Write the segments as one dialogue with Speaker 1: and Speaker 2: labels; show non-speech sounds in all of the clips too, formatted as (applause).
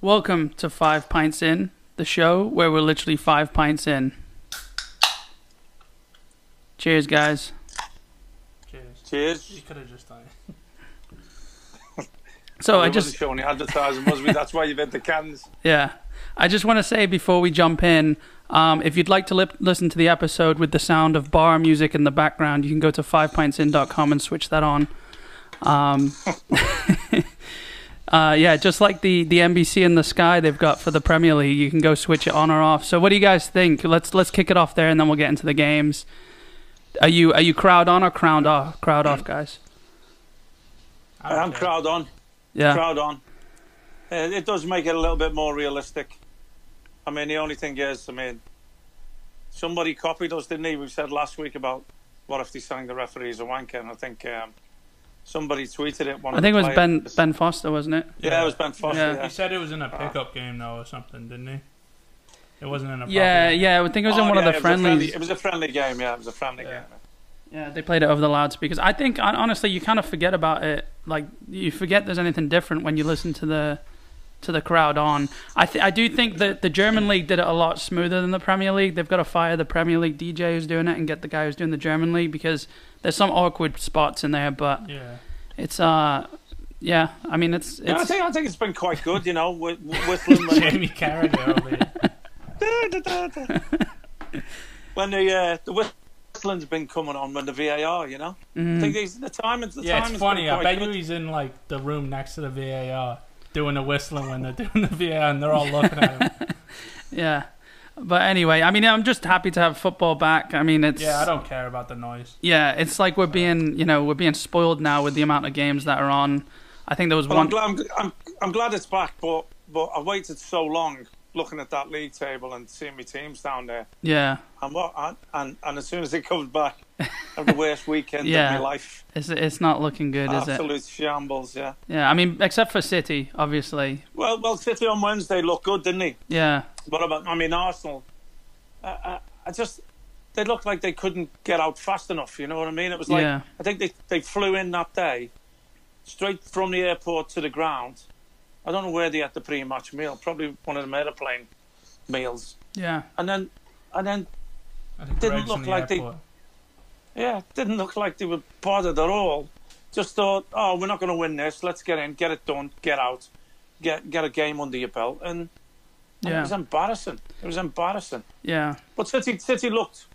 Speaker 1: Welcome to Five Pints In, the show where we're literally five pints in. Cheers, guys.
Speaker 2: Cheers. You
Speaker 3: Cheers.
Speaker 2: could have just done it.
Speaker 1: So Oh, I
Speaker 3: We
Speaker 1: just
Speaker 3: wasn't showing the advertising, was we? That's why you've had the cans.
Speaker 1: Yeah. I just want to say before we jump in, um, if you'd like to lip- listen to the episode with the sound of bar music in the background, you can go to fivepintsin.com and switch that on. Um, (laughs) uh, yeah, just like the, the NBC in the sky they've got for the Premier League, you can go switch it on or off. So what do you guys think? Let's let's kick it off there, and then we'll get into the games. Are you are you crowd on or crowd off? Crowd off, guys.
Speaker 2: (laughs) I don't
Speaker 3: I'm
Speaker 2: care.
Speaker 3: Um, crowd on.
Speaker 1: Yeah,
Speaker 3: Crowd on. Uh, it does make it a little bit more realistic. I mean, the only thing is, I mean, somebody copied us, didn't he? We said last week about what if they sang the referees a wanker, and I think um, somebody tweeted it. One
Speaker 1: I
Speaker 3: of
Speaker 1: think it
Speaker 3: the
Speaker 1: was Ben
Speaker 3: players.
Speaker 1: Ben Foster, wasn't it?
Speaker 3: Yeah, it was Ben Foster.
Speaker 1: Yeah.
Speaker 3: Yeah.
Speaker 2: He said it was in a pickup game though, or something, didn't he? It wasn't in a.
Speaker 1: Yeah,
Speaker 2: proper-
Speaker 1: yeah. I think it was in
Speaker 3: Oh,
Speaker 1: one
Speaker 3: yeah,
Speaker 1: of the
Speaker 3: it was a friendly-
Speaker 1: friendlies.
Speaker 3: It was a friendly game. Yeah, it was a friendly
Speaker 2: Yeah.
Speaker 3: game.
Speaker 1: Yeah, they played it over the loudspeakers. I think hon- honestly, you kind of forget about it. Like you forget there's anything different when you listen to the to the crowd on. I th- I do think that the German league did it a lot smoother than the Premier League. They've got to fire the Premier League DJ who's doing it and get the guy who's doing the German league because there's some awkward spots in there. But
Speaker 2: Yeah.
Speaker 1: it's uh yeah. I mean it's
Speaker 3: Yeah, I
Speaker 1: it's
Speaker 3: think I think it's been quite good. You know, with,
Speaker 1: (laughs)
Speaker 3: with Lindman.
Speaker 2: Jamie Carragher over here.
Speaker 3: (laughs) when the uh, the whistling's been coming on when the VAR, you know. I think these the timing. The
Speaker 2: Mm. Yeah, it's
Speaker 3: timing's
Speaker 2: funny.
Speaker 3: Been
Speaker 2: I
Speaker 3: quite
Speaker 2: bet you
Speaker 3: good.
Speaker 2: he's in like the room next to the VAR doing the whistling when they're (laughs) doing the VAR and they're all looking at him.
Speaker 1: (laughs) yeah. But anyway, I mean I'm just happy to have football back. I mean it's
Speaker 2: Yeah, I don't care about the noise.
Speaker 1: Yeah, it's like we're being, you know, we're being spoiled now with the amount of games that are on. I think there was
Speaker 3: Well, I'm
Speaker 1: one.
Speaker 3: glad. I'm, I'm, I'm glad it's back, but but I waited so long looking at that league table and seeing my teams down there,
Speaker 1: Yeah,
Speaker 3: and what and and, and as soon as it comes
Speaker 2: (laughs)
Speaker 3: back, I have the worst weekend
Speaker 1: Yeah.
Speaker 3: of my life.
Speaker 1: it's it's not looking good, is it?
Speaker 3: Absolute shambles. Yeah.
Speaker 1: Yeah, I mean, except for City, obviously.
Speaker 3: Well, well, City on Wednesday looked good, didn't he?
Speaker 1: Yeah,
Speaker 3: What about? I mean, Arsenal. I, I, I just they looked like they couldn't get out fast enough. You know what I mean? It was like
Speaker 1: Yeah.
Speaker 3: I think they they flew in that day, straight from the airport to the ground. I don't know where they had the pre-match meal. Probably one of them airplane meals.
Speaker 1: yeah,
Speaker 3: And then, and then,
Speaker 2: I think
Speaker 3: Didn't
Speaker 2: Greg's
Speaker 3: look
Speaker 2: in the
Speaker 3: like they-
Speaker 2: airport.
Speaker 3: yeah, it didn't look like they were bothered at all. Just thought, oh, we're not going to win this. Let's get in, get it done, get out, get get a game under your belt. And, and it was
Speaker 1: yeah,
Speaker 3: embarrassing. It was embarrassing.
Speaker 1: yeah,
Speaker 3: But City, City looked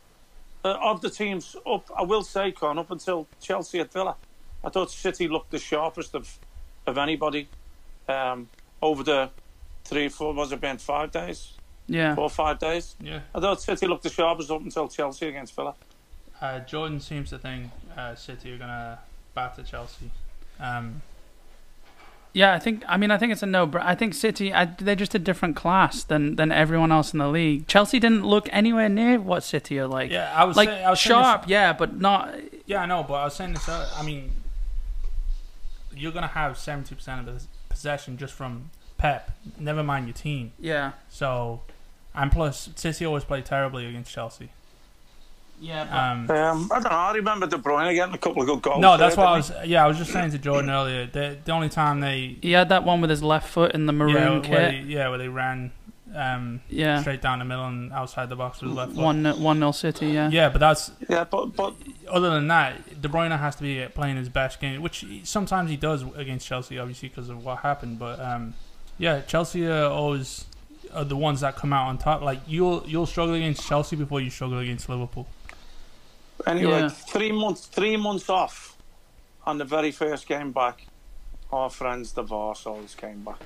Speaker 3: uh, of the teams up. I will say, Con, up until Chelsea at Villa, I thought City looked the sharpest of of anybody um, over the three, four, was it been five days,
Speaker 1: yeah.
Speaker 3: four, five days?
Speaker 2: Yeah.
Speaker 3: I thought City looked the sharpest up until Chelsea against Villa.
Speaker 2: Uh, Jordan seems to think uh, City are gonna batter Chelsea. Um,
Speaker 1: Yeah, I think. I mean, I think it's a no. But I think City, I, they're just a different class than than everyone else in the league. Chelsea didn't look anywhere near what City are like.
Speaker 2: yeah, I was
Speaker 1: like
Speaker 2: say- I was saying this-
Speaker 1: sharp, yeah, but not.
Speaker 2: Yeah, I know, but I was saying this. earlier, I mean, you're gonna have seventy percent of the possession just from Pep. Never mind your team.
Speaker 1: Yeah,
Speaker 2: So, and plus, City always play terribly against Chelsea.
Speaker 1: yeah. But,
Speaker 2: Um,
Speaker 3: Um, I don't know. I remember De Bruyne getting a couple of good goals.
Speaker 2: no, that's
Speaker 3: there,
Speaker 2: why I
Speaker 3: didn't
Speaker 2: was. Yeah, I was just saying to Jordan earlier. The the only time they
Speaker 1: he had that one with his left foot in the
Speaker 2: yeah
Speaker 1: maroon
Speaker 2: where they,
Speaker 1: kit.
Speaker 2: yeah where they ran um,
Speaker 1: Yeah,
Speaker 2: straight down the middle and outside the box with his left foot.
Speaker 1: one one nil City. Yeah.
Speaker 2: Yeah, but that's
Speaker 3: he? Yeah, but but
Speaker 2: other than that, De Bruyne has to be playing his best game, which he- sometimes he does against Chelsea, obviously because of what happened. But um, yeah, Chelsea are always are the ones that come out on top. Like you'll you'll struggle against Chelsea before you struggle against Liverpool.
Speaker 3: anyway,
Speaker 1: Yeah.
Speaker 3: three months, three months off, on the very first game back, our friends the Varsols came back.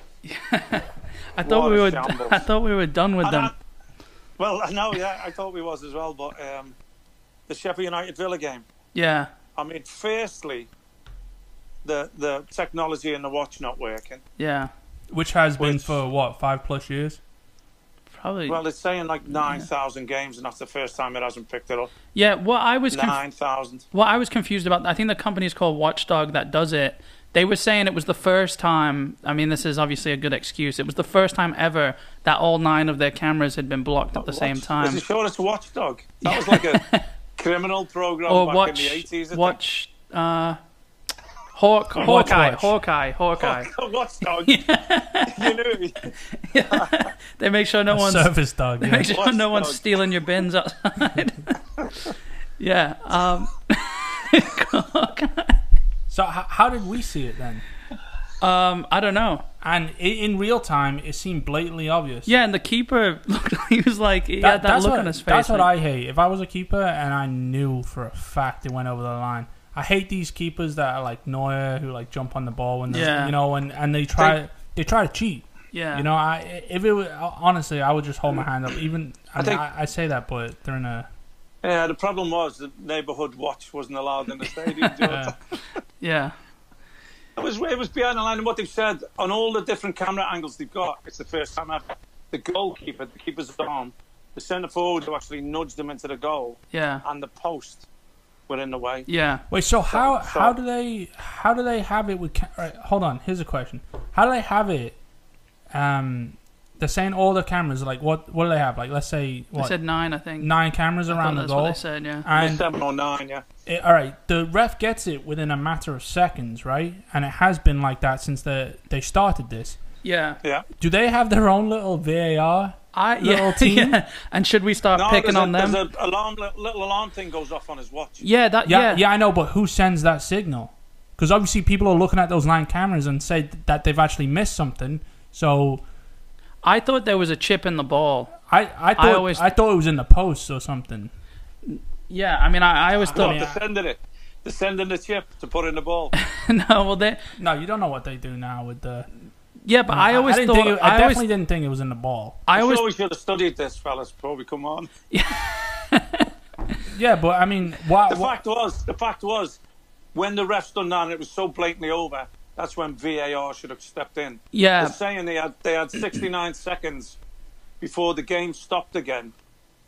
Speaker 1: I thought
Speaker 3: What
Speaker 1: we (laughs)
Speaker 3: a
Speaker 1: were.
Speaker 3: shambles.
Speaker 1: I thought we were done with
Speaker 3: And
Speaker 1: them.
Speaker 3: I- well, I know, yeah, I thought we was as well, but um, the Sheffield United Villa game.
Speaker 1: Yeah,
Speaker 3: I mean, firstly, the the technology in the watch not working.
Speaker 1: yeah.
Speaker 2: Which has been
Speaker 3: Which-
Speaker 2: for what five plus years.
Speaker 1: Probably.
Speaker 3: Well, it's saying like nine thousand games, and that's the first time it hasn't picked it up.
Speaker 1: yeah. What I was conf-
Speaker 3: Nine thousand.
Speaker 1: what I was confused about. I think the company is called Watchdog that does it. They were saying it was the first time. I mean, this is obviously a good excuse. It was the first time ever that all nine of their cameras had been blocked at the same
Speaker 3: Is
Speaker 1: time.
Speaker 3: it sure it's
Speaker 1: (laughs)
Speaker 3: Watchdog? That was like a criminal program
Speaker 1: Or
Speaker 3: back in (laughs)
Speaker 1: watch.
Speaker 3: the eighties.
Speaker 1: Watch. Uh, Hawk,
Speaker 2: (laughs) Watch,
Speaker 1: Hawkeye,
Speaker 2: watch.
Speaker 1: Hawkeye, Hawkeye.
Speaker 3: Watchdog.
Speaker 1: (laughs)
Speaker 3: (laughs) you knew it.
Speaker 1: They make sure no
Speaker 2: a
Speaker 1: one's
Speaker 2: service
Speaker 1: (laughs)
Speaker 2: dog.
Speaker 1: they
Speaker 2: Yeah.
Speaker 1: make sure no one's
Speaker 3: Watchdog.
Speaker 1: stealing your bins outside. (laughs) yeah. Um,
Speaker 2: So h- how did we see it then?
Speaker 1: um, I don't know.
Speaker 2: And i in real time, it seemed blatantly obvious.
Speaker 1: Yeah, and the keeper (laughs) looked like he was like he had that
Speaker 2: that's
Speaker 1: look
Speaker 2: what,
Speaker 1: on his face.
Speaker 2: That's what
Speaker 1: like,
Speaker 2: I hate. If I was a keeper and I knew for a fact it went over the line, I hate these keepers that are like Neuer who like jump on the ball when there's-
Speaker 1: Yeah.
Speaker 2: you know and, and they try they, try to cheat.
Speaker 1: yeah.
Speaker 2: You know, I if it was, honestly, I would just hold my hand up. Even
Speaker 3: I
Speaker 2: I, mean,
Speaker 3: think-
Speaker 2: I, I say that, but they're in a
Speaker 3: Yeah, the problem was the neighbourhood watch wasn't allowed in
Speaker 1: (laughs)
Speaker 3: the stadium. do you know?
Speaker 2: uh,
Speaker 1: Yeah.
Speaker 3: It was it was behind the line, and what they've said on all the different camera angles they've got. It's the first time ever. The goalkeeper, the keeper's arm, the centre forward who actually nudged them into the goal,
Speaker 1: Yeah.
Speaker 3: and the post were in the way.
Speaker 1: Yeah.
Speaker 2: Wait, so how
Speaker 3: so-
Speaker 2: how do they how do they have it with? Ca- right, hold on, here's a question. How do they have it? Um, they're saying all the cameras. Like, what what do they have? Like, let's say
Speaker 1: They
Speaker 2: what
Speaker 1: said nine, I think.
Speaker 2: nine cameras
Speaker 1: I thought
Speaker 2: around the
Speaker 1: that's what
Speaker 2: goal.
Speaker 1: they said. Yeah.
Speaker 2: And
Speaker 3: Seven or nine, yeah.
Speaker 2: it, all right, the ref gets it within a matter of seconds, right? And it has been like that since they they started this. (laughs)
Speaker 1: Yeah.
Speaker 3: Yeah.
Speaker 2: Do they have their own little VAR?
Speaker 1: I (laughs)
Speaker 2: Little
Speaker 1: yeah,
Speaker 2: team.
Speaker 1: yeah. And should we start picking
Speaker 3: there's a,
Speaker 1: on them?
Speaker 3: There's a alarm, little alarm thing goes off on his watch.
Speaker 1: yeah. That.
Speaker 2: Yeah,
Speaker 1: Yeah.
Speaker 2: yeah, I know, but who sends that signal? Because obviously people are looking at those nine cameras and say that they've actually missed something. So
Speaker 1: I thought there was a chip in the ball.
Speaker 2: I I thought I,
Speaker 1: always-
Speaker 2: thought it was in the post or something.
Speaker 1: Yeah. I mean, I, I always
Speaker 3: What,
Speaker 1: thought.
Speaker 2: yeah.
Speaker 3: they're sending it. They're sending the chip to put in the ball.
Speaker 1: (laughs) no. Well, they.
Speaker 2: No, you don't know what they do now with the.
Speaker 1: Yeah, but I always
Speaker 2: didn't
Speaker 1: thought.
Speaker 2: think it- I,
Speaker 1: I
Speaker 2: definitely
Speaker 1: always.
Speaker 2: didn't think it was in the ball.
Speaker 1: I
Speaker 3: I'm
Speaker 1: always.
Speaker 3: sure we should have studied this, fellas, before we come on.
Speaker 2: Yeah, but I mean, why?
Speaker 3: The
Speaker 2: why-
Speaker 3: fact was, the fact was, when the refs done that, and it was so blatantly over. That's when VAR should have stepped in.
Speaker 1: Yeah.
Speaker 3: They're saying they had they had 69 (clears throat) seconds before the game stopped again.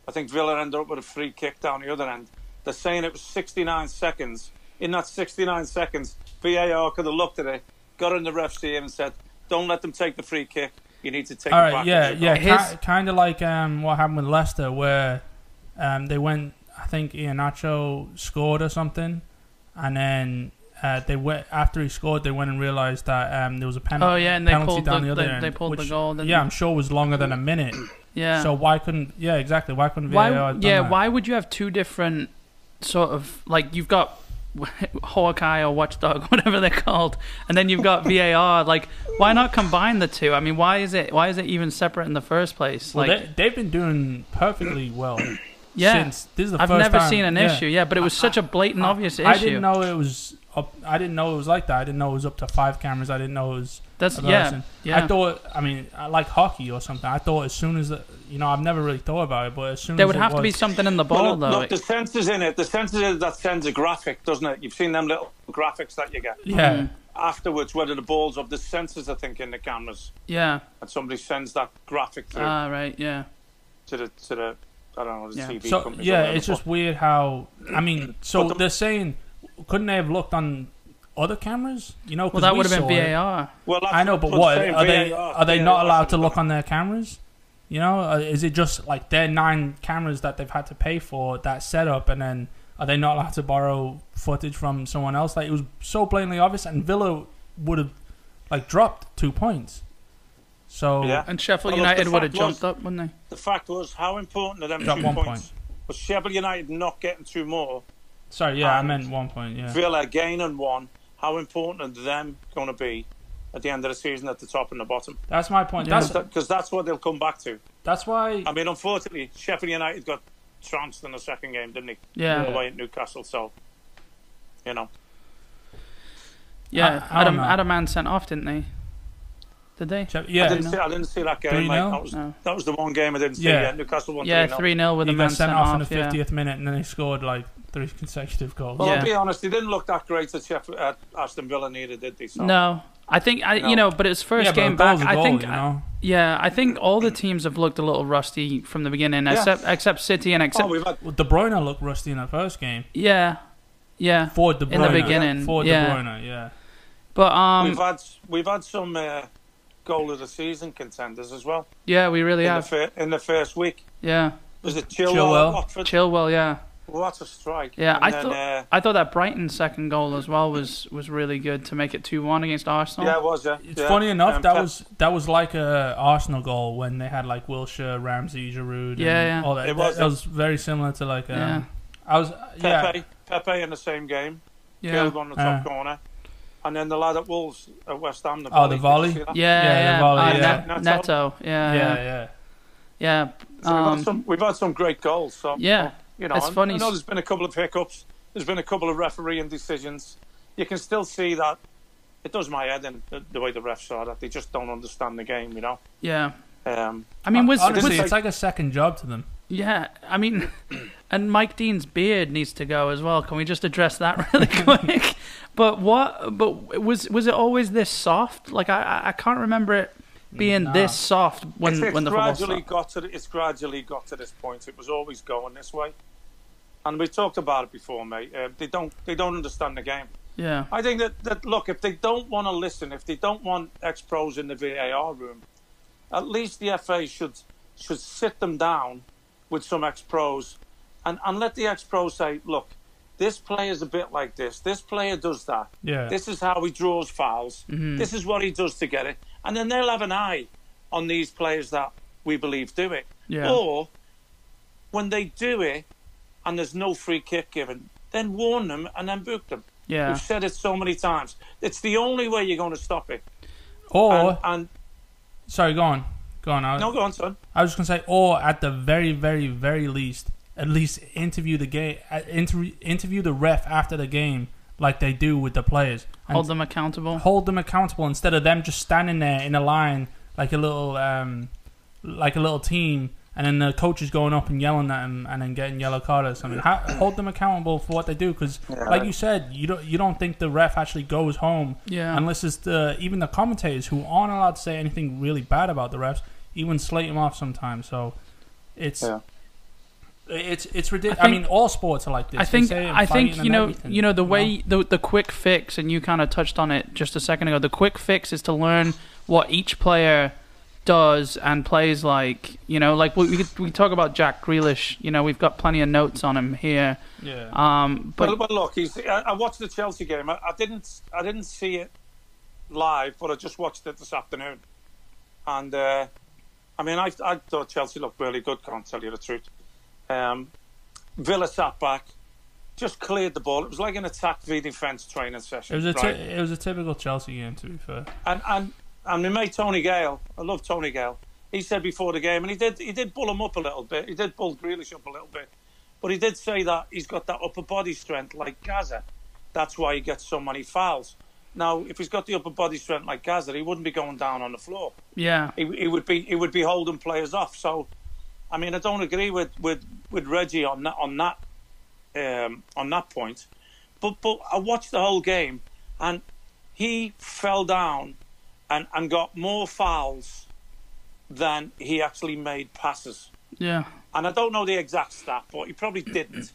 Speaker 3: I think Villa ended up with a free kick down the other end. They're saying it was 69 seconds. In that 69 seconds, VAR could have looked at it, got in the ref's ear, and said, "Don't let them take the free kick. You need to take
Speaker 2: all
Speaker 3: it
Speaker 2: right,
Speaker 3: back."
Speaker 2: yeah,
Speaker 3: It's
Speaker 2: yeah,
Speaker 3: about-
Speaker 1: His-
Speaker 2: kind of like um, what happened with Leicester, where um, they went. I think Iheanacho scored or something, and then uh, they went after he scored. They went and realized that um, there was a penalty.
Speaker 1: Oh yeah, and they
Speaker 2: penalty
Speaker 1: pulled
Speaker 2: down
Speaker 1: the,
Speaker 2: other
Speaker 1: they,
Speaker 2: end,
Speaker 1: they pulled
Speaker 2: which-
Speaker 1: the goal. didn't
Speaker 2: Yeah, I'm
Speaker 1: they?
Speaker 2: sure it was longer than a minute.
Speaker 1: yeah.
Speaker 2: So why couldn't? Yeah, exactly. Why couldn't VAR?
Speaker 1: why?
Speaker 2: have done
Speaker 1: yeah,
Speaker 2: that?
Speaker 1: why would you have two different sort of like you've got (laughs) Hawkeye or Watchdog, (laughs) whatever they're called, and then you've got VAR. Like, why not combine the two? I mean, why is it why is it even separate in the first place?
Speaker 2: Well,
Speaker 1: Like,
Speaker 2: they, they've been doing perfectly well.
Speaker 1: Yeah.
Speaker 2: since this is the
Speaker 1: I've
Speaker 2: first
Speaker 1: never
Speaker 2: time-
Speaker 1: seen an
Speaker 2: yeah.
Speaker 1: issue. Yeah, but it was such a blatant, obvious issue.
Speaker 2: I didn't know it was. Up, I didn't know it was like that. I didn't know it was up to five cameras. I didn't know it was.
Speaker 1: That's
Speaker 2: a
Speaker 1: yeah,
Speaker 2: person.
Speaker 1: yeah.
Speaker 2: I thought. I mean, I like hockey or something. I thought as soon as the, you know, I've never really thought about it, but as soon
Speaker 1: there
Speaker 2: as
Speaker 1: would
Speaker 2: it
Speaker 1: have to be
Speaker 2: was-
Speaker 1: something in the
Speaker 3: Well,
Speaker 1: ball
Speaker 3: look,
Speaker 1: though.
Speaker 3: look, the sensors in it. The sensors in it that sends a graphic, doesn't it? You've seen them little graphics that you get
Speaker 2: Yeah,
Speaker 3: afterwards, whether the ball's up. The sensors, I think, in the cameras,
Speaker 1: yeah.
Speaker 3: and somebody sends that graphic through.
Speaker 1: Ah, right. Yeah.
Speaker 3: to the to the I don't know the
Speaker 1: Yeah.
Speaker 3: TV
Speaker 2: so
Speaker 3: companies. or
Speaker 2: Uh, yeah,
Speaker 3: whatever.
Speaker 2: it's just weird how. I mean, so
Speaker 3: But the-
Speaker 2: they're saying, couldn't they have looked on other cameras? You know,
Speaker 1: Well,
Speaker 2: 'cause
Speaker 1: that
Speaker 2: we
Speaker 1: would have been
Speaker 2: saw it.
Speaker 1: VAR.
Speaker 3: well, that's
Speaker 2: I know, but
Speaker 3: I'm
Speaker 2: what
Speaker 3: saying,
Speaker 2: are they?
Speaker 3: VAR,
Speaker 2: Are they not
Speaker 3: VAR
Speaker 2: allowed to
Speaker 3: should've
Speaker 2: look
Speaker 3: done
Speaker 2: on their cameras? You know, Uh, is it just like their nine cameras that they've had to pay for that setup, and then are they not allowed to borrow footage from someone else? Like it was so blatantly obvious, and Villa would have like dropped two points. So
Speaker 3: Yeah.
Speaker 1: And Sheffield
Speaker 3: Well, look,
Speaker 1: United
Speaker 3: the
Speaker 1: would have
Speaker 3: fact was-
Speaker 1: jumped up, wouldn't
Speaker 3: it. The fact was, how important are them
Speaker 2: Got
Speaker 3: two
Speaker 2: one
Speaker 3: points?
Speaker 2: point.
Speaker 3: Was Sheffield United not getting two more?
Speaker 2: sorry, yeah, I
Speaker 3: And-
Speaker 2: meant one point. Yeah,
Speaker 3: Villa gaining one. How important are them going to be at the end of the season at the top and the bottom?
Speaker 2: that's my point.
Speaker 1: Yeah.
Speaker 2: That's
Speaker 3: Because that's what they'll come back to.
Speaker 2: that's why.
Speaker 3: I mean, unfortunately, Sheffield United got trounced in the second game, didn't they?
Speaker 1: they? Yeah.
Speaker 3: Away at Newcastle, so you know.
Speaker 1: Yeah,
Speaker 2: I- I don't
Speaker 1: Adam
Speaker 2: know.
Speaker 1: Adam Man sent off, didn't they? Did they?
Speaker 2: Che-
Speaker 3: I
Speaker 2: Yeah,
Speaker 3: didn't see. I didn't see that
Speaker 2: Do
Speaker 3: game.
Speaker 2: you
Speaker 3: Mate.
Speaker 2: know?
Speaker 3: That was
Speaker 1: No.
Speaker 3: that was the one game I didn't see.
Speaker 2: Yeah.
Speaker 3: Yeah, Newcastle won.
Speaker 1: Yeah,
Speaker 3: 3-0.
Speaker 1: three 0 with a
Speaker 2: he
Speaker 1: man
Speaker 2: got sent off in the fiftieth minute, and then he scored like three (laughs) consecutive goals.
Speaker 3: Well,
Speaker 1: Yeah.
Speaker 3: I'll be honest, he didn't look that great at, Sheff- at Aston Villa neither, did they? So. oh,
Speaker 1: yeah. No, I think I you know,
Speaker 3: No.
Speaker 1: but it's first
Speaker 2: yeah, but a
Speaker 1: game back.
Speaker 2: goal's a
Speaker 1: I
Speaker 2: goal,
Speaker 1: think
Speaker 2: you know?
Speaker 1: yeah, I think all the teams have looked a little rusty from the beginning,
Speaker 3: Yeah.
Speaker 1: except except City and
Speaker 3: Oh,
Speaker 1: except
Speaker 3: we've had,
Speaker 2: Well, De Bruyne looked rusty in that first game.
Speaker 1: yeah, yeah.
Speaker 2: For De Bruyne.
Speaker 1: In the beginning,
Speaker 2: For De
Speaker 1: yeah.
Speaker 2: Bruyne, yeah.
Speaker 1: But
Speaker 3: we've
Speaker 1: um,
Speaker 3: had we've had some uh, goal of the season contenders as well
Speaker 1: yeah, we really
Speaker 3: in, the
Speaker 1: have.
Speaker 3: fir- in the first week.
Speaker 1: Yeah,
Speaker 3: Was it Chilwell?
Speaker 2: Chilwell.
Speaker 3: Watford?
Speaker 1: Chilwell, yeah,
Speaker 3: Well, that's a strike.
Speaker 1: Yeah,
Speaker 3: And
Speaker 1: I
Speaker 3: then,
Speaker 1: thought
Speaker 3: uh,
Speaker 1: I thought that Brighton second goal as well was was really good to make it two one against Arsenal.
Speaker 3: yeah, it was. Yeah,
Speaker 2: It's
Speaker 3: yeah.
Speaker 2: funny enough
Speaker 3: Um,
Speaker 2: that
Speaker 3: Pep-
Speaker 2: was that was like a Arsenal goal when they had like Wilshire, Ramsey, Giroud,
Speaker 1: Yeah,
Speaker 2: and
Speaker 1: yeah.
Speaker 2: all that.
Speaker 3: It was,
Speaker 2: that, was very similar to like um,
Speaker 1: Yeah.
Speaker 2: I was yeah
Speaker 3: Pepe, Pepe in the same game.
Speaker 1: yeah, yeah,
Speaker 3: Killed on the top
Speaker 2: Uh.
Speaker 3: corner, and then the lad at Wolves at West Ham. The
Speaker 2: Oh, the
Speaker 3: volley.
Speaker 2: volley?
Speaker 3: Did you see that?
Speaker 1: yeah,
Speaker 2: Yeah, the volley,
Speaker 1: uh,
Speaker 2: yeah.
Speaker 1: Net-
Speaker 3: Neto.
Speaker 1: Neto, yeah,
Speaker 2: yeah
Speaker 1: yeah,
Speaker 2: yeah.
Speaker 1: yeah.
Speaker 3: So we've,
Speaker 1: Um,
Speaker 3: had some, we've had some great goals. So
Speaker 1: yeah,
Speaker 3: you know,
Speaker 1: it's
Speaker 3: and
Speaker 1: funny.
Speaker 3: I know there's been a couple of hiccups. There's been a couple of refereeing decisions. You can still see that it does my head in the, the way the refs are that they just don't understand the game. You know.
Speaker 1: yeah.
Speaker 3: Um,
Speaker 1: I mean, with,
Speaker 2: Honestly,
Speaker 1: with
Speaker 2: it's like a second job to them.
Speaker 1: yeah, I mean, (coughs) and Mike Dean's beard needs to go as well. Can we just address that (laughs)
Speaker 2: (laughs)
Speaker 1: really quick? but what? But was was it always this soft? Like I I- I can't remember it being
Speaker 2: Nah.
Speaker 1: this soft when
Speaker 3: it's, it's
Speaker 1: when the football
Speaker 3: gradually
Speaker 1: started.
Speaker 3: got to th- it's gradually got to this point. It was always going this way, and we talked about it before, mate. Uh, they don't they don't understand the game.
Speaker 1: Yeah,
Speaker 3: I think that, that look, if they don't want to listen, if they don't want ex pros in the VAR room, at least the FA should should sit them down with some ex pros and, and let the ex pros say, look, this player's a bit like this, this player does that,
Speaker 2: Yeah.
Speaker 3: this is how he draws fouls, this is what he does to get it. And then they'll have an eye on these players that we believe do it.
Speaker 1: Yeah.
Speaker 3: Or when they do it and there's no free kick given, then warn them and then book them.
Speaker 1: yeah.
Speaker 3: We've said it so many times. It's the only way you're going to stop it.
Speaker 2: or
Speaker 3: And, and
Speaker 2: sorry, go on, go on. I,
Speaker 3: no, go on, son.
Speaker 2: I was just gonna say, or at the very, very, very least, at least interview the game, interview interview the ref after the game, like they do with the players, and
Speaker 1: Hold them accountable.
Speaker 2: hold them accountable instead of them just standing there in a line like a little, um, like a little team, and then the coach is going up and yelling at them, and then getting yellow card or something. How, hold them accountable for what they do, because like you said, you don't you don't think the ref actually goes home
Speaker 1: Yeah.
Speaker 2: unless it's the even the commentators who aren't allowed to say anything really bad about the refs, even slate them off sometimes. So it's
Speaker 3: Yeah.
Speaker 2: it's it's ridiculous. I,
Speaker 1: think-
Speaker 2: mean, all sports are like this.
Speaker 1: I
Speaker 2: They
Speaker 1: think
Speaker 2: say it in
Speaker 1: I think
Speaker 2: fighting
Speaker 1: you
Speaker 2: and
Speaker 1: know
Speaker 2: everything,
Speaker 1: you know the way the the quick fix and you kind of touched on it just a second ago. The quick fix is to learn what each player does and plays like. You know, like we we, could- we talk about Jack Grealish. You know, we've got plenty of notes on him here.
Speaker 2: Yeah.
Speaker 1: Um,
Speaker 3: But,
Speaker 1: but
Speaker 3: but look, he's, I, I watched the Chelsea game. I, I didn't, I didn't see it live, but I just watched it this afternoon. And uh, I mean, I, I thought Chelsea looked really good. Can't tell you the truth. Um, Villa sat back, just cleared the ball. It was like an attack v defense training
Speaker 2: it
Speaker 3: session.
Speaker 2: was a ty-
Speaker 3: right?
Speaker 2: it was a typical Chelsea game to be fair.
Speaker 3: and and and my mate Tony Gale, I love Tony Gale. He said before the game, and he did he did bull him up a little bit. He did bull Grealish up a little bit, but he did say that he's got that upper body strength like Gaza. That's why he gets so many fouls. Now, if he's got the upper body strength like Gaza, he wouldn't be going down on the floor.
Speaker 1: yeah,
Speaker 3: He, he would be he would be holding players off. So, I mean, I don't agree with with, with Reggie on that on that um, on that point. But but I watched the whole game, and he fell down, and and got more fouls than he actually made passes.
Speaker 1: yeah,
Speaker 3: And I don't know the exact stat, but he probably didn't.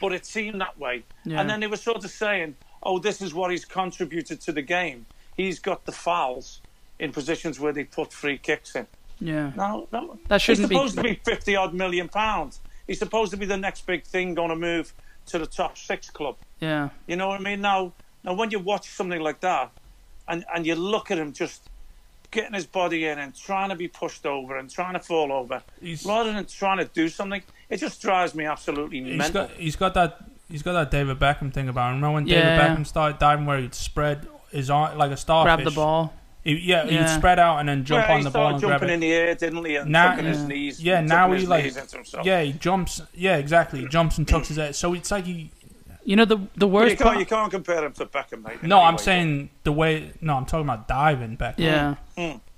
Speaker 3: but it seemed that way.
Speaker 1: Yeah.
Speaker 3: And then they were sort of saying, "Oh, this is what he's contributed to the game. He's got the fouls." In positions where they put free kicks in.
Speaker 1: yeah,
Speaker 3: No, no.
Speaker 1: That shouldn't be-
Speaker 3: He's supposed to be fifty odd million pounds. He's supposed to be the next big thing going to move to the top six club.
Speaker 1: yeah,
Speaker 3: You know what I mean? Now, now when you watch something like that, and and you look at him just getting his body in and trying to be pushed over and trying to fall over,
Speaker 2: He's-
Speaker 3: rather than trying to do something, it just drives me absolutely
Speaker 2: He's
Speaker 3: mental.
Speaker 2: got he's got that he's got that David Beckham thing about him. Remember when David
Speaker 1: Yeah, yeah.
Speaker 2: Beckham started diving where he'd spread his arm like a starfish?
Speaker 1: grab the ball.
Speaker 2: He- yeah, he'd
Speaker 1: Yeah.
Speaker 2: spread out and then jump
Speaker 3: yeah,
Speaker 2: on
Speaker 3: he
Speaker 2: the
Speaker 3: started
Speaker 2: ball and grab
Speaker 3: jumping
Speaker 2: it.
Speaker 3: in the air, didn't he? And
Speaker 2: Now-
Speaker 3: tucking his
Speaker 1: Yeah.
Speaker 3: knees.
Speaker 2: yeah,
Speaker 3: tucking
Speaker 2: now he
Speaker 3: his
Speaker 2: like
Speaker 3: knees into himself.
Speaker 2: yeah he jumps yeah exactly he jumps and tucks his head. So it's like he
Speaker 1: You know the the
Speaker 3: But you
Speaker 1: worst
Speaker 3: can't, you
Speaker 1: part.
Speaker 3: can't compare him to Beckham, mate. in
Speaker 2: no
Speaker 3: any
Speaker 2: I'm
Speaker 3: way.
Speaker 2: saying the way no I'm talking about diving Beckham.
Speaker 1: Yeah,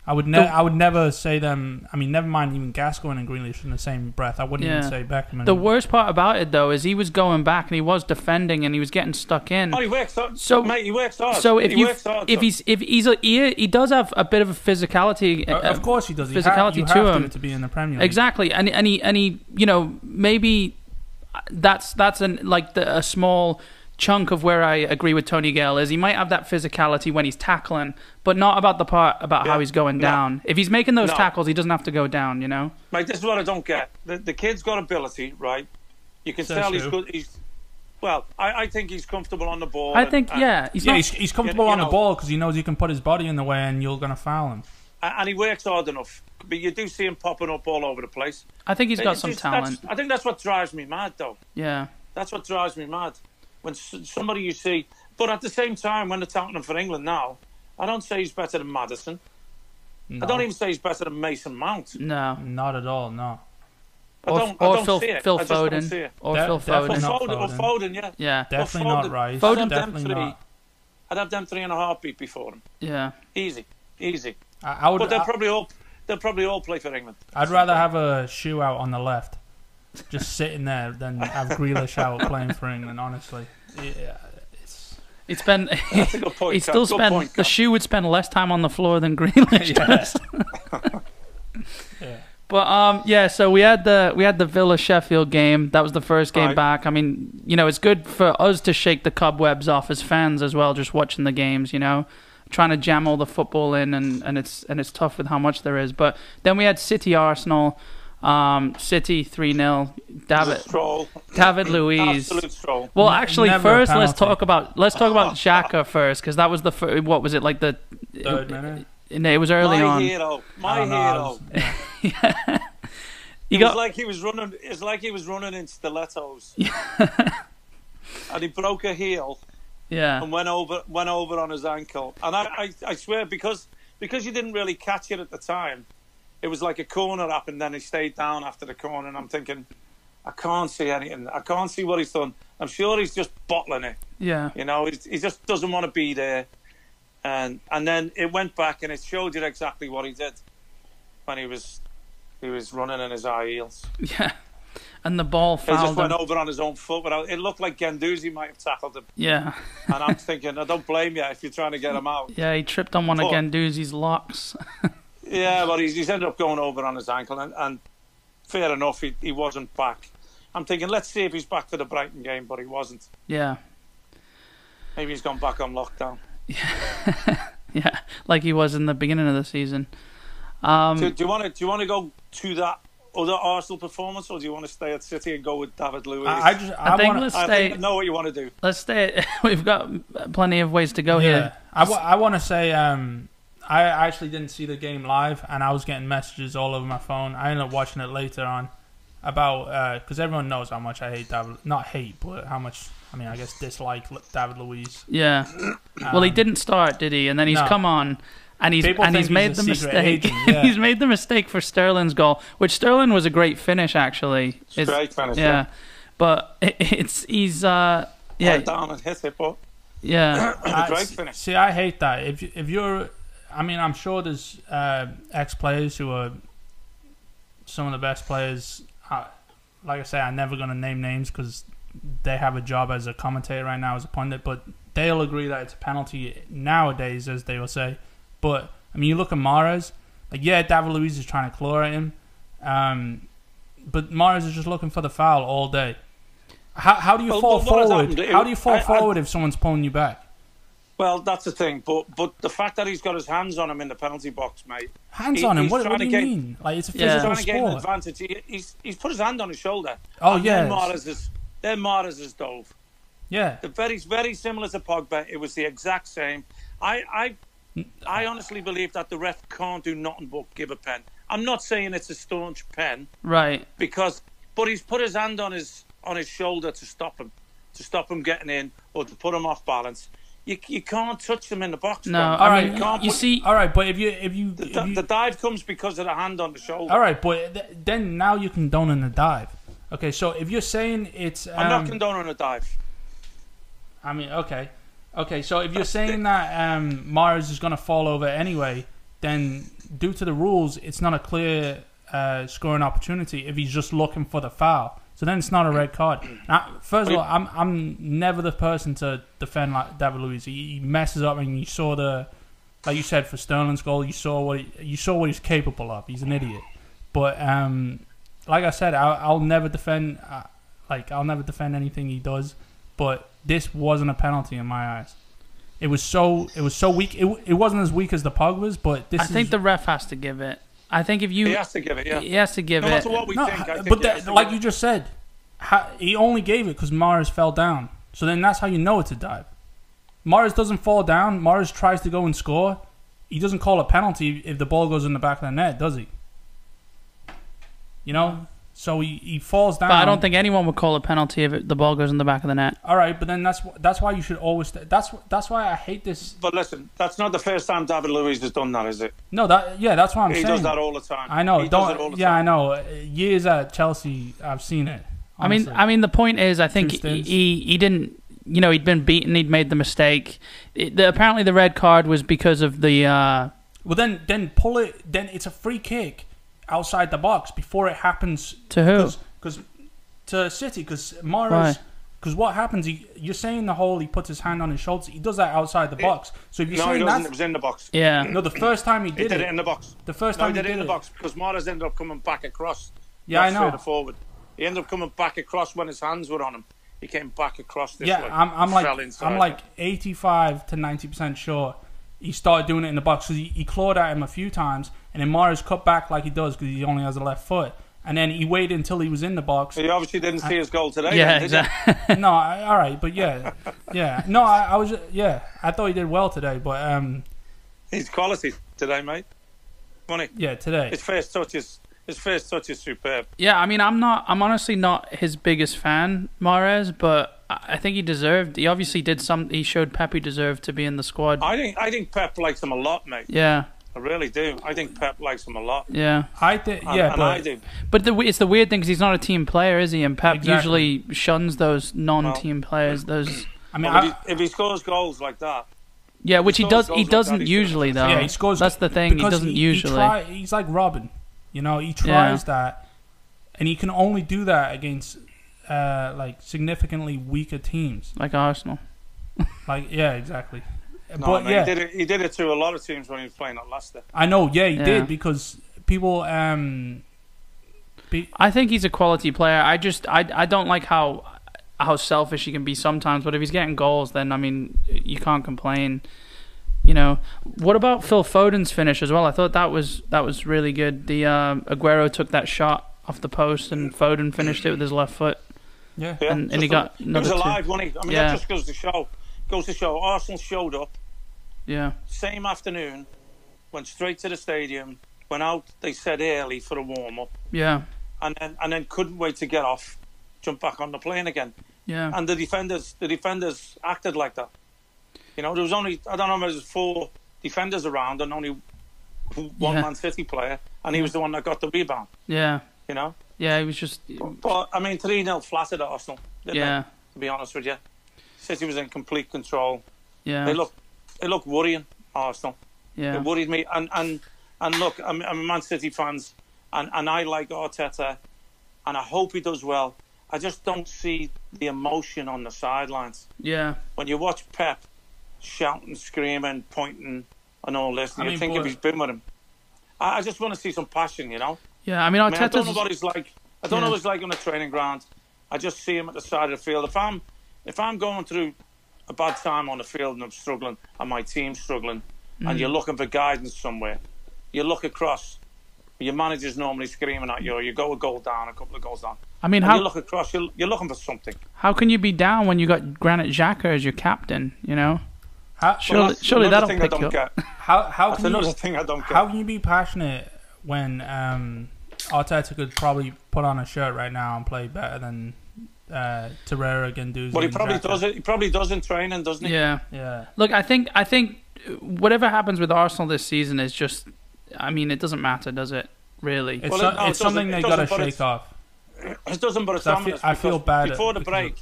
Speaker 2: I would never I would never say them. I mean never mind even Gascoigne and Greenleaf in the same breath. I wouldn't
Speaker 1: Yeah.
Speaker 2: even say Beckham. And,
Speaker 1: the worst part about it though is he was going back and he was defending and he was getting stuck in.
Speaker 3: Oh, he works hard.
Speaker 1: So-
Speaker 3: mate, he works hard.
Speaker 1: So if
Speaker 3: he
Speaker 1: you
Speaker 3: works hard,
Speaker 1: if
Speaker 3: son.
Speaker 1: he's if he's a he, he does have a bit of a physicality.
Speaker 2: Uh,
Speaker 1: uh,
Speaker 2: of course he does. He
Speaker 1: physicality
Speaker 2: ha- you
Speaker 1: to
Speaker 2: have
Speaker 1: him.
Speaker 2: to, to be in the Premier League.
Speaker 1: exactly, and and he and he you know maybe that's that's an like the, a small chunk of where I agree with Tony Gale is he might have that physicality when he's tackling, but not about the part about how
Speaker 3: Yeah.
Speaker 1: he's going
Speaker 3: No.
Speaker 1: down. If he's making those
Speaker 3: No.
Speaker 1: tackles, he doesn't have to go down. You know.
Speaker 3: Mate, this is what I don't get. The, the kid's got ability, right? You can
Speaker 2: Says
Speaker 3: tell he's
Speaker 2: who?
Speaker 3: good. He's well. I, I think he's comfortable on the ball.
Speaker 1: I
Speaker 3: and-
Speaker 1: think
Speaker 3: and-
Speaker 1: yeah, he's
Speaker 2: yeah,
Speaker 1: not.
Speaker 2: he's, he's comfortable
Speaker 3: you
Speaker 2: on the
Speaker 3: know-
Speaker 2: ball because he knows he can put his body in the way and you're going to foul him.
Speaker 3: and and he works hard enough. But you do see him popping up all over the place.
Speaker 1: I think he's got
Speaker 3: It's
Speaker 1: some
Speaker 3: just- that's-
Speaker 1: talent.
Speaker 3: I think that's what drives me mad, though.
Speaker 1: Yeah,
Speaker 3: That's what drives me mad. When s- somebody you see, but at the same time, when they're touting him for England now, I don't say he's better than Madison.
Speaker 2: No,
Speaker 3: I don't even say he's better than Mason Mount.
Speaker 1: no.
Speaker 2: Not at all, no.
Speaker 3: I
Speaker 1: or
Speaker 3: don't, I
Speaker 1: or
Speaker 3: don't
Speaker 1: Phil
Speaker 3: see it.
Speaker 1: Phil
Speaker 3: I just don't see
Speaker 1: Foden
Speaker 3: it.
Speaker 1: or
Speaker 2: That-
Speaker 1: Phil
Speaker 2: that
Speaker 3: Or
Speaker 2: was-
Speaker 1: Foden.
Speaker 2: not
Speaker 3: Foden, or
Speaker 2: Foden.
Speaker 3: Foden, yeah.
Speaker 1: Yeah,
Speaker 2: Definitely
Speaker 3: Well,
Speaker 2: not
Speaker 3: Foden-
Speaker 2: Rice.
Speaker 1: Foden-
Speaker 3: I'd have them
Speaker 2: Definitely
Speaker 3: three.
Speaker 2: not.
Speaker 3: I'd have them three in a heartbeat before him.
Speaker 1: yeah.
Speaker 3: Easy, easy.
Speaker 2: I, I would.
Speaker 3: But they'll
Speaker 2: I,
Speaker 3: probably all they'll probably all play for England.
Speaker 2: would rather have a shoe out on the left, just sitting there, than have Grealish out
Speaker 3: (laughs)
Speaker 2: playing for England. Honestly, yeah, it's
Speaker 1: It's been.
Speaker 3: That's a good point.
Speaker 1: He
Speaker 3: Gav.
Speaker 1: still
Speaker 3: Good
Speaker 1: spent
Speaker 3: point,
Speaker 1: the
Speaker 3: Gav.
Speaker 1: shoe would spend less time on the floor than (laughs) Grealish
Speaker 2: Yeah.
Speaker 3: (laughs)
Speaker 1: does.
Speaker 2: yeah.
Speaker 1: But um, yeah. So we had the we had the Villa Sheffield game. That was the first game
Speaker 3: Right.
Speaker 1: back. I mean, you know, it's good for us to shake the cobwebs off as fans as well. Just watching the games, you know, trying to jam all the football in, and, and it's and it's tough with how much there is. But then we had City Arsenal, um, City three 0 David
Speaker 3: Stroll,
Speaker 1: David Luiz.
Speaker 3: absolute stroll.
Speaker 1: Well,
Speaker 2: Ne-
Speaker 1: actually,
Speaker 2: never a
Speaker 1: first let's
Speaker 2: penalty.
Speaker 1: talk about let's talk
Speaker 3: Oh.
Speaker 1: about Xhaka first because that was the fir- what was it like the
Speaker 2: Third minute.
Speaker 1: No, it was early
Speaker 3: my
Speaker 1: on.
Speaker 3: hero,
Speaker 2: I
Speaker 3: my
Speaker 2: don't know, I
Speaker 3: hero.
Speaker 2: was-
Speaker 1: You
Speaker 3: It
Speaker 1: got
Speaker 3: was like he was running. It's like he was running in
Speaker 2: (laughs)
Speaker 3: stilettos. and he broke a heel
Speaker 1: yeah,
Speaker 3: and went over went over on his ankle. And I, I, I swear because because you didn't really catch it at the time, it was like a corner up and then he stayed down after the corner. And I'm thinking, I can't see anything. I can't see what he's done. I'm sure he's just bottling it.
Speaker 1: yeah,
Speaker 3: You know, he's, he just doesn't want to be there. And and then it went back and it showed you exactly what he did when he was he was running in his high heels.
Speaker 1: (laughs) yeah, and the ball
Speaker 3: He just
Speaker 1: fouled
Speaker 3: went
Speaker 1: him.
Speaker 3: over on his own foot. Without, it looked like Ganduzi might have tackled him.
Speaker 1: Yeah,
Speaker 3: And I'm thinking, I don't blame you if you're trying to get him out.
Speaker 1: yeah, he tripped on one of
Speaker 3: Oh.
Speaker 1: Ganduzi's locks. (laughs)
Speaker 3: Yeah, but he's, he's ended up going over on his ankle, and, and fair enough, he, he wasn't back. I'm thinking, let's see if he's back for the Brighton game, but he wasn't.
Speaker 1: yeah,
Speaker 3: Maybe he's gone back on lockdown.
Speaker 1: yeah, like he was in the beginning of the season. Um,
Speaker 2: Hmm.
Speaker 3: Do, do you want to do you want to go to that other Arsenal performance, or do you want to stay at City and go with David Luiz?
Speaker 2: I, I just.
Speaker 1: I
Speaker 2: I,
Speaker 1: think
Speaker 2: want.
Speaker 1: let's
Speaker 3: I
Speaker 1: stay.
Speaker 3: think I know what you want to do.
Speaker 1: Let's stay. (laughs) We've got plenty of ways to go
Speaker 2: oh, Yeah,
Speaker 1: here.
Speaker 2: I, w- I want to say um, I actually didn't see the game live, and I was getting messages all over my phone. I ended up watching it later on about because everyone knows how much I hate David, not hate, but how much I mean, I guess dislike Lu- David Luiz.
Speaker 1: Yeah. well, he
Speaker 2: Um,
Speaker 1: didn't start, did he? And then he's
Speaker 2: no.
Speaker 1: come on, and he's
Speaker 2: People
Speaker 1: and
Speaker 2: think
Speaker 1: he's
Speaker 2: he's
Speaker 1: made
Speaker 2: a
Speaker 1: the
Speaker 2: secret
Speaker 1: mistake. (laughs)
Speaker 2: agent, yeah.
Speaker 1: he's made the mistake for Sterling's goal, which Sterling was a great finish, actually. It's-
Speaker 3: Great finish.
Speaker 1: yeah. but it, it's he's uh
Speaker 3: yeah.
Speaker 1: yeah
Speaker 3: down and hit it, but
Speaker 1: yeah
Speaker 3: a
Speaker 2: I-
Speaker 3: great
Speaker 2: Uh, s-
Speaker 3: finish.
Speaker 2: See, I hate that. If you- if you're, I mean, I'm sure there's uh, ex players who are some of the best players. I, like I say, I'm never going to name names because they have a job as a commentator right now as a pundit, but they'll agree that it's a penalty nowadays, as they will say. But I mean, you look at Mares. Like, yeah, David Luiz is trying to claw at him, um, but Mares is just looking for the foul all day. How, how do you
Speaker 3: Well,
Speaker 2: fall
Speaker 3: what- what has
Speaker 2: forward?
Speaker 3: happened-
Speaker 2: How do you fall
Speaker 3: I- I-
Speaker 2: forward if someone's pulling you back?
Speaker 3: Well, that's the thing. But but the fact that he's got his hands on him in the penalty box, mate,
Speaker 2: Hands
Speaker 3: He-
Speaker 2: on him.
Speaker 3: he's
Speaker 2: What,
Speaker 3: trying
Speaker 2: what do
Speaker 3: to
Speaker 2: you
Speaker 3: gain-
Speaker 2: mean? Like it's a
Speaker 1: Yeah.
Speaker 2: physical
Speaker 3: trying to gain an
Speaker 2: sport.
Speaker 3: advantage. He, he's he's put his hand on his shoulder.
Speaker 2: Oh
Speaker 3: And then
Speaker 2: yeah,
Speaker 3: Mahrez is then Mahrez is dove.
Speaker 2: yeah.
Speaker 3: The very very similar to Pogba. It was the exact same. I I I honestly believe that the ref can't do nothing but give a pen. I'm not saying it's a staunch pen
Speaker 1: right
Speaker 3: because, but he's put his hand on his on his shoulder to stop him, to stop him getting in or to put him off balance. You you can't touch them in the box.
Speaker 1: no
Speaker 3: Tom.
Speaker 1: I
Speaker 2: Alright,
Speaker 1: mean,
Speaker 3: can't
Speaker 1: you
Speaker 3: put-
Speaker 1: see
Speaker 2: All right, but if you if you,
Speaker 3: The,
Speaker 2: if
Speaker 3: the,
Speaker 2: you-
Speaker 3: the dive comes because of the hand on the shoulder.
Speaker 2: all right, but th- then now you condone in the dive. Okay, so if you're saying it's, um,
Speaker 3: I'm not condoning a dive.
Speaker 2: I mean, okay, okay. So if you're saying that um, Mars is gonna fall over anyway, then due to the rules, it's not a clear uh, scoring opportunity if he's just looking for the foul. So then it's not a red card. Now, first of all, I'm I'm never the person to defend like David Luiz. He, he messes up, and you saw the like you said for Sterling's goal, you saw what he, you saw what he's capable of. He's an idiot, but um, like I said, I, I'll never defend uh, like I'll never defend anything he does. But this wasn't a penalty in my eyes. It was so it was so weak. It, w- it wasn't as weak as the Pogba's, but this
Speaker 1: I think
Speaker 2: is
Speaker 1: the ref has to give it. I think if you
Speaker 3: He has to give it. Yeah.
Speaker 1: he has to give
Speaker 3: No
Speaker 1: it
Speaker 3: matter what we
Speaker 2: no,
Speaker 3: think, I think
Speaker 2: but
Speaker 3: he has
Speaker 2: that-
Speaker 3: to
Speaker 2: like
Speaker 3: give
Speaker 2: you
Speaker 3: it.
Speaker 2: just said, ha- he only gave it because Mars fell down. So then that's how you know it's a dive. Mars doesn't fall down. Mars tries to go and score. He doesn't call a penalty if the ball goes in the back of the net, does he? You know, so he, he falls down.
Speaker 1: But I don't think anyone would call a penalty if it, the ball goes in the back of the net.
Speaker 2: All right, but then that's wh- that's why you should always. That's wh- that's why I hate this.
Speaker 3: But listen, that's not the first time David Luiz has done that, is it?
Speaker 2: No, that yeah, that's what I'm
Speaker 3: he
Speaker 2: saying.
Speaker 3: does that all the time.
Speaker 2: I know.
Speaker 3: He
Speaker 2: don't.
Speaker 3: does it all the
Speaker 2: yeah,
Speaker 3: time.
Speaker 2: I know. Uh, Years at Chelsea, I've seen it.
Speaker 1: I mean,
Speaker 2: honestly.
Speaker 1: I mean, the point is, I think
Speaker 2: Two
Speaker 1: he,
Speaker 2: stints.
Speaker 1: he he didn't. You know, he'd been beaten. He'd made the mistake. It, the, apparently, the red card was because of the. Uh,
Speaker 2: Well, then, then pull it. Then it's a free kick outside the box before it happens.
Speaker 1: To who?
Speaker 2: Because to City, because Mara's.
Speaker 1: Why?
Speaker 2: Because what happens? He, you're saying the whole he puts his hand on his shoulders. He does that outside the box. So if you're
Speaker 3: No, he
Speaker 2: saying
Speaker 3: doesn't. It
Speaker 2: that,
Speaker 3: was in the box.
Speaker 1: yeah,
Speaker 2: no, the first time he
Speaker 3: He
Speaker 2: did,
Speaker 3: did
Speaker 2: it,
Speaker 3: it in the box.
Speaker 2: the first
Speaker 3: No,
Speaker 2: time
Speaker 3: he did it in the
Speaker 2: it.
Speaker 3: box because Mara's ended up coming back across.
Speaker 2: Yeah,
Speaker 3: not
Speaker 2: I know.
Speaker 3: Further forward, he ended up coming back across when his hands were on him. He came back across this
Speaker 2: yeah,
Speaker 3: way.
Speaker 2: I'm, I'm
Speaker 3: fell
Speaker 2: like
Speaker 3: inside.
Speaker 2: I'm like 85 to 90 percent sure he started doing it in the box because he, he clawed at him a few times, and then Mara's cut back like he does because he only has a left foot, and then he waited until he was in the box.
Speaker 3: He obviously didn't see his goal today.
Speaker 1: yeah,
Speaker 3: then, did he?
Speaker 1: exactly. (laughs)
Speaker 2: no, I, all right, but yeah, yeah, no, I, I was yeah, I thought he did well today, but um,
Speaker 3: His quality today, mate. Funny.
Speaker 2: yeah, today,
Speaker 3: His first touch is his first touch is superb.
Speaker 1: yeah, I mean, I'm not. I'm honestly not his biggest fan, Mares, but I I think he deserved. He obviously did some. He showed Pepe deserved to be in the squad.
Speaker 3: I think I think Pep likes him a lot, mate.
Speaker 1: yeah,
Speaker 3: I really do. I think Pep likes him a lot.
Speaker 1: yeah.
Speaker 2: I think
Speaker 3: And,
Speaker 2: yeah,
Speaker 3: and
Speaker 2: but
Speaker 3: I do.
Speaker 1: But the, it's the weird thing because he's not a team player, is he? And Pep
Speaker 2: Exactly.
Speaker 1: usually shuns those non-team players. Those
Speaker 2: I mean,
Speaker 3: But
Speaker 2: I,
Speaker 3: if, he, if he scores goals like that,
Speaker 1: yeah, which he does.
Speaker 3: scores goals
Speaker 1: He
Speaker 3: like that,
Speaker 1: doesn't
Speaker 3: he's gonna-
Speaker 1: usually though.
Speaker 2: yeah, he scores.
Speaker 1: That's the thing. He
Speaker 2: because
Speaker 1: doesn't usually.
Speaker 2: He try, he's like Robin, you know. He tries that, and he can only do that against uh, like significantly weaker teams.
Speaker 1: like Arsenal.
Speaker 2: Like yeah, exactly.
Speaker 3: no,
Speaker 2: but
Speaker 3: mate,
Speaker 2: yeah,
Speaker 3: he did it. He did it to a lot of teams when he was playing at Leicester.
Speaker 2: I know. Yeah, he
Speaker 1: Yeah.
Speaker 2: did because people. um be,
Speaker 1: I think he's a quality player. I just I, I don't like how how selfish he can be sometimes. But if he's getting goals, then I mean you can't complain. You know what about Phil Foden's finish as well? I thought that was that was really good. The um, Aguero took that shot off the post and Foden finished it with his left foot.
Speaker 2: yeah.
Speaker 3: Yeah,
Speaker 1: And- and
Speaker 3: just
Speaker 1: he got
Speaker 3: a, he
Speaker 1: another
Speaker 3: was
Speaker 1: two.
Speaker 3: alive, wasn't he? I mean,
Speaker 1: Yeah.
Speaker 3: that just goes to show. Goes to show. Arsenal showed up
Speaker 1: Yeah,
Speaker 3: same afternoon, went straight to the stadium, went out. They said early for a warm up,
Speaker 1: yeah,
Speaker 3: and then and then couldn't wait to get off, jump back on the plane again.
Speaker 1: yeah.
Speaker 3: And the defenders, the defenders acted like that. You know, there was only I don't know, there was four defenders around and only one
Speaker 1: Yeah.
Speaker 3: Man City player, and he was the one that got the rebound.
Speaker 1: Yeah,
Speaker 3: You know,
Speaker 1: yeah. It was just
Speaker 3: but I mean, three 0 flattered Arsenal. didn't
Speaker 1: yeah,
Speaker 3: they, to be honest with you, City was in complete control. They
Speaker 1: yeah,
Speaker 3: looked, they looked worrying. Arsenal.
Speaker 1: yeah,
Speaker 3: It worried me. And and and look, I'm, I'm a Man City fans, and and I like Arteta, and I hope he does well. I just don't see the emotion on the sidelines
Speaker 1: yeah.
Speaker 3: when you watch Pep shouting, screaming, pointing, and all this.
Speaker 2: I
Speaker 3: And you
Speaker 2: mean,
Speaker 3: think if
Speaker 2: boy-
Speaker 3: he's been with him, I, I just want to see some passion. You know,
Speaker 1: Yeah, I mean,
Speaker 3: I, mean, I don't
Speaker 1: Arteta's.
Speaker 3: know what he's like. I don't
Speaker 1: Yeah.
Speaker 3: know what he's like on the training ground. I just see him at the side of the field. If I'm if I'm going through a bad time on the field and I'm struggling and my team's struggling
Speaker 1: Mm.
Speaker 3: and you're looking for guidance somewhere, you look across. Your manager's normally screaming at you. Or you go a goal down, a couple of goals down.
Speaker 1: I mean,
Speaker 3: And you
Speaker 1: how
Speaker 3: look across. You're, you're looking for something.
Speaker 1: how can you be down when you got Granite Xhaka as your captain? You know.
Speaker 2: How,
Speaker 1: Surely-
Speaker 3: That's
Speaker 1: surely
Speaker 3: another
Speaker 1: that'll
Speaker 3: thing I
Speaker 1: pick
Speaker 3: don't
Speaker 1: you up.
Speaker 3: get.
Speaker 2: how how
Speaker 3: That's
Speaker 2: can
Speaker 3: another (laughs)
Speaker 2: you
Speaker 3: thing I don't get.
Speaker 2: how can you be passionate when um, Arteta could probably put on a shirt right now and play better than uh, Torreira, Gendouzi?
Speaker 3: But he
Speaker 2: and
Speaker 3: probably
Speaker 2: Xhaka?
Speaker 3: does it. He probably does in training, doesn't he?
Speaker 1: Yeah.
Speaker 2: Yeah,
Speaker 1: Look, I think I think whatever happens with Arsenal this season is just. I mean, it doesn't matter, does it? Really?
Speaker 2: it's,
Speaker 3: Well,
Speaker 2: so-
Speaker 3: it- no, it
Speaker 2: it's something
Speaker 3: doesn't-
Speaker 2: they
Speaker 3: it
Speaker 2: got to
Speaker 3: doesn't, but
Speaker 2: shake
Speaker 3: it's-
Speaker 2: off.
Speaker 3: (laughs) It doesn't, but it's
Speaker 2: I feel-
Speaker 3: ominous
Speaker 2: I feel
Speaker 3: because
Speaker 2: bad
Speaker 3: before
Speaker 2: at-
Speaker 3: the
Speaker 2: because-
Speaker 3: break.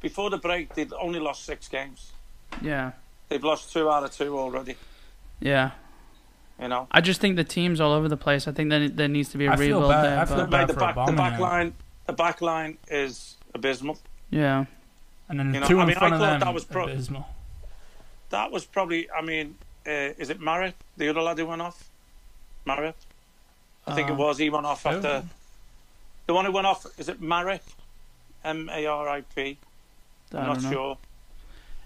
Speaker 3: Before the break, they'd only lost six games.
Speaker 1: yeah.
Speaker 3: They've lost two out of two already.
Speaker 1: Yeah.
Speaker 3: You know,
Speaker 1: I just think the team's all over the place. I think there, there needs to be a
Speaker 2: I feel
Speaker 1: rebuild
Speaker 2: bad-
Speaker 1: there.
Speaker 2: I feel
Speaker 1: but-
Speaker 2: bad.
Speaker 3: Mate, the
Speaker 2: for
Speaker 3: back the
Speaker 2: Aubameyang.
Speaker 3: back line the back line is abysmal.
Speaker 1: yeah.
Speaker 2: And then
Speaker 3: You know,
Speaker 2: two
Speaker 3: I
Speaker 2: in
Speaker 3: mean, I
Speaker 2: front of
Speaker 3: thought
Speaker 2: them.
Speaker 3: that was pro-
Speaker 2: abysmal.
Speaker 3: That was probably. I mean, uh, is it Marriott? The other lad who went off, Marriott. I think
Speaker 1: Um,
Speaker 3: it was. He went off
Speaker 2: Uh, who?
Speaker 3: after the one who went off. Is it Marriott? M A R I P.
Speaker 1: I
Speaker 3: I'm
Speaker 1: don't
Speaker 3: not
Speaker 1: know.
Speaker 3: sure.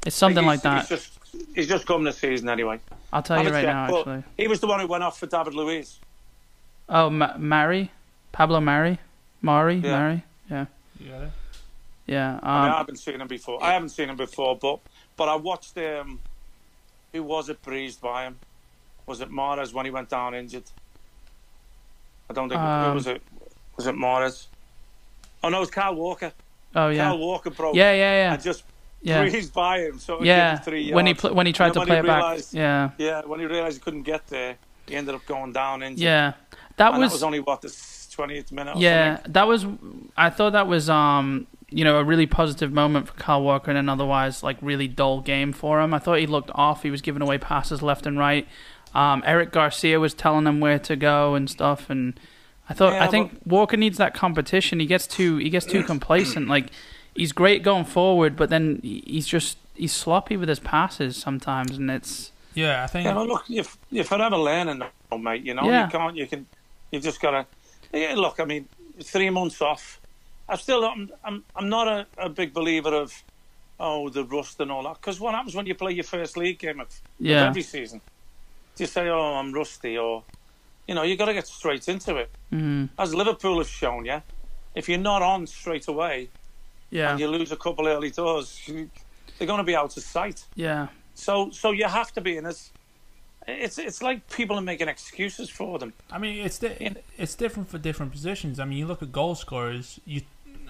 Speaker 1: It's something like that.
Speaker 3: He's- He's just, he's just coming this season anyway.
Speaker 1: I'll tell
Speaker 3: Have
Speaker 1: you
Speaker 3: a
Speaker 1: right
Speaker 3: check,
Speaker 1: now,
Speaker 3: but
Speaker 1: actually.
Speaker 3: He was the one who went off for David Luiz.
Speaker 1: Oh, Ma- Mari, Pablo Mari, Mari,
Speaker 3: Yeah.
Speaker 1: Mari. Yeah.
Speaker 2: You got it?
Speaker 1: Yeah. Um,
Speaker 3: I, mean, I haven't seen him before. I haven't seen him before, but but I watched um, who was it breezed by him? Was it Mares when he went down injured? I don't think who
Speaker 1: Um,
Speaker 3: was it. Was it Mares? Oh no, it was Kyle Walker.
Speaker 1: oh yeah.
Speaker 3: Kyle Walker broke.
Speaker 1: Yeah, yeah
Speaker 3: I just
Speaker 1: yeah yeah
Speaker 3: breezed by him. So it gave
Speaker 1: yeah.
Speaker 3: him three
Speaker 1: When he
Speaker 3: yards.
Speaker 1: pl- when he tried
Speaker 3: And
Speaker 1: to
Speaker 3: when
Speaker 1: play
Speaker 3: he
Speaker 1: it back.
Speaker 3: realised-
Speaker 1: Yeah.
Speaker 3: yeah, when he realised he couldn't get there, he ended up going down injured.
Speaker 1: Yeah. That
Speaker 3: and
Speaker 1: was,
Speaker 3: that was only what the twentieth minute. Or
Speaker 1: yeah.
Speaker 3: something.
Speaker 1: That was I thought that was um you know a really positive moment for Kyle Walker in an otherwise like really dull game for him. I thought he looked off. He was giving away passes left and right. Um, Eric Garcia was telling him where to go and stuff, and I thought
Speaker 3: Yeah,
Speaker 1: I think Walker needs that competition. He gets too he gets
Speaker 3: (coughs)
Speaker 1: too complacent. Like he's great going forward, but then he- he's just he's sloppy with his passes sometimes, and it's
Speaker 2: Yeah, I think.
Speaker 3: You know, look, you're, you're forever learning, though, mate. You know,
Speaker 1: Yeah.
Speaker 3: you can't, you can, you've just got to. Yeah, look, I mean, three months off. I still, I'm, I'm, I'm not a, a big believer of, oh, the rust and all that. Because what happens when you play your first league game of, of
Speaker 1: Yeah.
Speaker 3: every season? Do you say, oh, I'm rusty, or, you know, you got to get straight into it.
Speaker 1: mm,
Speaker 3: As Liverpool have shown you, if you're not on straight away
Speaker 1: yeah
Speaker 3: and you lose a couple early doors, you- they're going to be out of sight.
Speaker 1: yeah
Speaker 3: So so you have to be in this. It's it's like people are making excuses for them.
Speaker 2: I mean, it's di- it's different for different positions. I mean, you look at goal scorers. You,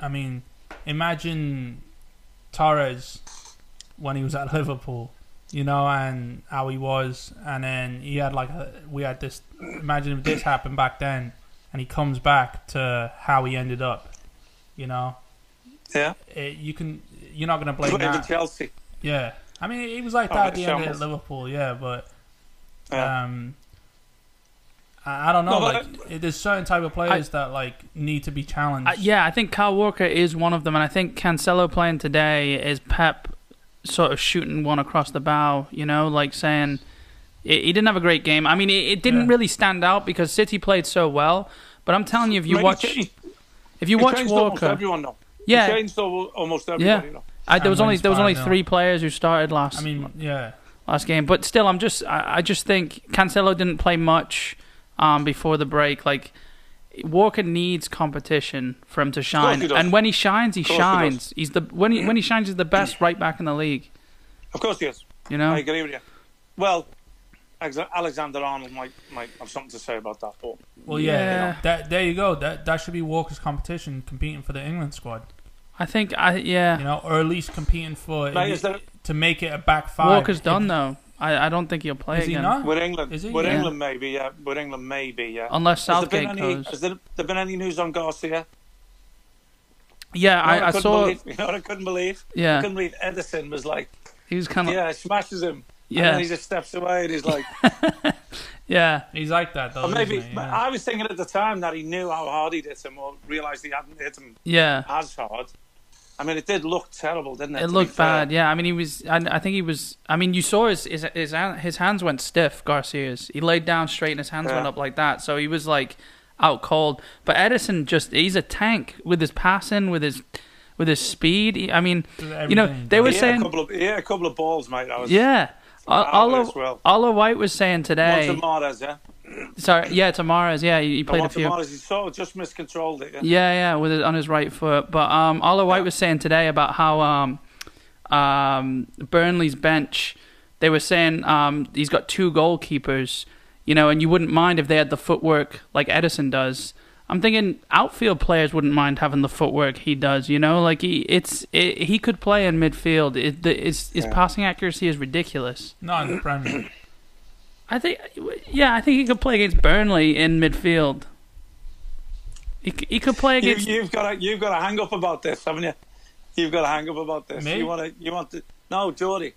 Speaker 2: I mean, imagine Torres when he was at (laughs) Liverpool, you know, and how he was, and then he had like a, we had this. Imagine if this happened back then, and he comes back to how he ended up, you know.
Speaker 3: Yeah,
Speaker 2: It, you can you're not gonna blame
Speaker 3: playing in
Speaker 2: that.
Speaker 3: Chelsea.
Speaker 2: Yeah, I mean, he was like
Speaker 3: Oh,
Speaker 2: that at
Speaker 3: it's
Speaker 2: the end of
Speaker 3: shambles.
Speaker 2: Liverpool. Yeah, but
Speaker 3: Yeah.
Speaker 2: um, I, I don't know.
Speaker 3: No,
Speaker 2: like,
Speaker 3: but
Speaker 2: it- there's certain type of players that like need to be challenged.
Speaker 1: Uh, yeah, I think Kyle Walker is one of them, and I think Cancelo playing today is Pep sort of shooting one across the bow. You know, like saying he he didn't have a great game. I mean, it, it didn't
Speaker 2: Yeah.
Speaker 1: really stand out because City played so well. But I'm telling you, if you
Speaker 3: Mate,
Speaker 1: watch,
Speaker 3: he, cha-
Speaker 1: if you
Speaker 3: he
Speaker 1: watch
Speaker 3: changed almost
Speaker 1: Walker,
Speaker 3: everyone now.
Speaker 1: Yeah.
Speaker 3: he changed al- almost
Speaker 1: yeah,
Speaker 3: everybody. now.
Speaker 1: I, there was
Speaker 2: And
Speaker 1: only there was only
Speaker 2: Wayne's
Speaker 1: three players who started last
Speaker 2: I mean, yeah,
Speaker 1: last game. But still, I'm just I, I just think Cancelo didn't play much um, before the break. Like Walker needs competition for him to shine,
Speaker 3: he does.
Speaker 1: and when he shines, he
Speaker 3: course he
Speaker 1: shines. he's the when he when he shines, he's the best right back in the league.
Speaker 3: Of course he is.
Speaker 1: You know,
Speaker 3: I agree with you. Well, Ex- Alexander Arnold might might have something to say about that, but
Speaker 1: Uh,
Speaker 2: well, yeah,
Speaker 1: Yeah.
Speaker 2: That there you go. That that should be Walker's competition, competing for the England squad,
Speaker 1: I think I yeah.
Speaker 2: you know, or at least competing for
Speaker 3: Like, is there-
Speaker 2: to make it a back five.
Speaker 1: Walker's
Speaker 2: If-
Speaker 1: done though. I, I don't think he'll play
Speaker 2: Is he
Speaker 1: again.
Speaker 2: not?
Speaker 3: with England,
Speaker 2: Is he?
Speaker 3: with
Speaker 2: Yeah.
Speaker 3: England maybe, yeah, with England maybe, yeah.
Speaker 1: Unless
Speaker 3: Has there
Speaker 1: Southgate
Speaker 3: been any?
Speaker 1: goes.
Speaker 3: Has there, there been any news on Garcia?
Speaker 1: Yeah,
Speaker 3: You know
Speaker 1: I, I
Speaker 3: what couldn't
Speaker 1: saw.
Speaker 3: Believe, (laughs) you know what I couldn't believe? I
Speaker 1: Yeah,
Speaker 3: couldn't believe Edison was like,
Speaker 1: he was kind of. Yeah,
Speaker 3: yeah, smashes him, and
Speaker 1: yeah,
Speaker 3: then he just steps away and he's like.
Speaker 1: yeah,
Speaker 2: He's like that though.
Speaker 3: Or maybe
Speaker 2: isn't he?
Speaker 3: but
Speaker 2: Yeah.
Speaker 3: I was thinking at the time that he knew how hard he hit him, or realised he hadn't hit him as hard. I mean, it did look terrible, didn't it?
Speaker 1: It
Speaker 3: to be
Speaker 1: looked
Speaker 3: fair?
Speaker 1: bad. Yeah, I mean, he was. I, I think he was. I mean, you saw his his his, han- his hands went stiff. Garcia's. He laid down straight, and his hands went
Speaker 3: Yeah.
Speaker 1: up like that. So he was like out cold. But Edison just he's a tank with his passing, with his with his speed. He- I mean,
Speaker 2: With
Speaker 1: you know,
Speaker 2: everything.
Speaker 1: they were
Speaker 3: He hit a
Speaker 1: saying,
Speaker 3: couple of, he hit a couple of balls, mate. That was
Speaker 1: yeah.
Speaker 3: Alvarez
Speaker 1: Alla
Speaker 3: as well.
Speaker 1: Alla White was saying
Speaker 3: Onto
Speaker 1: today.
Speaker 3: Mahrez, yeah.
Speaker 1: Sorry, yeah, Tamara's. Yeah, he, he
Speaker 3: And
Speaker 1: played a
Speaker 3: onto
Speaker 1: few.
Speaker 3: Mahrez, he sort of just miscontrolled it. Yeah.
Speaker 1: Yeah, yeah, with it on his right foot. But um, Ola White was saying today about how um, um, Burnley's bench, they were saying um, he's got two goalkeepers, you know, and you wouldn't mind if they had the footwork like Edison does. I'm thinking outfield players wouldn't mind having the footwork he does, you know, like he it's it, he could play in midfield. It, the, his his passing accuracy is ridiculous.
Speaker 2: not in the Premier.
Speaker 3: (coughs)
Speaker 1: I think, yeah, I think he could play against Burnley in midfield. He, c- he could play
Speaker 3: You,
Speaker 1: against
Speaker 3: you've got a, you've got a hang up about this, haven't you? You've got a hang up about this.
Speaker 2: Me?
Speaker 3: You want to you want to no, Geordie.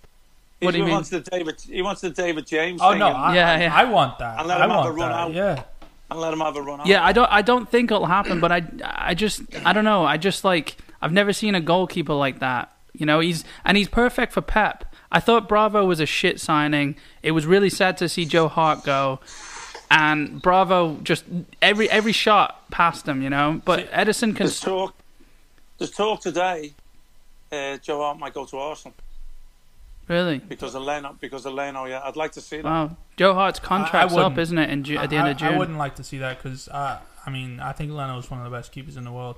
Speaker 3: He,
Speaker 1: What do you
Speaker 3: he
Speaker 1: mean?
Speaker 3: wants the David. He wants the David James.
Speaker 2: Oh
Speaker 3: thing
Speaker 2: no,
Speaker 3: and,
Speaker 2: I,
Speaker 1: Yeah,
Speaker 2: I,
Speaker 1: yeah.
Speaker 2: I want that.
Speaker 3: And let
Speaker 2: I
Speaker 3: him have
Speaker 2: want
Speaker 3: a run
Speaker 2: that.
Speaker 3: out.
Speaker 2: Yeah,
Speaker 3: and let him have a run. out.
Speaker 1: Yeah, I don't I don't think it'll happen, but I I just I don't know. I just like I've never seen a goalkeeper like that. You know, he's and he's perfect for Pep. I thought Bravo was a shit signing. It was really sad to see Joe Hart go. And Bravo just every every shot passed him, you know. But Edison can
Speaker 3: There's talk. There's talk today. Uh, Joe Hart might go to Arsenal
Speaker 1: really
Speaker 3: because of Leno. Because of Leno, yeah. I'd like to see that.
Speaker 1: wow. Joe Hart's contract's up,
Speaker 2: wouldn't.
Speaker 1: isn't it? In Ju- at the end
Speaker 2: I,
Speaker 1: of June.
Speaker 2: uh, I wouldn't like to see that because I, I mean, I think Leno is one of the best keepers in the world.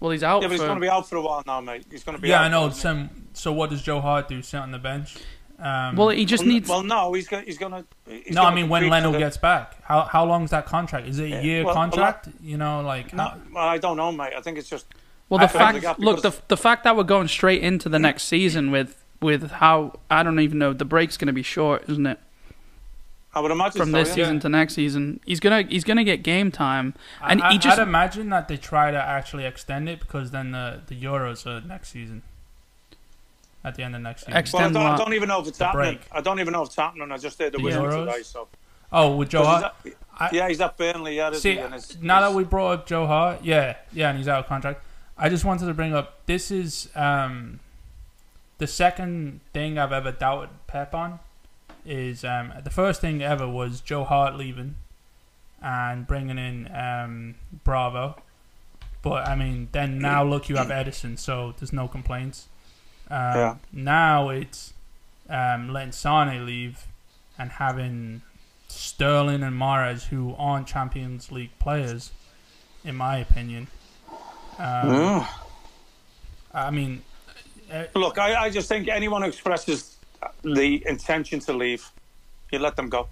Speaker 1: Well, he's out
Speaker 3: Yeah, but he's
Speaker 1: for.
Speaker 3: going to be out for a while now, mate. He's going to be
Speaker 2: yeah,
Speaker 3: out
Speaker 2: I know. um,
Speaker 3: isn't
Speaker 2: So, so what does Joe Hart do? Sit on the bench? Um,
Speaker 1: well, he just
Speaker 3: he?
Speaker 1: needs.
Speaker 3: Well, no, he's going. He's going to. He's
Speaker 2: no,
Speaker 3: gonna
Speaker 2: I mean when
Speaker 3: compete for
Speaker 2: Leno
Speaker 3: the-
Speaker 2: gets back, how how long is that contract? Is it a
Speaker 3: Yeah,
Speaker 2: year
Speaker 3: well, a lot-
Speaker 2: contract? you know, like
Speaker 3: No, well, I don't know, mate. I think it's just.
Speaker 1: Well, the
Speaker 3: I found the
Speaker 1: fact
Speaker 3: gap
Speaker 1: look the
Speaker 3: because-
Speaker 1: the fact that we're going straight into the next season with with how I don't even know the break's going to be short, isn't it?
Speaker 3: I would imagine
Speaker 1: From
Speaker 3: so,
Speaker 1: this
Speaker 3: yeah.
Speaker 1: season to next season, he's gonna he's gonna get game time, and
Speaker 2: I,
Speaker 1: he just
Speaker 2: would imagine that they try to actually extend it because then the the Euros are next season. At the end of next season.
Speaker 1: Ex-
Speaker 3: Well, I
Speaker 1: Extend
Speaker 3: don't, I
Speaker 1: what?
Speaker 3: don't even know if it's
Speaker 2: The
Speaker 3: happening.
Speaker 2: break.
Speaker 3: I don't even know if it's happening. I just heard the
Speaker 2: The
Speaker 3: whistle
Speaker 2: Euros?
Speaker 3: today. So,
Speaker 2: oh, with Joe Hart.
Speaker 3: 'Cause he's
Speaker 2: I-
Speaker 3: at- yeah, he's at Burnley. Yeah, isn't
Speaker 2: See,
Speaker 3: he? And it's-
Speaker 2: now that
Speaker 3: it's-
Speaker 2: we brought up Joe Hart, yeah, yeah, and he's out of contract. I just wanted to bring up this is um, the second thing I've ever doubted Pep on is um, the first thing ever was Joe Hart leaving and bringing in um, Bravo. But I mean, then now look, you have Edison, so there's no complaints. Um,
Speaker 3: Yeah.
Speaker 2: Now it's um, letting Sane leave and having Sterling and Mares, who aren't Champions League players, in my opinion. Um,
Speaker 3: Mm.
Speaker 2: I mean, uh,
Speaker 3: Look, I, I just think anyone who expresses the intention to leave, you let them go.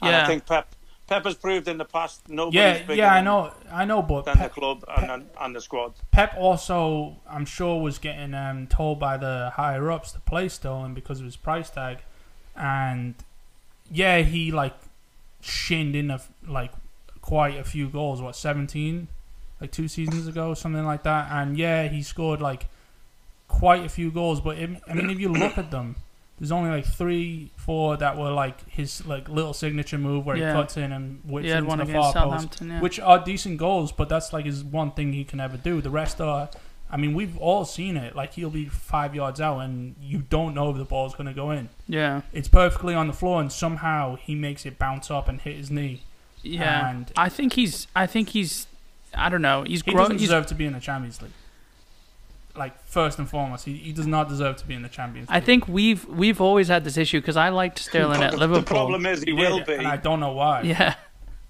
Speaker 3: And
Speaker 1: Yeah.
Speaker 3: I think Pep Pep has proved in the past nobody's
Speaker 2: yeah,
Speaker 3: bigger
Speaker 2: yeah, I
Speaker 3: than-
Speaker 2: know, I know, but
Speaker 3: than the
Speaker 2: Pep,
Speaker 3: club and, and, and the squad.
Speaker 2: Pep also, I'm sure, was getting um, told by the higher ups to play Sterling because of his price tag, and yeah, he like shinned in a, f- like quite a few goals. What 17, like two seasons ago, something like that. And yeah, he scored like quite a few goals. But it, I mean, if you look at them, there's only like three, four that were like his like little signature move where
Speaker 1: Yeah.
Speaker 2: he cuts in and whips
Speaker 1: he had
Speaker 2: into
Speaker 1: one
Speaker 2: the
Speaker 1: against
Speaker 2: far post
Speaker 1: Southampton. Yeah.
Speaker 2: which are decent goals, but that's like his one thing he can ever do. The rest are, I mean, we've all seen it. Like he'll be five yards out, and you don't know if the ball's going to go in.
Speaker 1: yeah,
Speaker 2: It's perfectly on the floor, and somehow he makes it bounce up and hit his knee.
Speaker 1: yeah.
Speaker 2: And-
Speaker 1: I think he's I think he's I don't know. He's
Speaker 2: He
Speaker 1: grown.
Speaker 2: doesn't
Speaker 1: He's,
Speaker 2: deserve to be in the Champions League. Like first and foremost, he, he does not deserve to be in the Champions League.
Speaker 1: I think we've we've always had this issue because I
Speaker 2: (laughs)
Speaker 1: liked Sterling at
Speaker 3: the,
Speaker 1: Liverpool.
Speaker 3: the problem is he
Speaker 2: He
Speaker 3: will
Speaker 2: did,
Speaker 3: be.
Speaker 2: and I don't know why.
Speaker 1: yeah.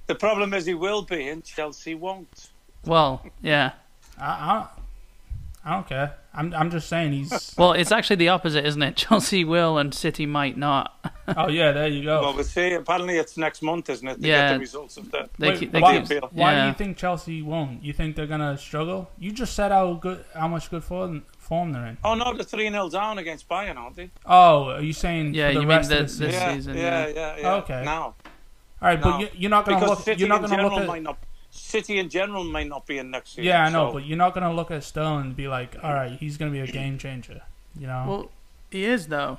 Speaker 3: The problem is he will be, and Chelsea won't.
Speaker 1: Well, yeah.
Speaker 2: I, I, I don't care. I'm I'm just saying he's.
Speaker 1: Well, it's actually the opposite, isn't it? (laughs) Chelsea will and City might not.
Speaker 2: oh yeah, there you go.
Speaker 3: Well, we'll see. Apparently, it's next month, isn't it? To
Speaker 1: Yeah.
Speaker 3: get the results of that.
Speaker 1: They
Speaker 2: Wait,
Speaker 1: keep, they
Speaker 2: why,
Speaker 1: keep,
Speaker 2: why do
Speaker 1: yeah.
Speaker 2: you think Chelsea won't? You think they're gonna struggle? You just said how good, how much good form, form they're in.
Speaker 3: Oh no, they're three 0 down against Bayern, aren't they?
Speaker 2: Oh, are you saying
Speaker 1: Yeah,
Speaker 2: for the
Speaker 1: you mean
Speaker 2: rest
Speaker 1: the-
Speaker 2: of the
Speaker 1: This
Speaker 2: season?
Speaker 3: yeah,
Speaker 1: season,
Speaker 3: yeah,
Speaker 1: yeah.
Speaker 3: yeah, yeah.
Speaker 2: Okay.
Speaker 3: Now,
Speaker 2: All right,
Speaker 3: No.
Speaker 2: but you, you're not gonna
Speaker 3: because
Speaker 2: look.
Speaker 3: City
Speaker 2: You're not
Speaker 3: in
Speaker 2: gonna
Speaker 3: general
Speaker 2: look
Speaker 3: might
Speaker 2: at.
Speaker 3: not. City in general may not be in next season.
Speaker 2: Yeah, I know,
Speaker 3: so-
Speaker 2: but you're not gonna look at Sterling and be like, all right, he's gonna be a game changer. You know?
Speaker 1: Well, he is though.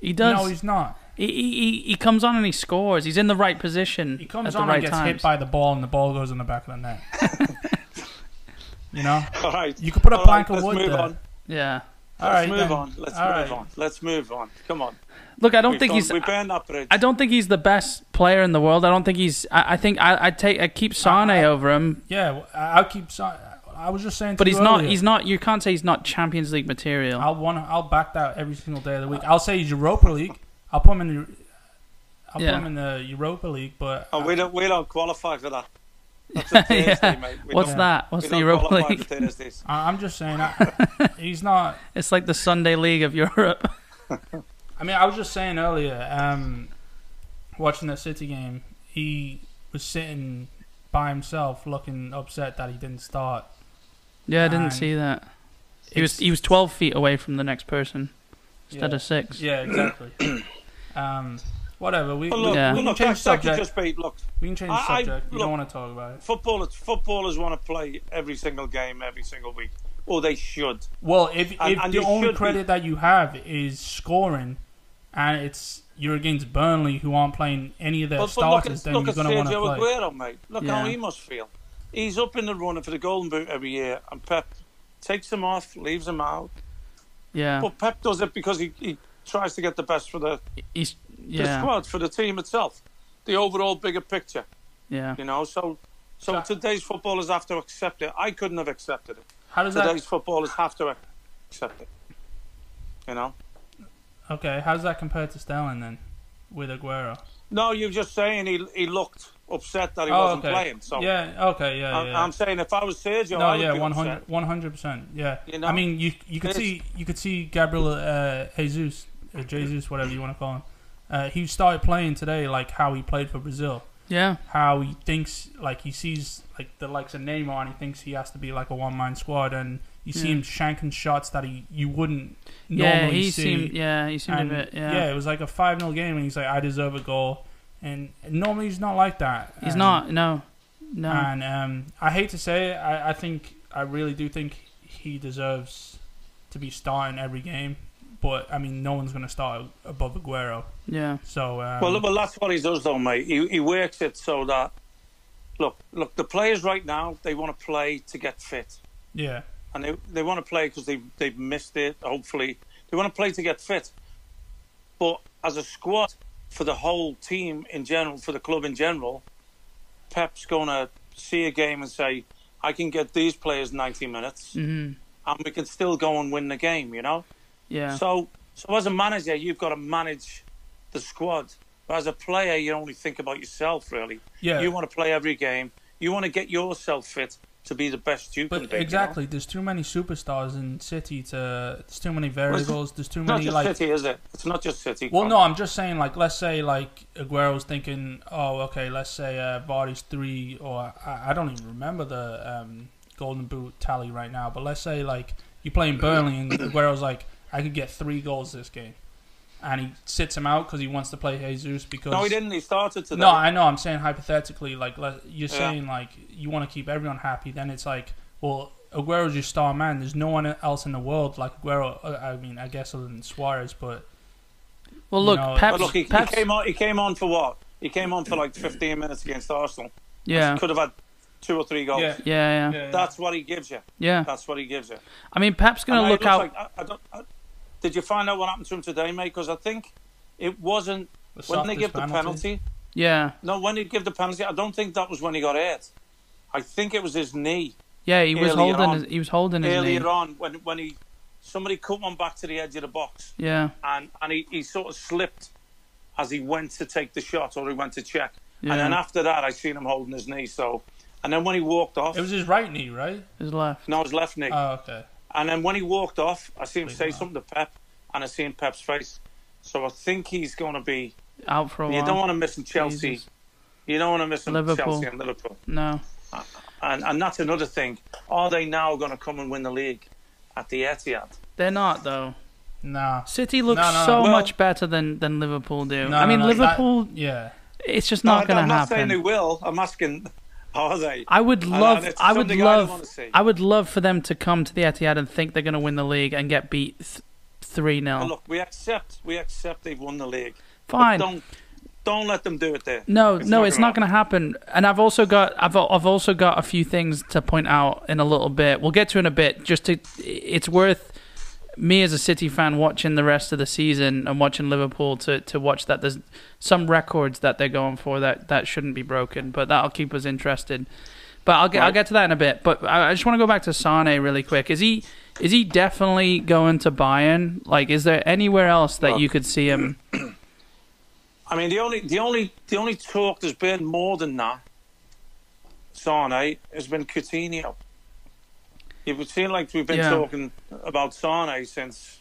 Speaker 1: He does.
Speaker 2: No, he's not.
Speaker 1: he, he he- he comes on and he scores. He's in the right position
Speaker 2: He
Speaker 1: at
Speaker 2: comes
Speaker 1: the
Speaker 2: on
Speaker 1: right
Speaker 2: and gets
Speaker 1: times.
Speaker 2: hit by the ball, and the ball goes in the back of the net. you know?
Speaker 3: all right,
Speaker 2: You could put a
Speaker 3: All
Speaker 2: plank of
Speaker 3: let's
Speaker 2: wood
Speaker 3: move
Speaker 2: there.
Speaker 3: on.
Speaker 1: yeah.
Speaker 2: All
Speaker 3: Let's
Speaker 2: right,
Speaker 3: move
Speaker 2: then.
Speaker 3: on. Let's
Speaker 2: All
Speaker 3: move
Speaker 2: right.
Speaker 3: on. Let's move on. Come on.
Speaker 1: Look, I don't
Speaker 3: We've
Speaker 1: think
Speaker 3: gone-
Speaker 1: he's.
Speaker 3: We burned that bridge.
Speaker 1: I don't think he's the best player in the world. I don't think he's. I, I think I I take I keep Sane
Speaker 2: I-
Speaker 1: over him,
Speaker 2: Yeah, well, I- I'll keep. si- I was just saying. to
Speaker 1: but
Speaker 2: you
Speaker 1: he's not.
Speaker 2: earlier.
Speaker 1: He's not. You can't say he's not Champions League material.
Speaker 2: I'll want. I'll back that every single day of the week. I'll say he's Europa League. I'll put him in. The, I'll
Speaker 1: Yeah.
Speaker 2: put him in the Europa League, but
Speaker 3: Oh,
Speaker 2: I-
Speaker 3: we don't. We don't qualify for that. That's
Speaker 2: (laughs)
Speaker 3: a Thursday,
Speaker 1: Yeah.
Speaker 3: mate. We
Speaker 1: What's
Speaker 3: don't,
Speaker 1: that?
Speaker 3: we
Speaker 1: What's the
Speaker 3: don't
Speaker 1: Europa
Speaker 3: qualify
Speaker 1: League?
Speaker 3: for Thursdays.
Speaker 2: I, I'm just
Speaker 1: (laughs)
Speaker 2: saying. I, he's not.
Speaker 1: It's like the Sunday League of Europe. (laughs)
Speaker 2: I mean, I was just saying earlier, um, watching that City game, he was sitting by himself, looking upset that he didn't start.
Speaker 1: yeah, I didn't
Speaker 2: And
Speaker 1: see that. He was
Speaker 2: it's-
Speaker 1: he was twelve feet away from the next person instead
Speaker 2: yeah,
Speaker 1: of six.
Speaker 2: Yeah, exactly.
Speaker 1: (clears throat)
Speaker 2: um, whatever. We,
Speaker 3: But look,
Speaker 1: Yeah.
Speaker 3: well,
Speaker 2: we, we can
Speaker 3: look
Speaker 2: change
Speaker 3: that, that could
Speaker 2: subject.
Speaker 3: just be. Look,
Speaker 2: we can change
Speaker 3: I- I-
Speaker 2: subject. we
Speaker 3: look-
Speaker 2: don't want to talk about it.
Speaker 3: footballers. Footballers want to play every single game, every single week, or they should.
Speaker 2: Well, if,
Speaker 3: And-
Speaker 2: if
Speaker 3: and
Speaker 2: the
Speaker 3: it
Speaker 2: only
Speaker 3: should be-
Speaker 2: credit that you have is scoring, and it's you're against Burnley, who aren't playing any of their
Speaker 3: But, but look
Speaker 2: starters,
Speaker 3: at,
Speaker 2: then
Speaker 3: look
Speaker 2: you're
Speaker 3: at
Speaker 2: going to want to
Speaker 3: Sergio
Speaker 2: play.
Speaker 3: Aguero, mate. Look how
Speaker 1: Yeah.
Speaker 3: he must feel. He's up in the running for the Golden Boot every year, and Pep takes him off, leaves him out.
Speaker 1: Yeah,
Speaker 3: But Pep does it because he, he tries to get the best for the,
Speaker 1: he's
Speaker 3: the
Speaker 1: yeah
Speaker 3: squad, for the team itself, the overall bigger picture.
Speaker 1: yeah.
Speaker 3: You know, so so
Speaker 2: Sure.
Speaker 3: today's footballers have to accept it. I couldn't have accepted it.
Speaker 2: How does
Speaker 3: Today's
Speaker 2: that?
Speaker 3: footballers have to ac- accept it. You know,
Speaker 2: Okay, how does that compare to Sterling then, with Aguero?
Speaker 3: No, you're just saying he he looked upset that he
Speaker 2: oh,
Speaker 3: wasn't
Speaker 2: okay.
Speaker 3: playing. So
Speaker 2: yeah, okay, yeah,
Speaker 3: I'm,
Speaker 2: yeah.
Speaker 3: I'm saying if I was Sergio,
Speaker 2: no,
Speaker 3: I would
Speaker 2: yeah,
Speaker 3: be
Speaker 2: 100
Speaker 3: upset.
Speaker 2: percent. Yeah,
Speaker 3: You know?
Speaker 2: I mean, you you could
Speaker 3: It's-
Speaker 2: see you could see Gabriel uh, Jesus, uh, Jesus, whatever you want to call him. Uh, he started playing today, like how he played for Brazil,
Speaker 1: Yeah,
Speaker 2: how he thinks, like he sees like the likes of Neymar, and he thinks he has to be like a one man squad, and you see
Speaker 1: Yeah.
Speaker 2: him shanking shots that he you wouldn't
Speaker 1: Hmm. yeah,
Speaker 2: normally
Speaker 1: he
Speaker 2: see.
Speaker 1: seemed yeah he seemed
Speaker 2: And,
Speaker 1: a bit yeah.
Speaker 2: it was like a five 0 game, and he's like, I deserve a goal, and normally he's not like that.
Speaker 1: He's
Speaker 2: And-
Speaker 1: not no, no.
Speaker 2: and um, I hate to say it, I, I think I really do think he deserves to be starting every game. But I mean, no one's going to start above Aguero.
Speaker 1: yeah,
Speaker 2: So um,
Speaker 3: Well, well, that's what he does, though, mate. He, he works it so that look, look, the players right now they want to play to get fit,
Speaker 2: yeah,
Speaker 3: and they they want to play because they they've missed it. Hopefully, they want to play to get fit. But as a squad, for the whole team in general, for the club in general, Pep's going to see a game and say, "I can get these players 90 minutes,
Speaker 1: hmm
Speaker 3: and we can still go and win the game." You know.
Speaker 1: yeah,
Speaker 3: So, so as a manager, you've got to manage the squad. But as a player, you only think about yourself, really.
Speaker 2: yeah.
Speaker 3: You want to play every game. You want to get yourself fit to be the best you can
Speaker 2: but
Speaker 3: be. you know?
Speaker 2: exactly, there's too many superstars in City. To there's too many variables. There's too
Speaker 3: It's not
Speaker 2: many
Speaker 3: just
Speaker 2: like.
Speaker 3: City, is it? It's not just City.
Speaker 2: Well,
Speaker 3: Con.
Speaker 2: no, I'm just saying, like, let's say, like, Aguero's thinking, oh, okay, let's say uh, Vardy's three, or I, I don't even remember the um, Golden Boot tally right now, but let's say, like, you're playing Burnley
Speaker 3: (coughs)
Speaker 2: and Aguero's like, I could get three goals this game. And he sits him out because he wants to play Jesus because.
Speaker 3: no, he didn't. He started today.
Speaker 2: No, I know. I'm saying hypothetically, like let,
Speaker 3: Yeah.
Speaker 2: you're saying, like you want to keep everyone happy. Then it's like, well, Aguero's your star man. There's no one else in the world like Aguero. uh, I mean, I guess other than Suarez, but
Speaker 1: well,
Speaker 2: you
Speaker 1: look,
Speaker 2: know,
Speaker 1: Pep's,
Speaker 3: but look, he, he
Speaker 1: Pep's-
Speaker 3: came on. He came on for what? He came on for like 15 minutes against Arsenal.
Speaker 1: yeah,
Speaker 3: Could have had two or three goals.
Speaker 2: Yeah.
Speaker 1: yeah, yeah,
Speaker 3: That's what he gives you.
Speaker 1: yeah.
Speaker 3: That's what he gives you.
Speaker 1: I mean, Pep's
Speaker 3: And
Speaker 1: gonna
Speaker 3: I- it
Speaker 1: look
Speaker 3: looks
Speaker 1: out.
Speaker 3: like- I- I don't- I- did you find out what happened to him today, mate? Because I think it wasn't
Speaker 2: The
Speaker 3: when they
Speaker 2: softest
Speaker 3: give the penalty.
Speaker 1: yeah,
Speaker 3: No, when he give the penalty, I don't think that was when he got hit. I think it was his knee
Speaker 1: yeah. He was
Speaker 3: Earlier
Speaker 1: holding.
Speaker 3: on.
Speaker 1: his, he was holding his knee.
Speaker 3: earlier on when when he somebody cut one back to the edge of the box
Speaker 1: Yeah,
Speaker 3: and and he, he sort of slipped as he went to take the shot or he went to check.
Speaker 1: yeah.
Speaker 3: And then after that, I seen him holding his knee. So, and then when he walked off,
Speaker 2: It was his right knee, right?
Speaker 1: his left.
Speaker 3: no, his left
Speaker 1: Uh,
Speaker 3: knee.
Speaker 2: Oh, okay.
Speaker 3: And then when he walked off, I see him
Speaker 2: Wait,
Speaker 3: say
Speaker 2: wow.
Speaker 3: something to Pep, and I seen Pep's face. So I think he's going to be.
Speaker 1: Out for a while.
Speaker 3: You don't want to miss him Chelsea.
Speaker 1: Jesus.
Speaker 3: You don't want to miss him
Speaker 1: Liverpool.
Speaker 3: Chelsea and Liverpool.
Speaker 1: No.
Speaker 3: And and that's another thing. Are they now going to come and win the league at the Etihad?
Speaker 1: They're not though.
Speaker 2: Nah.
Speaker 1: City looks
Speaker 2: No, no, no.
Speaker 1: so
Speaker 3: Well-
Speaker 1: much better than than Liverpool do.
Speaker 2: No,
Speaker 1: I mean,
Speaker 2: no, no,
Speaker 1: Liverpool.
Speaker 2: that- yeah.
Speaker 1: It's just not
Speaker 3: No,
Speaker 1: going
Speaker 3: I'm
Speaker 1: to
Speaker 3: not saying they
Speaker 1: happen.
Speaker 3: will. I'm asking, (laughs) are they?
Speaker 1: I would
Speaker 3: know,
Speaker 1: love.
Speaker 3: it's
Speaker 1: I would
Speaker 3: something I don't
Speaker 1: love.
Speaker 3: wanna see.
Speaker 1: I would love for them to come to the Etihad and think they're going to win the league and get beat three
Speaker 3: And
Speaker 1: 0
Speaker 3: look, we accept. We accept they've won the league. But
Speaker 1: Fine.
Speaker 3: Don't don't let them do it there.
Speaker 1: No, no,
Speaker 3: not
Speaker 1: it's
Speaker 3: gonna
Speaker 1: not going to happen. And I've also got, I've, I've also got a few things to point out in a little bit. We'll get to in a bit. Just to, it's worth me as a City fan watching the rest of the season and watching Liverpool to to watch that. There's some records that they're going for that that shouldn't be broken, but that'll keep us interested. But I'll get I'll
Speaker 3: Right.
Speaker 1: get to that in a bit. But I, I just want to go back to Sane really quick. Is he is he definitely going to Bayern? Like, is there anywhere else that
Speaker 3: Look.
Speaker 1: you could see him?
Speaker 3: I mean, the only the only the only talk there's been more than that, Sane has been Coutinho. It would seem like we've been
Speaker 1: Yeah.
Speaker 3: talking about Sane since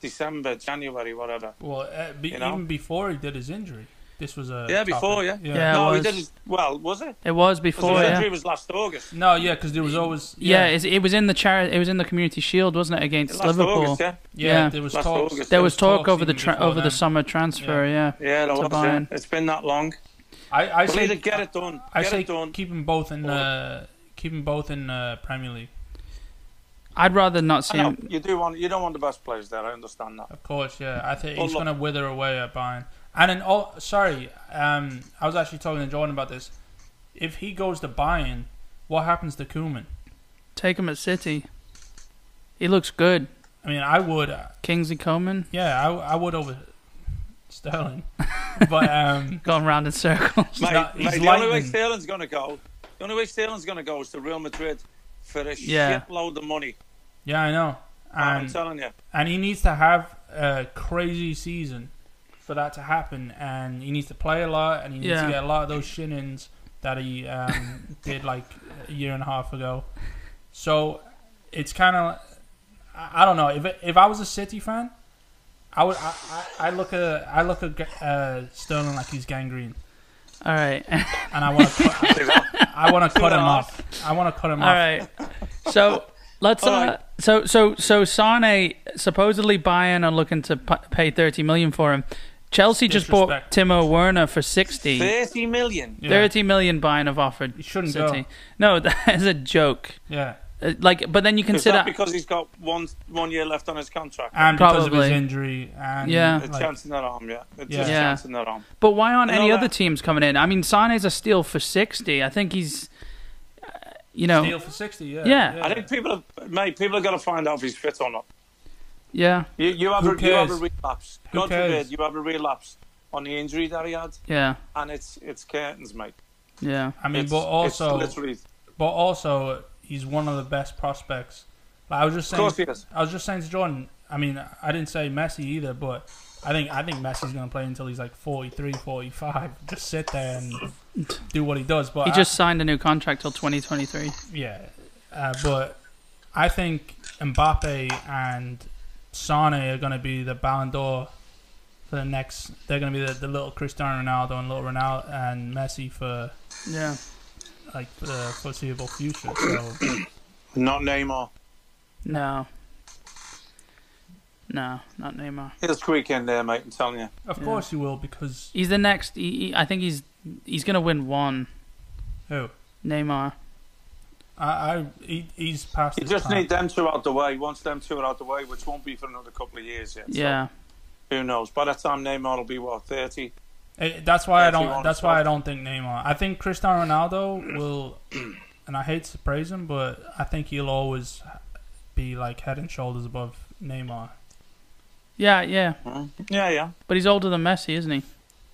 Speaker 3: December, January, whatever.
Speaker 2: Well, uh, be,
Speaker 3: You know?
Speaker 2: even before he did his injury, this was a
Speaker 3: Yeah, before,
Speaker 2: topic.
Speaker 1: yeah. Yeah.
Speaker 3: no,
Speaker 1: it
Speaker 3: he
Speaker 1: was.
Speaker 3: did. His, well, was it?
Speaker 1: It was
Speaker 3: Because
Speaker 1: before.
Speaker 3: his
Speaker 1: yeah.
Speaker 3: injury was last August.
Speaker 2: No, yeah, because there was always
Speaker 1: Yeah,
Speaker 2: yeah
Speaker 1: it's, it was in the chari- It was in the Community Shield, wasn't it, against
Speaker 3: Last
Speaker 1: Liverpool?
Speaker 3: August, yeah.
Speaker 2: yeah,
Speaker 1: yeah.
Speaker 2: there was
Speaker 3: Last
Speaker 2: talks.
Speaker 3: August.
Speaker 1: There
Speaker 3: There
Speaker 1: was talk
Speaker 2: talks
Speaker 1: over the
Speaker 2: even
Speaker 1: tra-
Speaker 2: before
Speaker 1: over the
Speaker 2: then.
Speaker 1: summer transfer. Yeah.
Speaker 3: Yeah, that
Speaker 1: To
Speaker 3: was
Speaker 1: Bayern.
Speaker 3: it. It's been that long.
Speaker 2: I, I
Speaker 3: Well,
Speaker 2: say
Speaker 3: either get it done.
Speaker 2: I
Speaker 3: get
Speaker 2: say
Speaker 3: it done.
Speaker 2: keep them both in
Speaker 3: Or-
Speaker 2: uh, keep them both in uh, Premier League,
Speaker 1: I'd rather not see
Speaker 3: I know,
Speaker 1: him.
Speaker 3: you do want you don't want the best players there. I understand that.
Speaker 2: of course. Yeah, I think
Speaker 3: Well,
Speaker 2: he's
Speaker 3: look-
Speaker 2: gonna wither away at Bayern. And then oh, sorry, um, I was actually talking to Jordan about this. If he goes to Bayern, what happens to Koeman?
Speaker 1: Take him at City. He looks good,
Speaker 2: I mean, I would. Uh,
Speaker 1: Kingsley Coman.
Speaker 2: Yeah, I, I would over Sterling,
Speaker 3: (laughs)
Speaker 2: but um,
Speaker 1: Going round in circles. (laughs)
Speaker 3: Mate,
Speaker 2: not- he's
Speaker 3: mate, the only way
Speaker 2: lightning.
Speaker 3: Sterling's going to go, the only way Sterling's going to go is to Real Madrid for a
Speaker 1: Yeah.
Speaker 3: shitload of money.
Speaker 2: yeah, I know, Um,
Speaker 3: I'm
Speaker 2: and
Speaker 3: telling you.
Speaker 2: and he needs to have a crazy season for that to happen, and he needs to play a lot, and he needs
Speaker 1: Yeah.
Speaker 2: to get a lot of those shin-ins that he um, (laughs) did like a year and a half ago. So it's kind of I I don't know if it, if I was a City fan, I would I, I, I look at I look at uh, Sterling like he's gangrene,
Speaker 1: All right. (laughs)
Speaker 2: and I want to cut, I want to cut him
Speaker 3: Too
Speaker 2: off. I want to cut him
Speaker 1: All
Speaker 2: off.
Speaker 1: right. So let's.
Speaker 3: All
Speaker 1: Uh,
Speaker 3: right.
Speaker 1: so so so Sane supposedly Bayern are looking to p- pay thirty million for him. Chelsea just bought
Speaker 2: Disrespect.
Speaker 1: Timo Werner for sixty.
Speaker 3: Thirty million.
Speaker 2: Yeah.
Speaker 1: Thirty million Bayern have offered.
Speaker 2: He shouldn't
Speaker 1: City.
Speaker 2: go.
Speaker 1: No, (laughs) that is a joke.
Speaker 2: Yeah,
Speaker 1: Uh, Like, but then you
Speaker 3: Is
Speaker 1: consider.
Speaker 3: that because he's got one one year left on his contract?
Speaker 2: and because of his
Speaker 1: Probably.
Speaker 2: injury, and
Speaker 1: Yeah.
Speaker 3: It's
Speaker 2: like-
Speaker 3: chance in their arm, yeah. It's
Speaker 2: Yeah.
Speaker 3: just
Speaker 1: Yeah.
Speaker 3: chance in their arm.
Speaker 1: But why aren't
Speaker 3: I know
Speaker 1: any
Speaker 3: that.
Speaker 1: other teams coming in? I mean, Sane's a steal for sixty. I think he's, uh, you know,
Speaker 2: Deal for sixty. Yeah.
Speaker 1: Yeah.
Speaker 3: I think people have, mate, people have got to find out if he's fit or not.
Speaker 1: yeah,
Speaker 3: You, you, have,
Speaker 2: Who
Speaker 3: a, you have a
Speaker 2: cares?
Speaker 3: relapse.
Speaker 2: Who
Speaker 3: God
Speaker 2: cares?
Speaker 3: forbid, you have a relapse on the injury that he had,
Speaker 1: yeah,
Speaker 3: and it's it's curtains, mate.
Speaker 1: yeah,
Speaker 2: I mean,
Speaker 3: It's-
Speaker 2: but also,
Speaker 3: It's literally, of
Speaker 2: but also, he's one of the best prospects. Like, I was just saying,
Speaker 3: course he is.
Speaker 2: I was just saying to Jordan. I mean, I didn't say Messi either, but I think I think Messi's gonna play until he's like 43, 45. Just sit there and do what he does. But
Speaker 1: He
Speaker 2: I-
Speaker 1: just signed a new contract till twenty twenty three.
Speaker 2: yeah, uh, but I think Mbappe and Sane are going to be the Ballon d'Or for the next. They're going to be the, the little Cristiano Ronaldo and little Ronaldo and Messi for
Speaker 1: Yeah,
Speaker 2: like for the foreseeable future. So
Speaker 3: Not Neymar.
Speaker 1: no, no, not Neymar.
Speaker 3: He'll squeak in there, mate, I'm telling you.
Speaker 2: of
Speaker 1: Yeah.
Speaker 2: course you will because
Speaker 1: He's the next. He, he, I think he's he's gonna win one.
Speaker 2: who
Speaker 1: Neymar.
Speaker 2: I, I he, he's past.
Speaker 3: You
Speaker 2: his
Speaker 3: just
Speaker 2: time.
Speaker 3: need them two out the way. Once them two are out the way, which won't be for another couple of years yet. so
Speaker 1: Yeah,
Speaker 3: who knows? By that time, Neymar will be, what, 30?
Speaker 2: Eh, That's why I
Speaker 3: If you
Speaker 2: don't.
Speaker 3: want
Speaker 2: That's
Speaker 3: to
Speaker 2: why I
Speaker 3: stop.
Speaker 2: don't think Neymar. I think Cristiano Ronaldo will, (clears throat) and I hate to praise him, but I think he'll always be like head and shoulders above Neymar
Speaker 1: yeah, yeah.
Speaker 3: Hmm? Yeah,
Speaker 2: (laughs)
Speaker 3: yeah.
Speaker 1: But he's older than Messi, isn't he?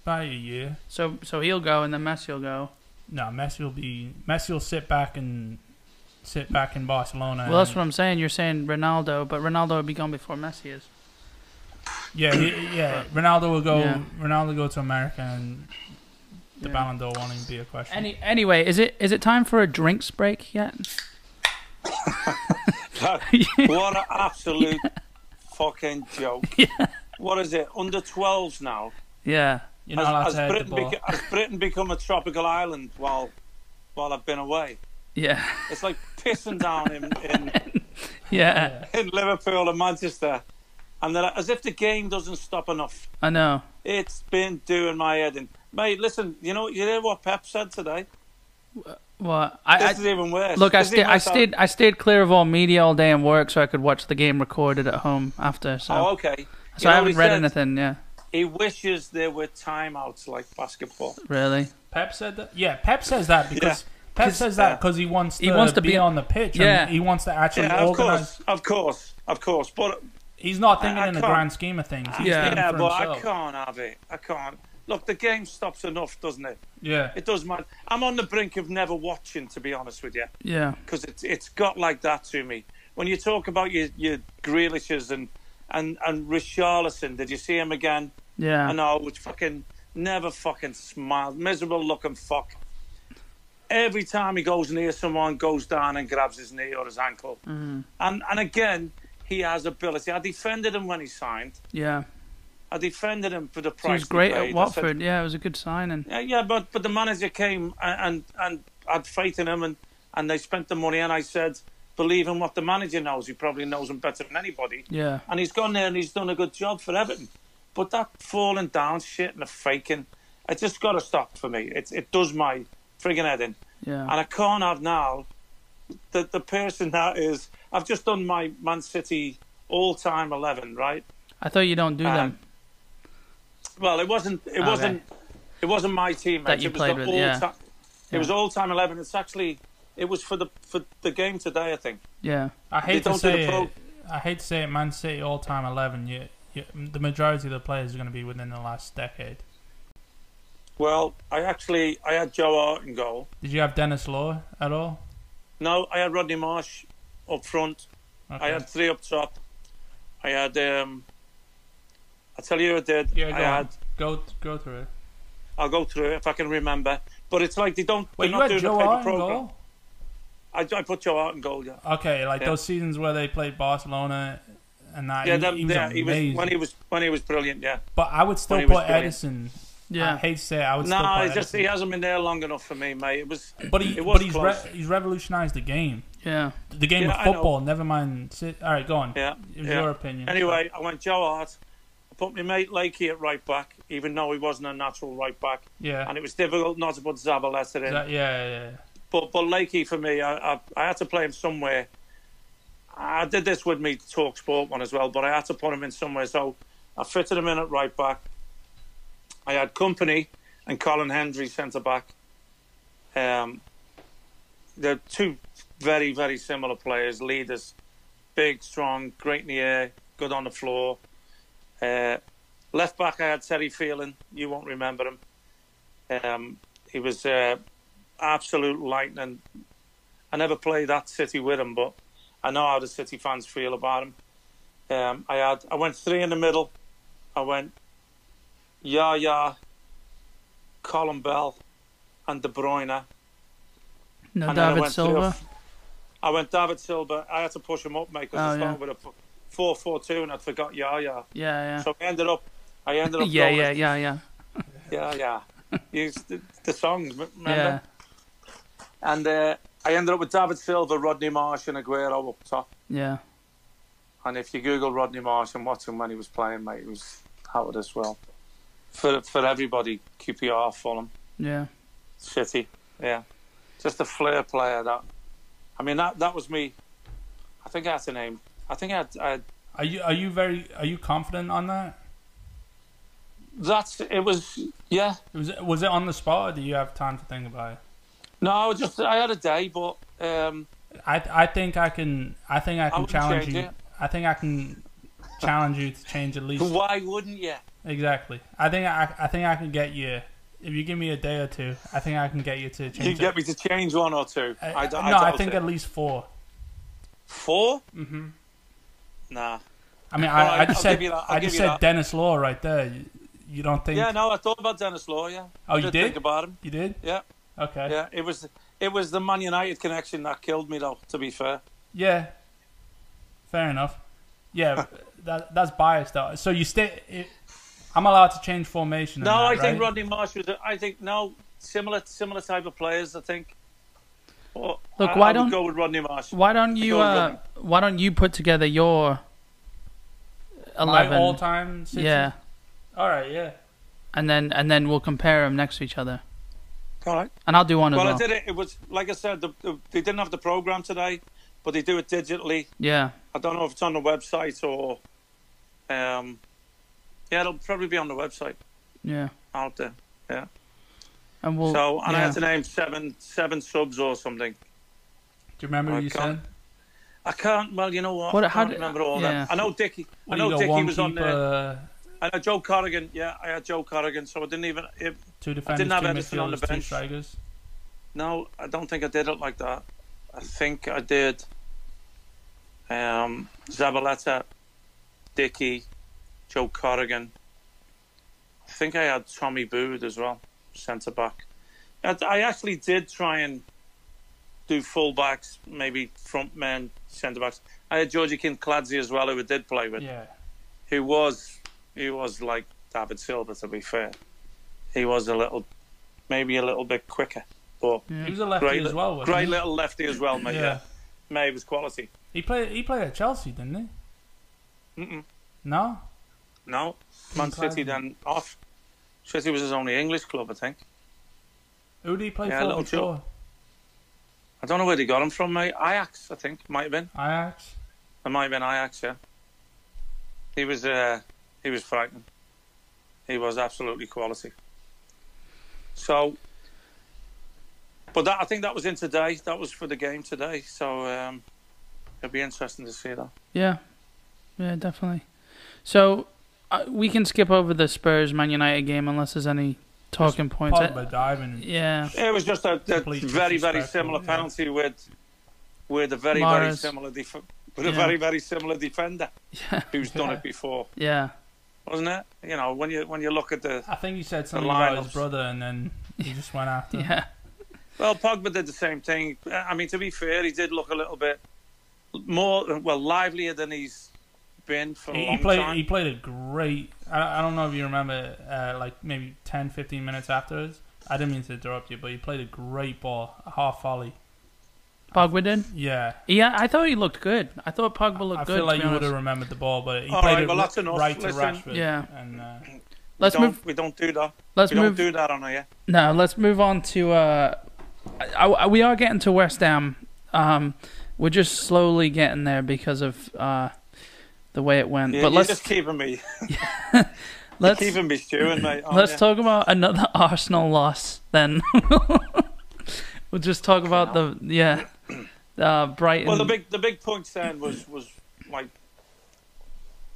Speaker 2: by a year.
Speaker 1: So so he'll go, and then Messi will go.
Speaker 2: No, Messi will be. Messi will sit back and sit back in Barcelona.
Speaker 1: Well, that's
Speaker 2: and-
Speaker 1: what I'm saying. You're saying Ronaldo, but Ronaldo will be gone before Messi is.
Speaker 2: Yeah, he, yeah. Ronaldo will go.
Speaker 1: Yeah.
Speaker 2: Ronaldo will go to America, and the
Speaker 1: Yeah.
Speaker 2: Ballon d'Or won't even be a question.
Speaker 1: Any, anyway, is it is it time for a drinks break yet?
Speaker 3: what an absolute fucking
Speaker 2: (laughs)
Speaker 3: joke. What is it? Under 12s now.
Speaker 1: Yeah.
Speaker 2: You're not allowed
Speaker 3: has,
Speaker 2: to
Speaker 3: has
Speaker 2: head
Speaker 3: Britain
Speaker 2: the ball.
Speaker 3: beca- has Britain become a tropical island while while I've been away?
Speaker 1: Yeah. (laughs)
Speaker 3: It's like pissing down in, in,
Speaker 2: (laughs)
Speaker 1: Yeah.
Speaker 3: in Liverpool and Manchester. And they're like, as if the game doesn't stop enough.
Speaker 1: I know.
Speaker 3: It's been doing my head in. Mate, listen, you know, you hear what Pep said today?
Speaker 1: Well,
Speaker 3: This
Speaker 1: I,
Speaker 3: is even
Speaker 1: I
Speaker 3: worse.
Speaker 1: look. I
Speaker 3: This is
Speaker 1: stayed.
Speaker 3: even
Speaker 1: I
Speaker 3: worse.
Speaker 1: stayed. I stayed clear of all media all day and work, so I could watch the game recorded at home after. So,
Speaker 3: Oh, okay.
Speaker 1: so I
Speaker 3: You know what
Speaker 1: haven't
Speaker 3: he
Speaker 1: read
Speaker 3: said?
Speaker 1: anything. Yeah.
Speaker 3: He wishes there were timeouts like basketball.
Speaker 1: Really.
Speaker 2: Pep said that. Yeah, Pep says that because Pep says that because he wants to,
Speaker 1: He wants to
Speaker 2: be,
Speaker 1: be-
Speaker 2: on the pitch.
Speaker 1: Yeah.
Speaker 2: and he wants to actually
Speaker 3: uh, Yeah, of
Speaker 2: organize.
Speaker 3: course, of course, of course. But
Speaker 2: He's not thinking
Speaker 3: I- I
Speaker 2: in the
Speaker 3: can't-
Speaker 2: grand scheme of things. He's
Speaker 1: Yeah.
Speaker 2: thinking
Speaker 3: yeah,
Speaker 2: for
Speaker 3: but I
Speaker 2: himself.
Speaker 3: can't have it. I can't. Look, the game stops enough, doesn't it?
Speaker 2: Yeah,
Speaker 3: It does, man. I'm on the brink of never watching, to be honest with you,
Speaker 1: Yeah.
Speaker 3: because it's it's got like that to me. When you talk about your your Grealishes and and and Richarlison, did you see him again?
Speaker 1: Yeah.
Speaker 3: And I would fucking never fucking smiled, miserable looking fuck. Every time he goes near someone, goes down and grabs his knee or his ankle.
Speaker 1: Mm-hmm.
Speaker 3: And and again, he has ability. I defended him when he signed.
Speaker 1: Yeah.
Speaker 3: I defended him for the
Speaker 1: He
Speaker 3: price.
Speaker 1: was great at
Speaker 3: paid. I said,
Speaker 1: Watford. Yeah, it was a good signing.
Speaker 3: yeah, yeah, but but the manager came and and, and had faith in him, and, and they spent the money. And I said, believe in what the manager knows. He probably knows him better than anybody.
Speaker 1: Yeah.
Speaker 3: And he's gone there and he's done a good job for Everton. But that falling down shit and the faking, it just got to stop for me. It it does my frigging head in, and
Speaker 1: Yeah.
Speaker 3: I can't have now the the person that is. I've just done my Man City all time eleven, right?
Speaker 1: I thought you don't do
Speaker 3: Um,
Speaker 1: them.
Speaker 3: Well, it wasn't. It
Speaker 1: Okay.
Speaker 3: wasn't. It wasn't my teammate.
Speaker 1: That you
Speaker 3: it was
Speaker 1: played
Speaker 3: the
Speaker 1: with,
Speaker 3: all
Speaker 1: yeah.
Speaker 3: ti- It was all time eleven. It's actually. It was for the for the game today. I think.
Speaker 1: Yeah.
Speaker 2: I hate
Speaker 3: don't
Speaker 2: to
Speaker 3: do
Speaker 2: say
Speaker 3: the pro-
Speaker 2: it. I hate to say it. Man City all time eleven. You, you, the majority of the players are going to be within the last decade.
Speaker 3: Well, I actually I had Joe Hart in goal.
Speaker 2: Did you have Dennis Law at all?
Speaker 3: No, I had Rodney Marsh up front.
Speaker 2: Okay.
Speaker 3: I had three up top. I had. um I tell you, who I did.
Speaker 2: Yeah, go
Speaker 3: I
Speaker 2: on.
Speaker 3: had
Speaker 2: Go go through it.
Speaker 3: I'll go through it if I can remember. But it's like they don't.
Speaker 2: Wait,
Speaker 3: they're
Speaker 2: you
Speaker 3: not
Speaker 2: had
Speaker 3: doing
Speaker 2: Joe
Speaker 3: a
Speaker 2: Hart
Speaker 3: paper
Speaker 2: in
Speaker 3: program.
Speaker 2: goal?
Speaker 3: I, I put Joe Hart in goal. Yeah,
Speaker 2: Okay, like
Speaker 3: Yeah.
Speaker 2: those seasons where they played Barcelona and that.
Speaker 3: yeah,
Speaker 2: he,
Speaker 3: them,
Speaker 2: he was
Speaker 3: yeah, he
Speaker 2: amazing.
Speaker 3: was when he was when he was brilliant. Yeah,
Speaker 2: but I would still
Speaker 3: when he was
Speaker 2: put
Speaker 3: brilliant.
Speaker 2: Edison. I
Speaker 1: Yeah.
Speaker 2: hate to say it, I would
Speaker 3: no,
Speaker 2: still put
Speaker 3: it's just
Speaker 2: Edison.
Speaker 3: he hasn't been there long enough for me, mate. It was
Speaker 2: but he,
Speaker 3: it was
Speaker 2: but he's
Speaker 3: close.
Speaker 2: re- he's revolutionized the game.
Speaker 1: Yeah.
Speaker 2: The game
Speaker 3: Yeah,
Speaker 2: of
Speaker 3: I know.
Speaker 2: football. Never mind. Sit, all right, go on.
Speaker 3: yeah,
Speaker 2: It was
Speaker 3: yeah.
Speaker 2: your opinion.
Speaker 3: Anyway, I went Joe Hart. I put my mate Lakey at right back, even though he wasn't a natural right back,
Speaker 2: yeah,
Speaker 3: and it was difficult not to put Zabaleta in.
Speaker 2: That- yeah, yeah, yeah.
Speaker 3: But but Lakey for me, I, I I had to play him somewhere. I did this with me talk sport one as well, but I had to put him in somewhere. So I fitted him in at right back. I had company and Colin Hendry centre back. Um, they're two very very similar players, leaders, big, strong, great in the air, good on the floor. Uh, left back, I had Terry Phelan. You won't remember him. Um, he was. Uh, absolute lightning. I never played that City with him, but I know how the City fans feel about him. Um, I had I went three in the middle. I went Yaya, Colin Bell, and De Bruyne.
Speaker 1: No,
Speaker 3: And then I
Speaker 1: David
Speaker 3: went three or
Speaker 1: Silva.
Speaker 3: f- I went David Silva. I had to push him up, mate, because
Speaker 1: Oh,
Speaker 3: I
Speaker 1: yeah.
Speaker 3: started with a f- four-four-two, and I forgot Yaya.
Speaker 1: Yeah,
Speaker 3: So I ended up, I ended
Speaker 1: yeah.
Speaker 3: up
Speaker 1: (laughs) Yeah,
Speaker 3: going
Speaker 1: yeah, yeah, yeah.
Speaker 3: yeah,
Speaker 1: (laughs)
Speaker 3: yeah. You, the, the songs, m- remember?
Speaker 1: Yeah.
Speaker 3: And uh, I ended up with David Silva, Rodney Marsh, and Aguero up top.
Speaker 1: Yeah.
Speaker 3: And if you Google Rodney Marsh and watch him when he was playing, mate, he was out of this world. For for everybody, QPR, Fulham,
Speaker 1: Yeah.
Speaker 3: City, yeah, just a flair player. That I mean, that that was me. I think I had to name. I think I, had, I had-
Speaker 2: Are you are you very are you confident on that?
Speaker 3: that's it was yeah.
Speaker 2: Was it was it on the spot, or do you have time to think about it?
Speaker 3: No, I was just I had a day, but um,
Speaker 2: I I think I can I think I can
Speaker 3: wouldn't
Speaker 2: challenge
Speaker 3: change
Speaker 2: you.
Speaker 3: it.
Speaker 2: I think I can challenge you to change
Speaker 3: (laughs)
Speaker 2: at least
Speaker 3: why wouldn't you?
Speaker 2: exactly. I think I I think I can get you if you give me a day or two. I think I can get you to change.
Speaker 3: You
Speaker 2: it.
Speaker 3: get me to change one or two.
Speaker 2: I,
Speaker 3: I, d-
Speaker 2: Uh, no, I
Speaker 3: doubt
Speaker 2: think
Speaker 3: it.
Speaker 2: at least four.
Speaker 3: four.
Speaker 2: Mm-hmm.
Speaker 3: Nah.
Speaker 2: I mean,
Speaker 3: All
Speaker 2: I,
Speaker 3: right,
Speaker 2: I just
Speaker 3: I'll
Speaker 2: said
Speaker 3: give you that, I'll
Speaker 2: I just
Speaker 3: give you
Speaker 2: said
Speaker 3: that.
Speaker 2: Dennis Law right there. You, you don't think?
Speaker 3: Yeah, no, I thought about Dennis Law. Yeah.
Speaker 2: Oh, you did?
Speaker 3: Think about him.
Speaker 2: You did?
Speaker 3: Yeah,
Speaker 2: Okay. Yeah.
Speaker 3: yeah. It was it was the Man United connection that killed me, though. To be fair.
Speaker 2: Fair enough. Yeah, that that's biased though. So you stay. It, I'm allowed to change formation. in
Speaker 3: No,
Speaker 2: that,
Speaker 3: I think
Speaker 2: right?
Speaker 3: Rodney Marsh was. A, I think no similar similar type of players. I think. But
Speaker 1: Look,
Speaker 3: I,
Speaker 1: why
Speaker 3: I would
Speaker 1: don't-
Speaker 3: go with Rodney Marsh?
Speaker 1: Why don't you
Speaker 3: Go on,
Speaker 1: uh why don't you put together your
Speaker 2: my
Speaker 1: 11?
Speaker 2: all-time. City?
Speaker 1: Yeah.
Speaker 2: All right. Yeah.
Speaker 1: And then and then we'll compare them next to each other.
Speaker 3: All right.
Speaker 1: And I'll do one
Speaker 3: Well,
Speaker 1: as
Speaker 3: I
Speaker 1: well.
Speaker 3: did it. It was like I said. The, the, they didn't have the program today, but they do it digitally.
Speaker 1: Yeah.
Speaker 3: I don't know if it's on the website or. Um, yeah, it'll probably be on the website
Speaker 1: Yeah.
Speaker 3: out there.
Speaker 1: And we'll
Speaker 3: so, and I
Speaker 1: yeah.
Speaker 3: had to name seven seven subs or something.
Speaker 2: Do you remember what
Speaker 3: I
Speaker 2: you
Speaker 3: can't-
Speaker 2: said?
Speaker 3: I can't. Well, you know what?
Speaker 1: What-
Speaker 3: I
Speaker 1: how
Speaker 3: can't
Speaker 1: d-
Speaker 3: remember all
Speaker 1: yeah.
Speaker 3: that. I know Dickie. I
Speaker 2: What, you
Speaker 3: know
Speaker 2: got
Speaker 3: Dickie
Speaker 2: one
Speaker 3: was on there.
Speaker 2: keeper,
Speaker 3: I know Joe Corrigan. Yeah, I had Joe Corrigan, so I didn't even. It,
Speaker 2: Two defenders,
Speaker 3: have
Speaker 2: two
Speaker 3: Edison on the
Speaker 2: midfielders, two
Speaker 3: bench.
Speaker 2: strikers.
Speaker 3: no, I don't think I did it like that. I think I did. Um, Zabaleta, Dickie, Joe Corrigan. I think I had Tommy Bood as well, centre back. I, I actually did try and do full backs, maybe front men, centre backs. I had Georgie Kincladze as well, who I did play with.
Speaker 2: Yeah.
Speaker 3: He was he was like David Silva to be fair. He was a little maybe a little bit quicker. But
Speaker 1: Yeah.
Speaker 2: He was a lefty
Speaker 3: great,
Speaker 2: as well. Wasn't
Speaker 3: great
Speaker 2: he?
Speaker 3: little lefty as well, mate.
Speaker 2: Yeah.
Speaker 3: Yeah. May was quality.
Speaker 2: He played. He played at Chelsea, didn't he?
Speaker 3: Mm-mm.
Speaker 2: No.
Speaker 3: No. Man
Speaker 2: Surprising.
Speaker 3: City then off. City was his only English club, I think.
Speaker 2: Who did he play
Speaker 3: Yeah,
Speaker 2: for
Speaker 3: little
Speaker 2: before?
Speaker 3: I don't know where they got him from, mate. Ajax, I think, might have been.
Speaker 2: Ajax.
Speaker 3: It might have been Ajax, yeah. He was uh, he was frightening. He was absolutely quality. So but that I think that was in today. That was for the game today. So um, it'll be interesting to see that.
Speaker 1: Yeah, yeah, definitely. So uh, we can skip over the Spurs Man United game unless there's any talking points.
Speaker 2: Pogba diving.
Speaker 1: yeah,
Speaker 3: It was just a, a
Speaker 2: Complete
Speaker 3: very, very
Speaker 2: disrespectful,
Speaker 3: similar
Speaker 2: yeah.
Speaker 3: penalty with with a very, very
Speaker 1: Mahrez.
Speaker 3: similar def- with
Speaker 1: Yeah.
Speaker 3: a very, very similar defender
Speaker 1: (laughs) yeah,
Speaker 3: who's done
Speaker 2: Yeah.
Speaker 3: it before.
Speaker 1: yeah.
Speaker 3: wasn't it? You know, when you when you look at the
Speaker 2: I think you said something
Speaker 3: The
Speaker 2: about his
Speaker 3: lineups.
Speaker 2: brother, and then he just went after. him.
Speaker 1: Yeah.
Speaker 3: well, Pogba did the same thing. I mean, to be fair, he did look a little bit more well livelier than he's been for a
Speaker 2: He, he
Speaker 3: long
Speaker 2: played.
Speaker 3: time.
Speaker 2: He played a great. I, I don't know if you remember, uh, like maybe 10, 15 minutes afterwards. I didn't mean to interrupt you, but he played a great ball, a half volley.
Speaker 1: Pogba did.
Speaker 2: Yeah,
Speaker 1: Yeah, I thought he looked good. I thought Pogba looked
Speaker 2: I
Speaker 1: good.
Speaker 2: feel like
Speaker 1: to be
Speaker 2: you would have
Speaker 1: honest.
Speaker 2: remembered the ball, but he
Speaker 3: All
Speaker 2: played
Speaker 3: right,
Speaker 2: it
Speaker 3: well, that's
Speaker 2: ri-
Speaker 3: enough.
Speaker 2: right to
Speaker 3: Listen.
Speaker 2: Rashford.
Speaker 1: Yeah.
Speaker 2: and uh,
Speaker 1: Let's
Speaker 3: we don't,
Speaker 1: move.
Speaker 3: We don't do that.
Speaker 1: Let's
Speaker 3: we
Speaker 1: move.
Speaker 3: don't do that on here.
Speaker 1: No, let's move on to. Uh, I, I- we are getting to West Ham. Um, we're just slowly getting there because of uh, the way it went.
Speaker 3: You,
Speaker 1: but
Speaker 3: you're
Speaker 1: let's
Speaker 3: just keeping me,
Speaker 1: let's
Speaker 3: keeping me stewing, mate. aren't
Speaker 1: let's
Speaker 3: you?
Speaker 1: talk about another (laughs) Arsenal loss. Then (laughs) we'll just talk about the yeah, uh, Brighton.
Speaker 3: Well, the big the big point then was was like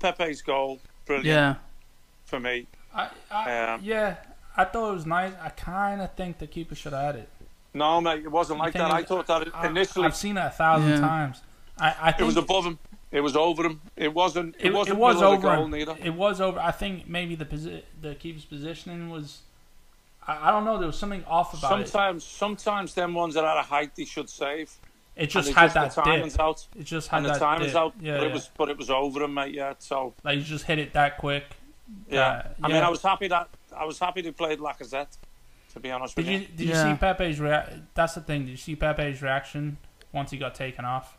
Speaker 3: Pepe's goal, brilliant
Speaker 1: yeah,
Speaker 3: for me.
Speaker 2: I, I,
Speaker 3: Um,
Speaker 2: yeah, I thought it was nice. I kind of think the keeper should have had it.
Speaker 3: no, mate, it wasn't
Speaker 2: The
Speaker 3: like
Speaker 2: thing
Speaker 3: that. I
Speaker 2: is,
Speaker 3: thought that
Speaker 2: I,
Speaker 3: initially
Speaker 2: I've seen it a thousand
Speaker 1: Yeah.
Speaker 2: times. I, I think
Speaker 3: it was above him, it was over him, it wasn't it,
Speaker 2: it,
Speaker 3: wasn't
Speaker 2: it was
Speaker 3: below
Speaker 2: over.
Speaker 3: the goal
Speaker 2: him.
Speaker 3: neither.
Speaker 2: It was over. I think maybe the posi- the keeper's positioning was. I, I don't know. There was something off about
Speaker 3: Sometimes, sometimes them ones that are at a height they should save.
Speaker 2: it. It just
Speaker 3: and
Speaker 2: had
Speaker 3: it's just the
Speaker 2: that
Speaker 3: timing's
Speaker 2: dip.
Speaker 3: out,
Speaker 2: It just had
Speaker 3: and the
Speaker 2: that
Speaker 3: timing's
Speaker 2: dip.
Speaker 3: out.
Speaker 2: Yeah,
Speaker 3: but
Speaker 2: yeah.
Speaker 3: it was, but it was over him, mate. Yeah, so
Speaker 2: like you just hit it that quick.
Speaker 3: yeah.
Speaker 2: Uh,
Speaker 3: I mean,
Speaker 2: yeah.
Speaker 3: I was happy that I was happy they played Lacazette. To be honest
Speaker 2: Did
Speaker 3: with
Speaker 2: you
Speaker 3: you,
Speaker 2: did you
Speaker 1: Yeah.
Speaker 2: see Pepe's reaction? That's the thing. Did you see Pepe's reaction once he got taken off?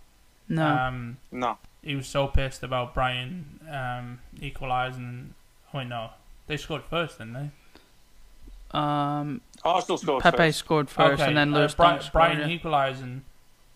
Speaker 1: no,
Speaker 2: Um,
Speaker 3: no,
Speaker 2: he was so pissed about Brian um, equalising. Oh wait, no, they scored first, didn't they?
Speaker 1: um,
Speaker 3: Arsenal scored
Speaker 1: Pepe
Speaker 3: first.
Speaker 1: scored first,
Speaker 2: Uh, Okay,
Speaker 1: and then
Speaker 2: uh,
Speaker 1: Lewis
Speaker 2: Bri-
Speaker 1: Dunk scored,
Speaker 2: Brian
Speaker 1: yeah.
Speaker 2: equalising,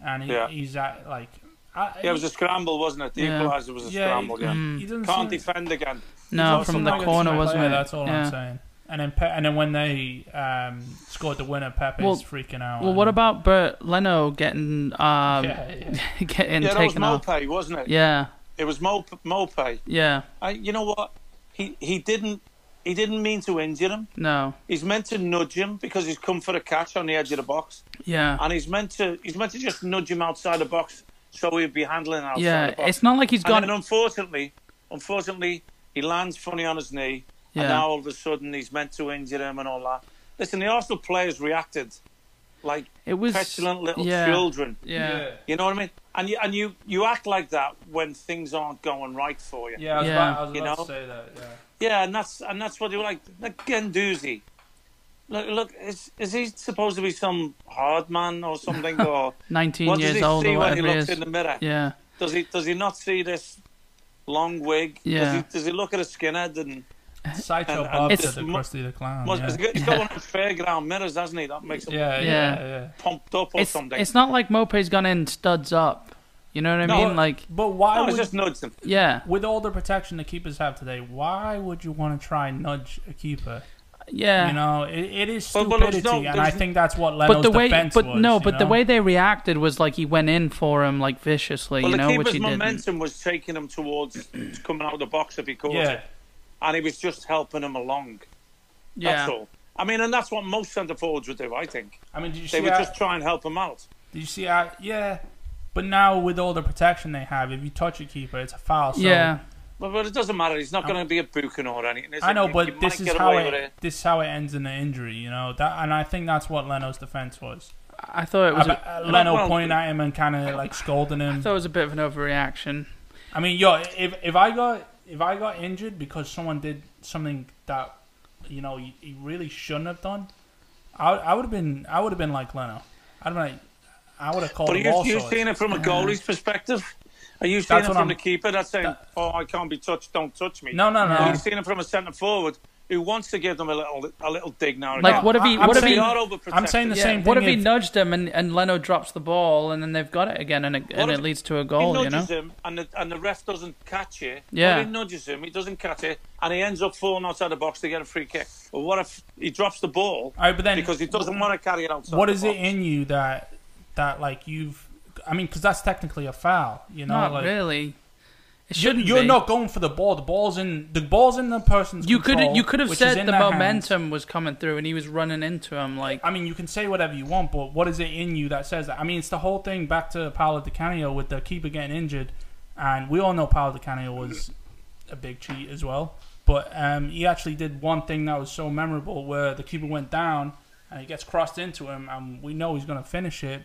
Speaker 2: and he,
Speaker 3: Yeah.
Speaker 2: he's at like. I,
Speaker 3: Yeah, it was a scramble, wasn't it? The
Speaker 1: Yeah.
Speaker 3: equaliser was a
Speaker 2: Yeah,
Speaker 3: scramble. Yeah,
Speaker 1: Mm.
Speaker 2: he doesn't
Speaker 3: can't
Speaker 2: seem-
Speaker 3: defend again.
Speaker 1: No,
Speaker 2: he's
Speaker 1: from
Speaker 2: also
Speaker 1: the
Speaker 2: not a
Speaker 1: corner,
Speaker 2: decent
Speaker 1: wasn't
Speaker 2: player,
Speaker 1: it?
Speaker 2: That's all I'm saying. And then Pe- and then when they um, scored the winner, Pepe's
Speaker 1: Well-
Speaker 2: freaking out.
Speaker 1: Well,
Speaker 2: and-
Speaker 1: what about Bert Leno getting um,
Speaker 2: Um, (laughs) Yeah, yeah.
Speaker 1: (laughs) getting
Speaker 3: yeah, that was
Speaker 1: taken off?
Speaker 3: Mopey, wasn't it?
Speaker 1: Yeah,
Speaker 3: It was Mop- Mopey.
Speaker 1: yeah,
Speaker 3: I, you know what? He he didn't he didn't mean to injure him.
Speaker 1: no,
Speaker 3: He's meant to nudge him because he's come for a catch on the edge of the box,
Speaker 1: yeah.
Speaker 3: and he's meant to he's meant to just nudge him outside the box so he'd be handling outside
Speaker 1: yeah,
Speaker 3: the box.
Speaker 1: it's not like he's
Speaker 3: and
Speaker 1: gone.
Speaker 3: then unfortunately, unfortunately, he lands funny on his knee,
Speaker 1: yeah,
Speaker 3: and now all of a sudden he's meant to injure him and all that. Listen, the Arsenal players reacted like
Speaker 1: it was
Speaker 3: petulant little
Speaker 1: yeah,
Speaker 3: children.
Speaker 1: Yeah, yeah,
Speaker 3: You know what I mean? And you and you you act like that when things aren't going right for you.
Speaker 2: Yeah, I was
Speaker 1: Yeah.
Speaker 2: about, I was
Speaker 3: You
Speaker 2: about
Speaker 3: know?
Speaker 2: to say that.
Speaker 1: (laughs)
Speaker 2: Yeah.
Speaker 3: Yeah, and that's and that's what they were like. Like Gendouzi. Look, look, is is he supposed to be some hard man
Speaker 1: (laughs)
Speaker 3: or something? Or
Speaker 1: nineteen
Speaker 3: what does
Speaker 1: years
Speaker 3: he
Speaker 1: old
Speaker 3: see
Speaker 1: or
Speaker 3: when he
Speaker 1: whatever it
Speaker 3: looks
Speaker 1: is.
Speaker 3: in the mirror?
Speaker 1: Yeah,
Speaker 3: Does he does he not see this long wig?
Speaker 1: Yeah.
Speaker 3: Does he, does he look at a skinhead and
Speaker 2: Sideshow
Speaker 3: And- and
Speaker 2: Bob to
Speaker 1: it's-
Speaker 2: the Krusty the Clown.
Speaker 3: Well,
Speaker 2: yeah.
Speaker 3: he's got, he's got one of those fairground mirrors, hasn't he? That makes him
Speaker 2: yeah, yeah,
Speaker 1: Yeah.
Speaker 2: yeah,
Speaker 3: pumped up or
Speaker 1: it's
Speaker 3: something.
Speaker 1: it's not like Mopey's gone in studs up. You know what I
Speaker 3: No,
Speaker 1: mean? Like,
Speaker 2: But why
Speaker 3: no,
Speaker 2: would
Speaker 3: it's just nudged him.
Speaker 1: yeah,
Speaker 2: with all the protection the keepers have today? Why would you want to try and nudge a keeper?
Speaker 1: yeah.
Speaker 2: You know, it, it is
Speaker 3: But- but there's
Speaker 2: stupidity,
Speaker 3: no-
Speaker 2: and I
Speaker 3: there's-
Speaker 2: think that's what Leno's
Speaker 1: but the way,
Speaker 2: defense
Speaker 1: but
Speaker 2: was.
Speaker 1: no,
Speaker 2: you
Speaker 1: but the
Speaker 2: know?
Speaker 1: way they reacted was like he went in for him like viciously.
Speaker 3: Well,
Speaker 1: you
Speaker 3: the
Speaker 1: know, which
Speaker 3: keeper's
Speaker 1: he didn't.
Speaker 3: momentum was taking him towards (clears throat) coming out of the box if he caught
Speaker 2: yeah,
Speaker 3: it, and he was just helping him along.
Speaker 1: Yeah,
Speaker 3: That's all. I mean, and that's what most centre forwards would do. I think
Speaker 2: I mean, did you
Speaker 3: they
Speaker 2: see?
Speaker 3: would
Speaker 2: how-
Speaker 3: just try and help him out.
Speaker 2: Did you see? I, yeah, but now with all the protection they have, if you touch a keeper, it's a foul. So
Speaker 1: yeah,
Speaker 3: But, but it doesn't matter. He's not going to be a booking or anything. Is
Speaker 2: I
Speaker 3: it?
Speaker 2: know,
Speaker 3: You- you
Speaker 2: but
Speaker 3: might
Speaker 2: this is
Speaker 3: get
Speaker 2: how
Speaker 3: away
Speaker 2: it,
Speaker 3: with it.
Speaker 2: this is how it ends in the injury. You know that, and I think that's what Leno's defense was.
Speaker 1: I thought it was.
Speaker 2: Ab-
Speaker 1: a-
Speaker 2: uh, Leno
Speaker 3: Well-
Speaker 2: pointing at him and kind of like scolding
Speaker 1: I
Speaker 2: him.
Speaker 1: thought it was a bit of an overreaction.
Speaker 2: I mean, yo, if if I got if I got injured because someone did something that you know you, you really shouldn't have done, I I would have been I would have been like Leno. I'd been like I would have called
Speaker 3: But
Speaker 2: him
Speaker 3: are
Speaker 2: all
Speaker 3: you, you
Speaker 2: sorts.
Speaker 3: seeing it from a goalie's perspective? Are you seeing
Speaker 2: That's
Speaker 3: it
Speaker 2: what
Speaker 3: from
Speaker 2: I'm-
Speaker 3: the keeper that's saying, "Oh, I can't be touched. Don't touch me."
Speaker 2: No, no,
Speaker 3: Well,
Speaker 2: no.
Speaker 3: you've seen it from a centre forward who wants to give them a little a little dig now. and
Speaker 1: Like,
Speaker 3: again.
Speaker 1: what if he-
Speaker 2: I- I'm
Speaker 1: what if
Speaker 2: saying-
Speaker 1: he-
Speaker 3: You're overprotected.
Speaker 2: I'm saying the
Speaker 1: Yeah,
Speaker 2: same
Speaker 1: what
Speaker 2: thing.
Speaker 1: if he
Speaker 2: if-
Speaker 1: nudged him and, and Leno drops the ball and then they've got it again and it, and
Speaker 3: if
Speaker 1: it leads to a
Speaker 3: He
Speaker 1: goal, you know?
Speaker 3: nudges him and the, and the ref doesn't catch it.
Speaker 1: Yeah.
Speaker 3: Or he nudges him, he doesn't catch it, and he ends up falling outside the box to get a free kick. But what if he drops the ball
Speaker 2: all right, but then
Speaker 3: because he doesn't want to carry it outside?
Speaker 2: what
Speaker 3: the
Speaker 2: is it
Speaker 3: box?
Speaker 2: in you that that like you've? I mean, because that's technically a foul. You know,
Speaker 1: Not
Speaker 2: like
Speaker 1: really. It
Speaker 2: you're,
Speaker 1: shouldn't
Speaker 2: you're
Speaker 1: be.
Speaker 2: not going for the ball. The ball's in the ball's in the person's.
Speaker 1: You could
Speaker 2: control,
Speaker 1: you could have
Speaker 2: which is
Speaker 1: said
Speaker 2: in
Speaker 1: the
Speaker 2: their hands.
Speaker 1: momentum was coming through and he was running into him like
Speaker 2: I mean, you can say whatever you want, but what is it in you that says that? I mean, it's the whole thing back to Paolo Di Canio with the keeper getting injured, and we all know Paolo Di Canio was a big cheat as well. But um, he actually did one thing that was so memorable where the keeper went down and he gets crossed into him, and we know he's going to finish it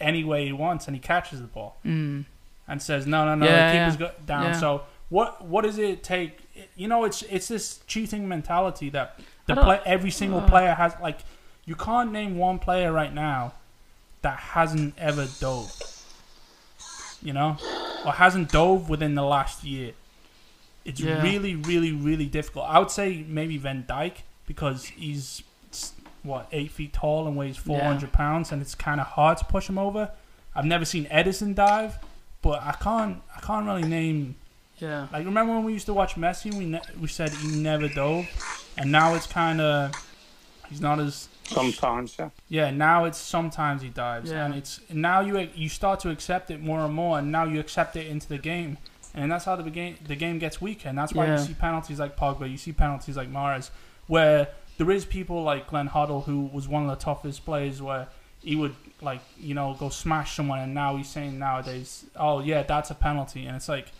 Speaker 2: any way he wants, and he catches the ball
Speaker 1: Mm.
Speaker 2: and says, "No, no, no,
Speaker 1: Yeah,
Speaker 2: the
Speaker 1: yeah.
Speaker 2: keeper's go- down."
Speaker 1: Yeah.
Speaker 2: So what what does it take? You know, it's it's this cheating mentality that the
Speaker 1: I don't-
Speaker 2: play, every single
Speaker 1: uh.
Speaker 2: player has. Like, you can't name one player right now that hasn't ever dove. You know, or hasn't dove within the last year. It's
Speaker 1: Yeah.
Speaker 2: really, really, really difficult. I would say maybe Van Dyke because he's s- what eight feet tall and weighs four hundred pounds, and it's kind of hard to push him over. I've never seen Edison dive, but I can't I can't really name.
Speaker 1: Yeah.
Speaker 2: Like remember when we used to watch Messi, we ne- we said he never dove, and now it's kind of he's not as
Speaker 3: Sometimes, yeah.
Speaker 2: yeah. Now it's sometimes he dives,
Speaker 1: Yeah.
Speaker 2: and it's now you you start to accept it more and more, and now you accept it into the game, and that's how the game the game gets weaker, and that's why
Speaker 1: Yeah.
Speaker 2: you see penalties like Pogba, you see penalties like Mares, where there is people like Glenn Hoddle who was one of the toughest players, where he would like you know go smash someone, and now he's saying nowadays, oh yeah, that's a penalty, and it's like,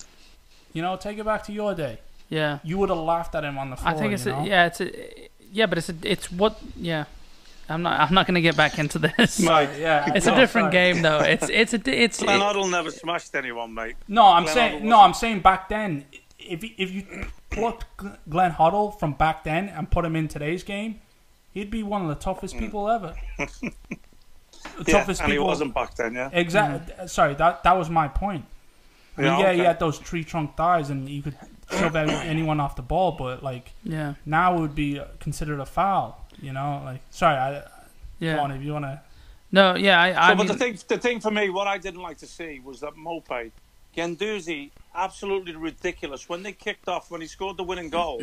Speaker 2: you know, take it back to your day.
Speaker 1: Yeah.
Speaker 2: You would have laughed at him on the floor.
Speaker 1: I think it's
Speaker 2: you know?
Speaker 1: a, yeah, it's a, yeah, but it's a, it's what yeah. I'm not I'm not gonna get back into
Speaker 3: (laughs)
Speaker 1: this.
Speaker 3: Mate,
Speaker 2: yeah.
Speaker 1: It's a
Speaker 2: no,
Speaker 1: different
Speaker 2: sorry.
Speaker 1: game though. It's it's a di- it's
Speaker 3: Glenn Hoddle never smashed anyone, mate.
Speaker 2: No, I'm
Speaker 3: Glenn Hoddle
Speaker 2: saying no.
Speaker 3: wasn't.
Speaker 2: I'm saying back then, if you- if you plucked Gl- Glenn Hoddle from back then and put him in today's game, he'd be one of the toughest people
Speaker 3: (laughs)
Speaker 2: ever. The
Speaker 3: Mm. Yeah, and
Speaker 2: toughest
Speaker 3: he
Speaker 2: people.
Speaker 3: wasn't back then, yeah.
Speaker 2: Exactly. Sorry, that that was my point. I mean,
Speaker 3: Yeah,
Speaker 2: yeah, he
Speaker 3: okay.
Speaker 2: had those tree trunk dives, and you could shove
Speaker 3: (coughs)
Speaker 2: every- anyone off the ball. But like
Speaker 1: yeah
Speaker 2: now, it would be considered a foul. You know, like sorry, I, go on
Speaker 1: yeah
Speaker 2: if you want to.
Speaker 1: no yeah I I
Speaker 3: So, but
Speaker 1: mean,
Speaker 3: the thing, the thing for me, what I didn't like to see was that Mope, Ganduzi, absolutely ridiculous. When they kicked off, when he scored the winning goal,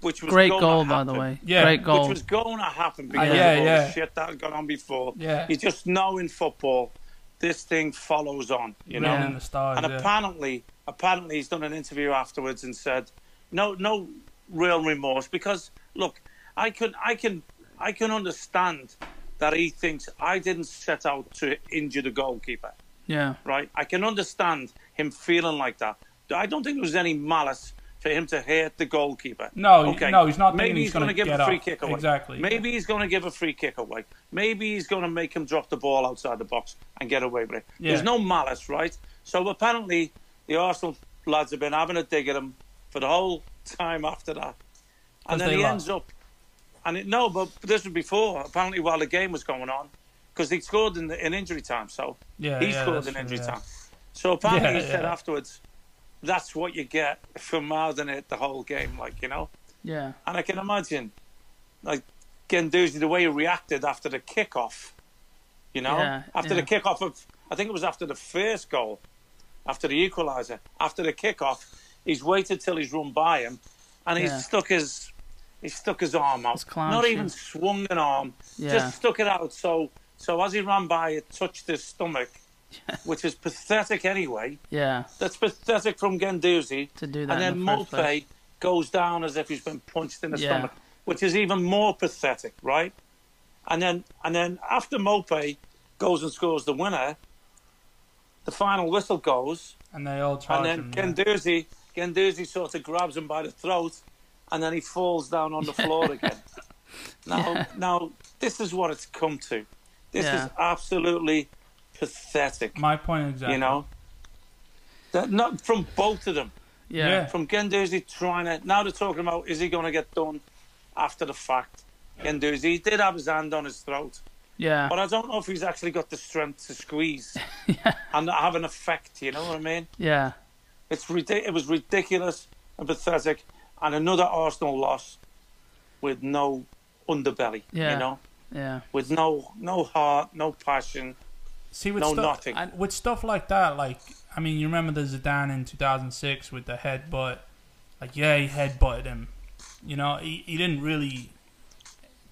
Speaker 3: which was
Speaker 1: great
Speaker 3: gonna
Speaker 1: goal by the
Speaker 3: happen,
Speaker 1: way
Speaker 2: Yeah.
Speaker 1: great
Speaker 2: Which
Speaker 1: goal
Speaker 3: Which was going to happen because
Speaker 1: yeah,
Speaker 3: of all
Speaker 2: yeah.
Speaker 3: the shit that had gone on before.
Speaker 2: Yeah,
Speaker 3: You just know in football, this thing follows on, you know?
Speaker 2: Round
Speaker 1: Yeah.
Speaker 2: in the stars.
Speaker 3: And
Speaker 2: yeah.
Speaker 3: apparently, apparently, he's done an interview afterwards and said, "No, no real remorse because look, I can, I can, I can understand that he thinks I didn't set out to injure the goalkeeper,
Speaker 1: yeah
Speaker 3: right? I can understand him feeling like that. I don't think there was any malice for him to hurt the goalkeeper.
Speaker 2: No, no, he's not thinking
Speaker 3: Maybe
Speaker 2: he's
Speaker 3: he's going
Speaker 2: gonna
Speaker 3: to give
Speaker 2: get
Speaker 3: a free
Speaker 2: up.
Speaker 3: kick away.
Speaker 2: Exactly.
Speaker 3: Maybe he's going to give a free kick away. Maybe he's going to make him drop the ball outside the box and get away with it.
Speaker 2: Yeah.
Speaker 3: There's no malice, right? So apparently, the Arsenal lads have been having a dig at him for the whole time after that, and
Speaker 2: 'Cause
Speaker 3: then
Speaker 2: they
Speaker 3: he
Speaker 2: lost.
Speaker 3: ends up. And it, no, but this was before. Apparently, while the game was going on, because he scored in, the, in injury time, so
Speaker 2: yeah,
Speaker 3: he
Speaker 2: yeah,
Speaker 3: scored
Speaker 2: that's
Speaker 3: in
Speaker 2: true,
Speaker 3: injury
Speaker 2: yeah.
Speaker 3: time. So apparently,
Speaker 2: Yeah,
Speaker 3: he said
Speaker 2: yeah.
Speaker 3: afterwards, "That's what you get for mouthing it the whole game, like you know."
Speaker 1: yeah
Speaker 3: And I can imagine, like, Genduzi, the way he reacted after the kickoff, you know?
Speaker 1: Yeah,
Speaker 3: after the
Speaker 1: yeah.
Speaker 3: kickoff of, I think it was after the first goal, after the equaliser, after the kickoff, he's waited till he's run by him and he's
Speaker 1: Yeah.
Speaker 3: stuck his. He stuck his arm out.
Speaker 1: His clown
Speaker 3: Not
Speaker 1: shoe.
Speaker 3: even swung an arm.
Speaker 1: Yeah.
Speaker 3: Just stuck it out. So, so as he ran by, it touched his
Speaker 1: (laughs)
Speaker 3: stomach, which is pathetic anyway.
Speaker 1: yeah
Speaker 3: That's pathetic from Genduzi
Speaker 1: to do that
Speaker 3: and then
Speaker 1: in the first place.
Speaker 3: Mope goes down as if he's been punched in the
Speaker 1: Yeah.
Speaker 3: stomach, which is even more pathetic, right? And then and then after Mope goes and scores the winner, the final whistle goes,
Speaker 2: And they all charge
Speaker 3: and
Speaker 2: him. yeah.
Speaker 3: then Genduzi Genduzi sort of grabs him by the throat, and then he falls down on the
Speaker 1: (laughs)
Speaker 3: floor again. Now now this is what it's come to. This
Speaker 1: Yeah.
Speaker 3: is absolutely pathetic,
Speaker 2: My point exactly.
Speaker 3: you know. That, not from both of them
Speaker 1: yeah
Speaker 2: Yeah.
Speaker 3: from Genduzi trying to. Now they're talking about is he going to get done after the fact? Genduzi he did have his hand on his throat,
Speaker 1: yeah
Speaker 3: but I don't know if he's actually got the strength to squeeze and have an effect. You know what I mean?
Speaker 1: yeah
Speaker 3: It's ridic- It was ridiculous and pathetic, and another Arsenal loss with no underbelly.
Speaker 1: Yeah.
Speaker 3: You know,
Speaker 1: yeah
Speaker 3: with no no heart, no passion,
Speaker 2: See, with
Speaker 3: no
Speaker 2: stuff,
Speaker 3: nothing.
Speaker 2: and with stuff like that, like I mean, you remember the Zidane in 2006 with the headbutt. Like, yeah, he headbutted him. You know, he, he didn't really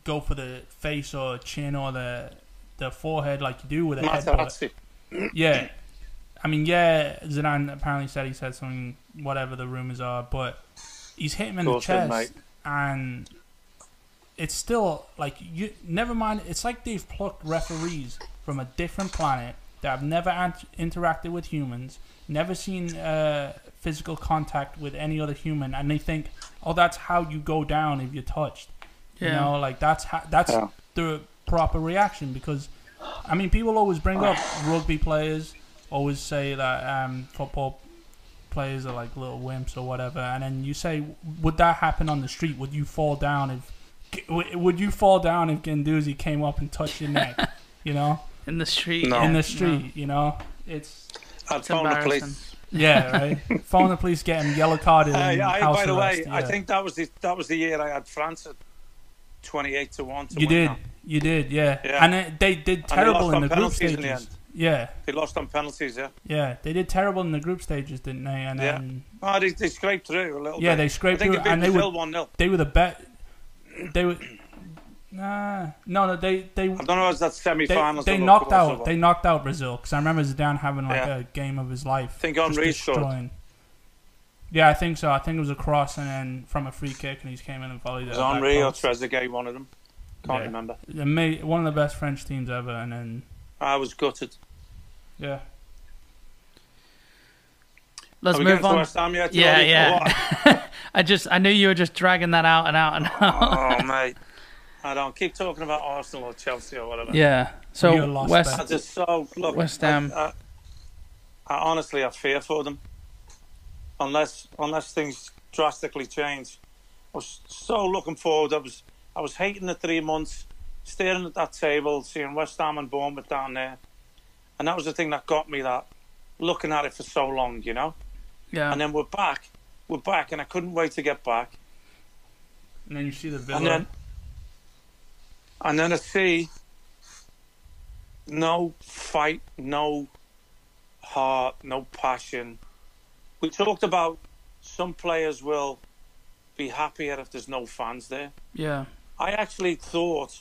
Speaker 2: go for the face or chin or the the forehead like you do with a headbutt.
Speaker 3: Materazzi.
Speaker 2: Yeah. I mean, yeah, Zidane apparently said he said something, whatever the rumors are, but he's hit him in the
Speaker 3: Course then,
Speaker 2: chest,
Speaker 3: mate.
Speaker 2: and it's still like you. Never mind. It's like they've plucked referees from a different planet that have never ant- interacted with humans, never seen uh, physical contact with any other human, and they think, "Oh, that's how you go down if you're touched." You
Speaker 1: Yeah.
Speaker 2: know, like that's ha- that's
Speaker 3: Yeah.
Speaker 2: the proper reaction because, I mean, people always bring up rugby players always say that um, football players are like little wimps or whatever, and then you say, would that happen on the street? Would you fall down if? w- Would you fall down if Ganduzi came up and touched your neck? (laughs) You know,
Speaker 1: in the street.
Speaker 3: No.
Speaker 2: in the street. You know, it's
Speaker 3: I'd
Speaker 1: It's
Speaker 3: phone the
Speaker 1: embarrassing.
Speaker 3: police.
Speaker 2: yeah, right. Phone the police, get him yellow carded
Speaker 3: I,
Speaker 2: and
Speaker 3: I,
Speaker 2: house
Speaker 3: by the way,
Speaker 2: arrest.
Speaker 3: I
Speaker 2: yeah.
Speaker 3: think that was the that was the year I had France at twenty-eight to one. To
Speaker 2: you
Speaker 3: win
Speaker 2: did.
Speaker 3: that.
Speaker 2: You did, yeah.
Speaker 3: Yeah.
Speaker 2: And it, they did terrible
Speaker 3: lost
Speaker 2: in
Speaker 3: on
Speaker 2: the group
Speaker 3: penalties
Speaker 2: stages.
Speaker 3: in the end.
Speaker 2: Yeah,
Speaker 3: They lost on penalties. Yeah,
Speaker 2: yeah. They did terrible in the group stages, didn't they? And
Speaker 3: Yeah.
Speaker 2: then
Speaker 3: oh, they, they scraped through a little
Speaker 2: yeah,
Speaker 3: bit.
Speaker 2: they
Speaker 3: I
Speaker 2: scraped
Speaker 3: think
Speaker 2: through,
Speaker 3: they beat
Speaker 2: and they were
Speaker 3: Brazil one 0
Speaker 2: they were the best. They were nah, no, no. They they
Speaker 3: I don't know if that's
Speaker 2: they,
Speaker 3: semi-finals.
Speaker 2: they
Speaker 3: or
Speaker 2: knocked
Speaker 3: quarters or
Speaker 2: out
Speaker 3: what.
Speaker 2: they knocked out Brazil because I remember Zidane having like
Speaker 3: Yeah.
Speaker 2: a game of his life.
Speaker 3: Think
Speaker 2: just
Speaker 3: Henry scored.
Speaker 2: destroying. Yeah, I think so. I think it was a cross and then from a free kick, and he just came in and volleyed it.
Speaker 3: was
Speaker 2: back
Speaker 3: Henri or
Speaker 2: post.
Speaker 3: Trezeguet one of them? Can't
Speaker 2: Yeah.
Speaker 3: remember.
Speaker 2: Ama- One of the best French teams ever, and then
Speaker 3: I was gutted.
Speaker 2: yeah,
Speaker 1: Let's
Speaker 3: Are we
Speaker 1: move
Speaker 3: going to
Speaker 1: on.
Speaker 3: West Ham yet,
Speaker 1: Yeah,
Speaker 3: Jordy, or
Speaker 1: yeah.
Speaker 3: what?
Speaker 1: I just I knew you were just dragging that out and out and out. (laughs)
Speaker 3: oh mate, I don't keep talking about Arsenal or Chelsea or whatever.
Speaker 1: (laughs) yeah.
Speaker 2: You're
Speaker 1: So
Speaker 2: lost,
Speaker 1: West
Speaker 3: I just so look.
Speaker 1: West Ham.
Speaker 3: I, I, I honestly, I fear for them, unless unless things drastically change. I was so looking forward. I was I was hating the three months, staring at that table, seeing West Ham and Bournemouth down there, and that was the thing that got me. That looking at it for so long, you know,
Speaker 1: yeah.
Speaker 3: and then we're back, we're back, and I couldn't wait to get back.
Speaker 2: and then you see the Villa.
Speaker 3: And then, and then I see no fight, no heart, no passion. We talked about some players will be happier if there's no fans there.
Speaker 1: Yeah.
Speaker 3: I actually thought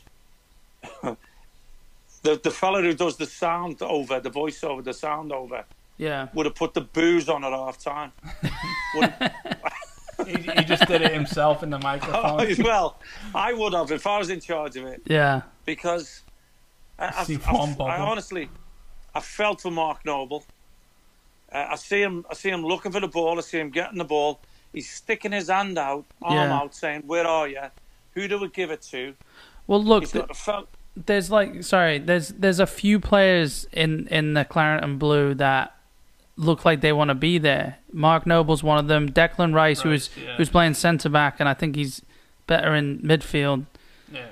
Speaker 3: (laughs) the the fella who does the sound over, the voiceover, the sound over,
Speaker 1: Yeah.
Speaker 3: would have put the booze on at half time. Would-
Speaker 2: he, he just did it himself
Speaker 3: (laughs)
Speaker 2: in
Speaker 3: Oh,
Speaker 2: the microphone.
Speaker 3: well, I would have if I was in charge of it.
Speaker 1: Yeah.
Speaker 3: because I, I,
Speaker 2: See
Speaker 3: I,
Speaker 2: one
Speaker 3: I
Speaker 2: bubble.
Speaker 3: honestly, I felt for Mark Noble. Uh, I see him. I see him looking for the ball. I see him getting the ball. He's sticking his hand out, arm
Speaker 1: Yeah.
Speaker 3: out, saying, "Where are you? Who do we give it to?"
Speaker 1: Well, look,
Speaker 3: He's got, felt,
Speaker 1: there's like sorry, there's there's a few players in in the claret and blue that look like they want to be there. Mark Noble's one of them. Declan Rice, who's
Speaker 2: Rice, yeah.
Speaker 1: who's playing centre back, and I think he's better in midfield.
Speaker 2: yeah.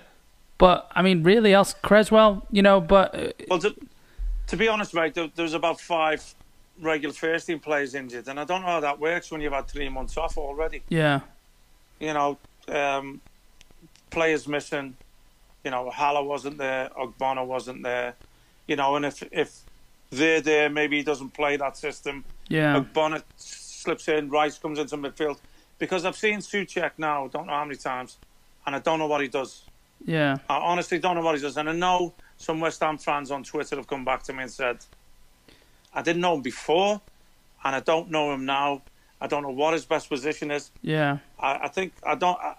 Speaker 1: But I mean, really, else Creswell, you know. But uh,
Speaker 3: well, to, to be honest, mate, there, there was about five regular first team players injured, and I don't know how that works when you've had three months off already.
Speaker 1: yeah,
Speaker 3: you know, um, players missing. You know, Hala wasn't there, Ogbonna wasn't there. You know, and if if they're there, maybe he doesn't play that system.
Speaker 1: yeah,
Speaker 3: Ogbonna slips in, Rice comes into midfield. Because I've seen Suchek now, don't know how many times, and I don't know what he does.
Speaker 1: yeah,
Speaker 3: I honestly don't know what he does. And I know some West Ham fans on Twitter have come back to me and said, I didn't know him before, and I don't know him now. I don't know what his best position is.
Speaker 1: yeah.
Speaker 3: I, I think I don't. I,